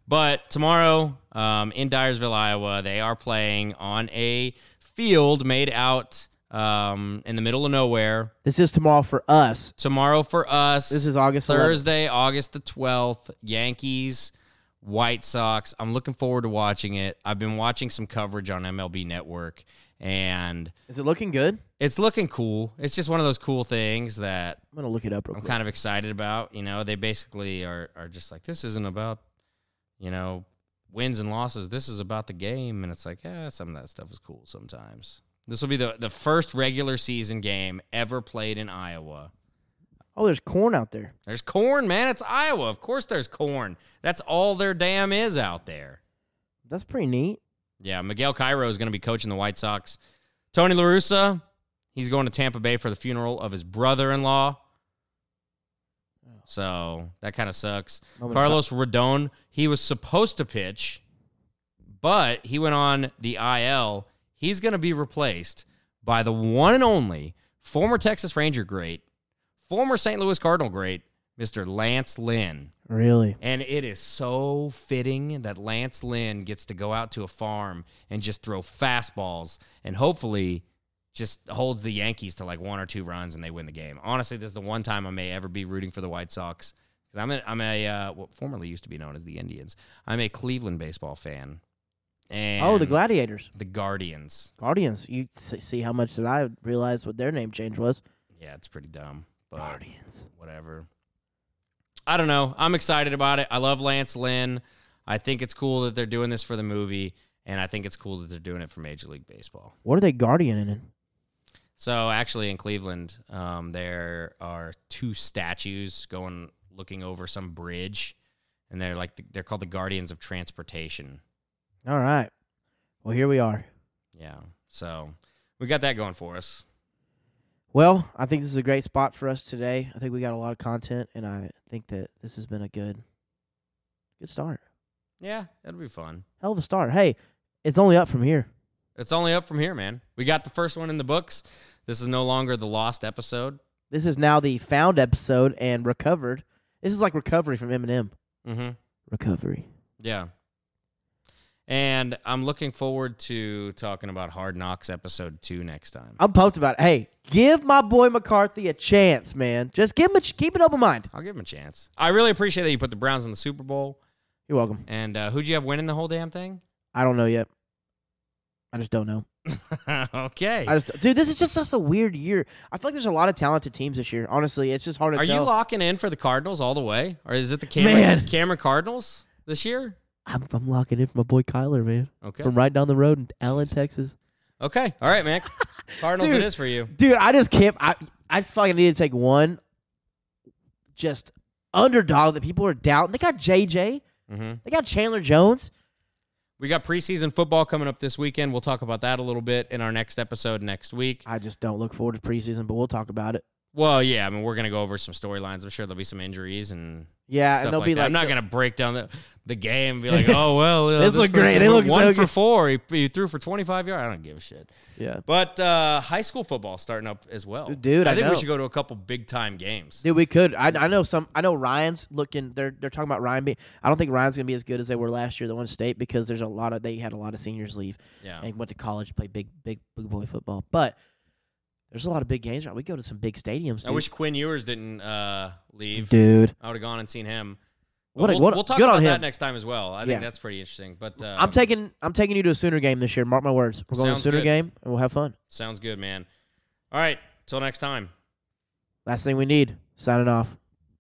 But tomorrow um, in Dyersville, Iowa, they are playing on a field made out um, in the middle of nowhere.
This is tomorrow for us.
Tomorrow for us.
This is August 11th.
Thursday, August the 12th. Yankees, White Sox. I'm looking forward to watching it. I've been watching some coverage on MLB Network, and
Is it looking good?
it's looking cool. It's just one of those cool things that
I'm gonna look it up real
I'm
quick.
kind of excited about. You know, they basically are are just like this isn't about, you know, wins and losses. This is about the game, and it's like yeah, some of that stuff is cool sometimes. This will be the the first regular season game ever played in Iowa.
Oh, there's corn out there.
There's corn, man. It's Iowa. Of course, there's corn. That's all there damn is out there.
That's pretty neat.
Yeah, Miguel Cairo is going to be coaching the White Sox. Tony La Russa, he's going to Tampa Bay for the funeral of his brother-in-law. So that kind of sucks.
Moment of
Carlos Rodon, he was supposed to pitch, but he went on the IL. He's going to be replaced by the one and only former Texas Ranger great, former St. Louis Cardinal great, Mr. Lance Lynn.
Really?
And it is so fitting that Lance Lynn gets to go out to a farm and just throw fastballs and hopefully just holds the Yankees to like one or two runs and they win the game. Honestly, this is the one time I may ever be rooting for the White Sox because I'm a, I'm a uh, what formerly used to be known as the Indians. I'm a Cleveland baseball fan. And
Oh, the gladiators,
the Guardians.
guardians. You s- see how much that I realized what their name change was.
Yeah, it's pretty dumb. But
Guardians.
whatever. I don't know. I'm excited about it. I love Lance Lynn. I think it's cool that they're doing this for the movie, and I think it's cool that they're doing it for Major League Baseball.
What are they guardian in?
So actually, in Cleveland, um, there are two statues going looking over some bridge, and they're like the, they're called the Guardians of Transportation.
All right. Well, here we are.
Yeah. So we got that going for us.
Well, I think this is a great spot for us today. I think we got a lot of content, and I think that this has been a good, good start.
Yeah, that'll be fun.
Hell of a start. Hey, it's only up from here.
It's only up from here, man. We got the first one in the books. This is no longer the lost episode.
This is now the found episode and recovered. This is like recovery from Eminem.
Mm-hmm.
Recovery.
Yeah. And I'm looking forward to talking about Hard Knocks episode two next time.
I'm pumped about it. Hey, give my boy McCarthy a chance, man. Just give him a ch- keep an open mind.
I'll give him a chance. I really appreciate that you put the Browns in the Super Bowl.
You're welcome.
And uh, who'd you have winning the whole damn thing?
I don't know yet. I just don't know.
okay.
I just dude, this is just such a weird year. I feel like there's a lot of talented teams this year. Honestly, it's just hard to
Are you
tell.
locking in for the Cardinals all the way? Or is it the Cameron,
Man.
Cameron Cardinals this year?
I'm, I'm locking in for my boy Kyler, man,
Okay.
from right down the road in Allen, Texas.
Okay. All right, man. Cardinals
Dude.
it is for you.
Dude, I just can't. I I feel like I need to take one just underdog that people are doubting. They got JJ.
hmm
They got Chandler Jones.
We got preseason football coming up this weekend. We'll talk about that a little bit in our next episode next week.
I just don't look forward to preseason, but we'll talk about it.
Well, yeah, I mean, we're gonna go over some storylines. I'm sure there'll be some injuries and
Yeah,
stuff
and they'll
like
be
that.
like, uh,
I'm not gonna break down the the game and be like, oh well, uh,
This
this
looked great.
person
They
went
look so
one for
good."
four. He, he threw for 25 yards. I don't give a shit.
yeah.
But uh, high school football starting up as well,
Dude, I
think
know.
we should go to a couple big time games.
Dude, we could. I, I know some. I know Ryan's looking. They're they're talking about Ryan being. I don't think Ryan's gonna be as good as they were last year. The one state because there's a lot of they had a lot of seniors leave
Yeah,
and went to college to play big big big boy football. But there's a lot of big games. Right, we go to some big stadiums. Dude.
I wish Quinn Ewers didn't uh, leave.
dude.
I would have gone and seen him. But
What a-
we'll,
what a-
we'll talk
good on
about that
him.
next time as well. I
Yeah.
think that's pretty interesting. But uh,
I'm taking I'm taking you to a Sooner game this year. Mark my words. We're going to a
Sounds
Sooner
good.
game and we'll have fun.
sounds good, man. All right, till next time.
Last thing we need. Signing off.